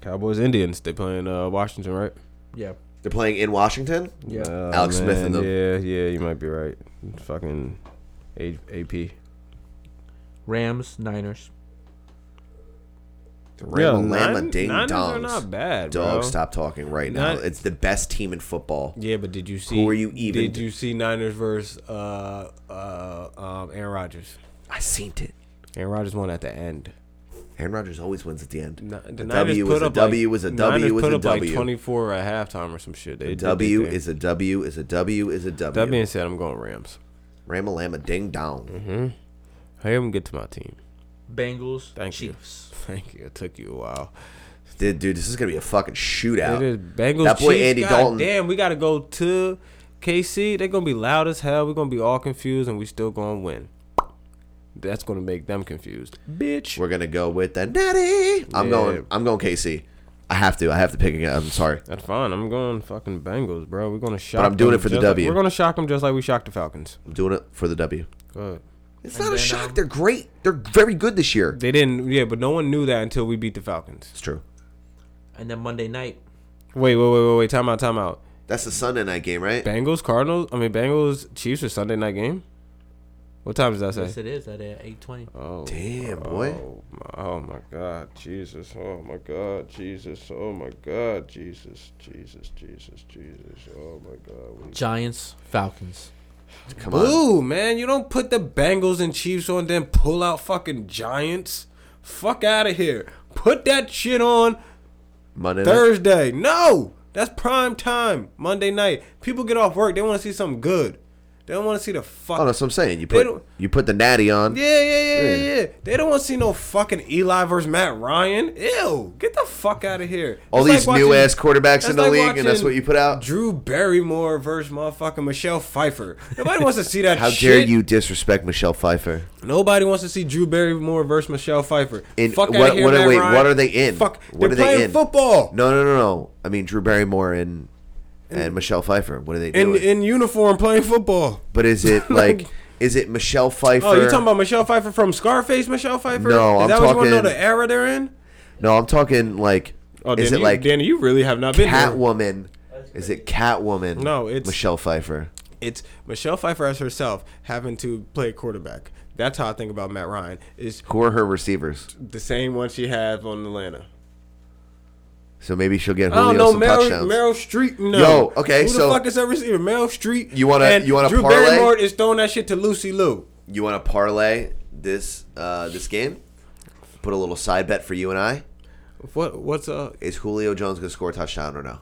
Speaker 11: Cowboys, Indians. They playing uh, Washington, right?
Speaker 6: Yeah.
Speaker 4: They're playing in Washington.
Speaker 6: Yeah.
Speaker 11: Uh,
Speaker 4: Alex Smith and them.
Speaker 11: Yeah, yeah, you might be right. Fucking A- AP.
Speaker 6: Rams, Niners.
Speaker 4: Rama
Speaker 11: Yeah,
Speaker 4: Lama
Speaker 11: Nin-
Speaker 4: Ding
Speaker 11: Niners
Speaker 4: Dongs.
Speaker 11: are not bad,
Speaker 4: Dog,
Speaker 11: bro.
Speaker 4: stop talking right now.
Speaker 11: Nin-
Speaker 4: it's the best team in football.
Speaker 11: Yeah, but did you see?
Speaker 4: Who are you even?
Speaker 11: Did you see Niners versus uh, uh, um, Aaron Rodgers?
Speaker 4: I seen it.
Speaker 11: Aaron Rodgers won at the end.
Speaker 4: Aaron Rodgers always wins at the end.
Speaker 11: Ni-
Speaker 4: The
Speaker 11: Niners
Speaker 4: W
Speaker 11: put
Speaker 4: is a
Speaker 11: up, like-
Speaker 4: W is a
Speaker 11: Niners
Speaker 4: W is
Speaker 11: put
Speaker 4: a
Speaker 11: up like
Speaker 4: W.
Speaker 11: 24 at halftime or some shit. They
Speaker 4: The
Speaker 11: did their
Speaker 4: W
Speaker 11: thing.
Speaker 4: is a W is a W is a
Speaker 11: That
Speaker 4: W.
Speaker 11: being said, I'm going Rams.
Speaker 4: Rama Lama Ding Dong.
Speaker 11: Mm-hmm. I haven't get to my team.
Speaker 6: Bengals,
Speaker 11: Thank
Speaker 6: Chiefs.
Speaker 11: you. Thank you. It took you a while.
Speaker 4: Dude, dude, this is gonna be a fucking shootout.
Speaker 11: It is Bengals.
Speaker 4: That boy
Speaker 11: Chiefs.
Speaker 4: Andy
Speaker 11: God
Speaker 4: Dalton.
Speaker 11: Damn, we gotta go to KC. They're gonna be loud as hell. We're gonna be all confused, and we still gonna win. That's gonna make them confused, bitch.
Speaker 4: We're gonna go with that daddy. I'm
Speaker 11: Yeah.
Speaker 4: going. I'm going KC. I have to. I have to pick again. I'm sorry.
Speaker 11: That's fine. I'm going fucking Bengals, bro. We're gonna shock.
Speaker 4: I'm doing
Speaker 11: them
Speaker 4: it for the
Speaker 11: just like-
Speaker 4: W.
Speaker 11: we're gonna shock them just like we shocked the Falcons.
Speaker 4: I'm doing it for the W.
Speaker 11: Good.
Speaker 4: It's not a shock.
Speaker 11: um,
Speaker 4: They're great. They're very good this year.
Speaker 11: They didn't. Yeah, but no one knew that until we beat the Falcons.
Speaker 4: It's true.
Speaker 6: And then Monday night,
Speaker 11: Wait, wait, wait, wait, wait. Time out. Time out.
Speaker 4: That's the Sunday night game, right?
Speaker 11: Bengals, Cardinals. I mean, Bengals, Chiefs are Sunday night game. What time does that
Speaker 6: yes,
Speaker 11: say?
Speaker 6: it is at uh, eight twenty.
Speaker 4: Um,
Speaker 11: Oh,
Speaker 4: Damn, boy.
Speaker 11: Oh my, oh my God, Jesus! Oh my God, Jesus! Oh my God, Jesus! Jesus! Jesus! Jesus! Oh my God!
Speaker 6: Giants, Falcons.
Speaker 4: Come on.
Speaker 11: Ooh, man, you don't put the Bengals and Chiefs on, then pull out fucking Giants. Fuck out of here. Put that shit on
Speaker 4: Monday night.
Speaker 11: Thursday. No, that's prime time. Monday night. People get off work. They want to see something good. They don't want to see the fuck.
Speaker 4: Oh, that's what I'm saying. You
Speaker 11: They
Speaker 4: put
Speaker 11: don't-
Speaker 4: you put the natty on.
Speaker 11: Yeah, yeah, yeah,
Speaker 4: Yeah.
Speaker 11: yeah, yeah. They don't want to see no fucking Eli versus Matt Ryan. Ew, get the fuck out of here.
Speaker 4: All
Speaker 11: That's
Speaker 4: these
Speaker 11: like
Speaker 4: new
Speaker 11: watching-
Speaker 4: ass quarterbacks in
Speaker 11: that's
Speaker 4: the
Speaker 11: like
Speaker 4: league, and that's
Speaker 11: watching
Speaker 4: what you put out.
Speaker 11: Drew Barrymore versus motherfucking Michelle Pfeiffer. Nobody wants to see that.
Speaker 4: How
Speaker 11: shit.
Speaker 4: dare you disrespect Michelle Pfeiffer?
Speaker 11: Nobody wants to see Drew Barrymore versus Michelle Pfeiffer.
Speaker 4: In
Speaker 11: fuck
Speaker 4: what?
Speaker 11: outta here,
Speaker 4: what
Speaker 11: Matt
Speaker 4: are, wait,
Speaker 11: Ryan.
Speaker 4: what are they in?
Speaker 11: Fuck.
Speaker 4: What
Speaker 11: they're
Speaker 4: are they
Speaker 11: playing
Speaker 4: in?
Speaker 11: football.
Speaker 4: No, no, no, no. I mean Drew Barrymore and and Michelle Pfeiffer. What are they
Speaker 11: In
Speaker 4: doing?
Speaker 11: in uniform playing football.
Speaker 4: but is it like is it Michelle Pfeiffer?
Speaker 11: Oh, you talking about Michelle Pfeiffer from Scarface? Michelle Pfeiffer?
Speaker 4: No,
Speaker 11: is
Speaker 4: I'm
Speaker 11: that what you want to know
Speaker 4: talking-
Speaker 11: the era they're in?
Speaker 4: No, I'm talking like
Speaker 11: Oh,
Speaker 4: is
Speaker 11: Danny,
Speaker 4: it like
Speaker 11: you, Danny? You really have not been here.
Speaker 4: Catwoman? Is it Catwoman?
Speaker 11: No, it's-
Speaker 4: Michelle Pfeiffer.
Speaker 11: It's Michelle Pfeiffer as herself having to play quarterback. That's how I think about Matt Ryan. Is
Speaker 4: Who are her receivers?
Speaker 11: the same one she had on Atlanta.
Speaker 4: So maybe she'll get
Speaker 11: I
Speaker 4: Julio
Speaker 11: don't know
Speaker 4: some
Speaker 11: Meryl,
Speaker 4: touchdowns.
Speaker 11: Meryl Streep. No.
Speaker 4: Yo, okay,
Speaker 11: Who
Speaker 4: so-
Speaker 11: the fuck is that receiver? Meryl Streep.
Speaker 4: You wanna-
Speaker 11: and
Speaker 4: you wanna
Speaker 11: Drew
Speaker 4: parlay?
Speaker 11: Barrymore is throwing that shit to Lucy Liu.
Speaker 4: You want to parlay this uh, this game? Put a little side bet for you and I.
Speaker 11: What? What's uh, up?
Speaker 4: Is Julio Jones gonna score a touchdown or no?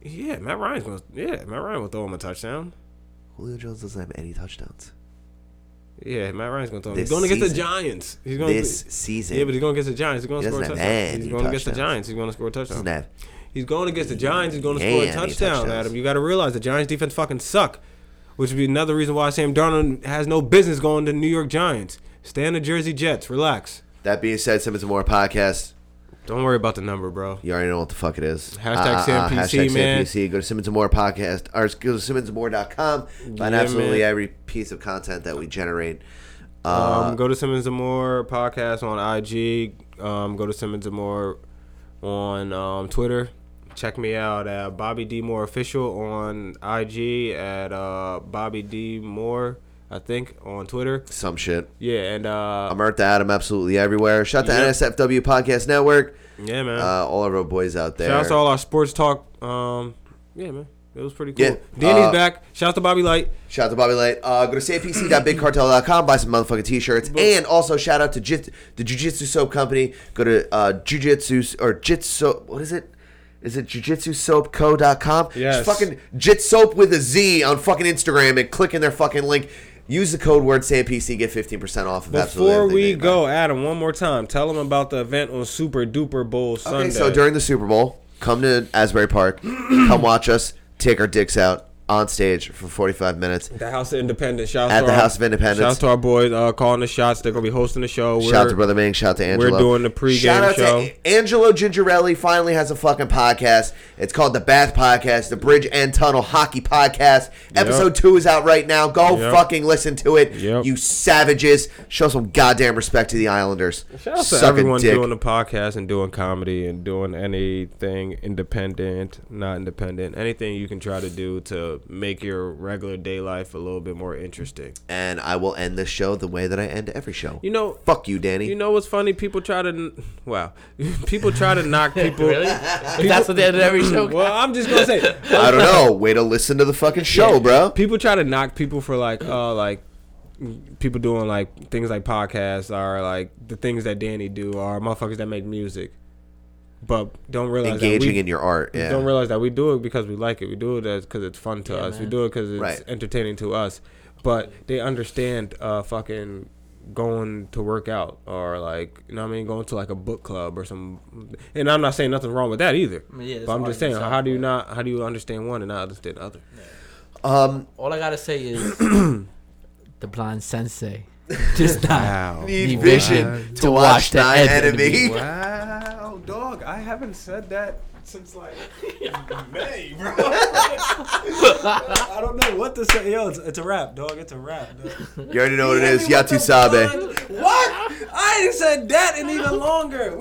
Speaker 11: Yeah, Matt Ryan's gonna. Yeah, Matt Ryan will throw him a touchdown.
Speaker 4: Julio Jones doesn't have any touchdowns
Speaker 11: Yeah, Matt Ryan's gonna throw him.
Speaker 4: This
Speaker 11: He's going to get the
Speaker 4: season.
Speaker 11: Giants. He's gonna
Speaker 4: this season.
Speaker 11: Yeah, but he's gonna get the Giants. He's gonna
Speaker 4: He
Speaker 11: score a
Speaker 4: doesn't
Speaker 11: touchdown.
Speaker 4: have any
Speaker 11: He's gonna get the
Speaker 4: touchdowns.
Speaker 11: Giants. He's gonna score a touchdown.
Speaker 4: doesn't have.
Speaker 11: He's going against the Giants. He's going to
Speaker 4: Yeah,
Speaker 11: score a
Speaker 4: and he
Speaker 11: touchdown,
Speaker 4: touchdowns.
Speaker 11: Adam. You got to realize the Giants defense fucking suck, which would be another reason why Sam Darnold has no business going to New York Giants. Stay on the Jersey Jets. Relax.
Speaker 4: That being said, Simmons and More podcast.
Speaker 11: Don't worry about the number, bro.
Speaker 4: You already know what the fuck it is.
Speaker 11: Hashtag
Speaker 4: Ah, ah, ah,
Speaker 11: SamPC, man.
Speaker 4: SamPC. Go to Simmons and More podcast or go to simmonsandmore.com. Find
Speaker 11: Yeah,
Speaker 4: absolutely
Speaker 11: man.
Speaker 4: every piece of content that we generate. Uh,
Speaker 11: um, go to Simmons and More podcast on IG. Um, go to Simmons and More on um, Twitter. Check me out at Bobby D Moore official on IG at uh, Bobby D Moore, I think on Twitter.
Speaker 4: Some shit.
Speaker 11: Yeah, and uh,
Speaker 4: I'm Earth to Adam absolutely everywhere. Shout out to
Speaker 11: Yep.
Speaker 4: NSFW Podcast Network.
Speaker 11: yeah, man.
Speaker 4: Uh, all of our boys out there.
Speaker 11: Shout out to all our sports talk. Um, yeah, man. It was pretty cool.
Speaker 4: Yeah.
Speaker 11: Danny's
Speaker 4: Uh,
Speaker 11: back. Shout out to Bobby Light.
Speaker 4: Shout out to Bobby Light. Uh, go to saypc.bigcartel.com, buy some motherfucking t-shirts, and also shout out to Jit, the Jiu-Jitsu Soap Company. Go to uh, Jiu-Jitsu or Jitsu. What is it? Is it jujitsusoapco.com?
Speaker 11: Yes.
Speaker 4: Just fucking jitsoap with a Z on fucking Instagram and click in their fucking link. Use the code word SAMPC, get 15% off of absolutely
Speaker 11: Before
Speaker 4: everything.
Speaker 11: we go, Adam, one more time, tell them about the event on Super Duper Bowl Sunday.
Speaker 4: Okay, so during the Super Bowl, come to Asbury Park, come watch us take our dicks out on stage for 45 minutes.
Speaker 11: the House of Independence, shout out
Speaker 4: At
Speaker 11: to
Speaker 4: the
Speaker 11: our-
Speaker 4: House of Independence.
Speaker 11: Shout out to our boys uh, calling the shots. They're gonna be hosting the show. We're,
Speaker 4: shout out to Brother Ming. Shout out to Angelo.
Speaker 11: We're doing the pregame
Speaker 4: Shout out
Speaker 11: show.
Speaker 4: To Angelo Gingerelli finally has a fucking podcast. It's called The Bath Podcast, the Bridge and Tunnel Hockey Podcast. Episode two is out right now. Go
Speaker 11: Yep.
Speaker 4: fucking listen to it, you savages. Show some goddamn respect to the Islanders.
Speaker 11: Shout out to
Speaker 4: Suck a
Speaker 11: everyone
Speaker 4: dick.
Speaker 11: doing the podcast and doing comedy and doing anything independent, not independent, anything you can try to do to make your regular day life a little bit more interesting.
Speaker 4: and I will end this show the way that I end every show.
Speaker 11: You know,
Speaker 4: fuck you, Danny.
Speaker 11: You know what's funny? People try to wow, people try to knock people.
Speaker 6: Really? If that's what they did every show.
Speaker 11: well, I'm just gonna say
Speaker 4: I don't know. Way to listen to the fucking show, bro.
Speaker 11: People try to knock people for like, oh, like people doing like things like podcasts or like the things that Danny do or motherfuckers that make music, but don't realize that
Speaker 4: Engaging
Speaker 11: we-
Speaker 4: in your art, yeah.
Speaker 11: Don't realize that we do it because we like it. We do it because it's fun to us. We do it because it's
Speaker 4: Right.
Speaker 11: entertaining to us. But they understand uh, fucking going to work out or like you know what I mean going to like a book club or some. And I'm not saying nothing's wrong with that either.
Speaker 6: I mean, yeah, it's
Speaker 11: but I'm
Speaker 6: art
Speaker 11: just
Speaker 6: in
Speaker 11: saying,
Speaker 6: itself,
Speaker 11: how do you not? How do you understand one and not understand the other?
Speaker 4: Um,
Speaker 6: All I gotta say is the blind sensei does not
Speaker 11: Wow.
Speaker 6: need,
Speaker 4: Need
Speaker 6: vision, to, watch, the
Speaker 4: thy
Speaker 6: enemy.
Speaker 4: enemy.
Speaker 11: Wow, dog! I haven't said that since like May, bro.
Speaker 13: I don't know what to say. Yo, it's, it's a wrap, dog. It's a wrap. Dog.
Speaker 4: You already know what it is. Yatu Sabe.
Speaker 13: What? I ain't said that in even longer.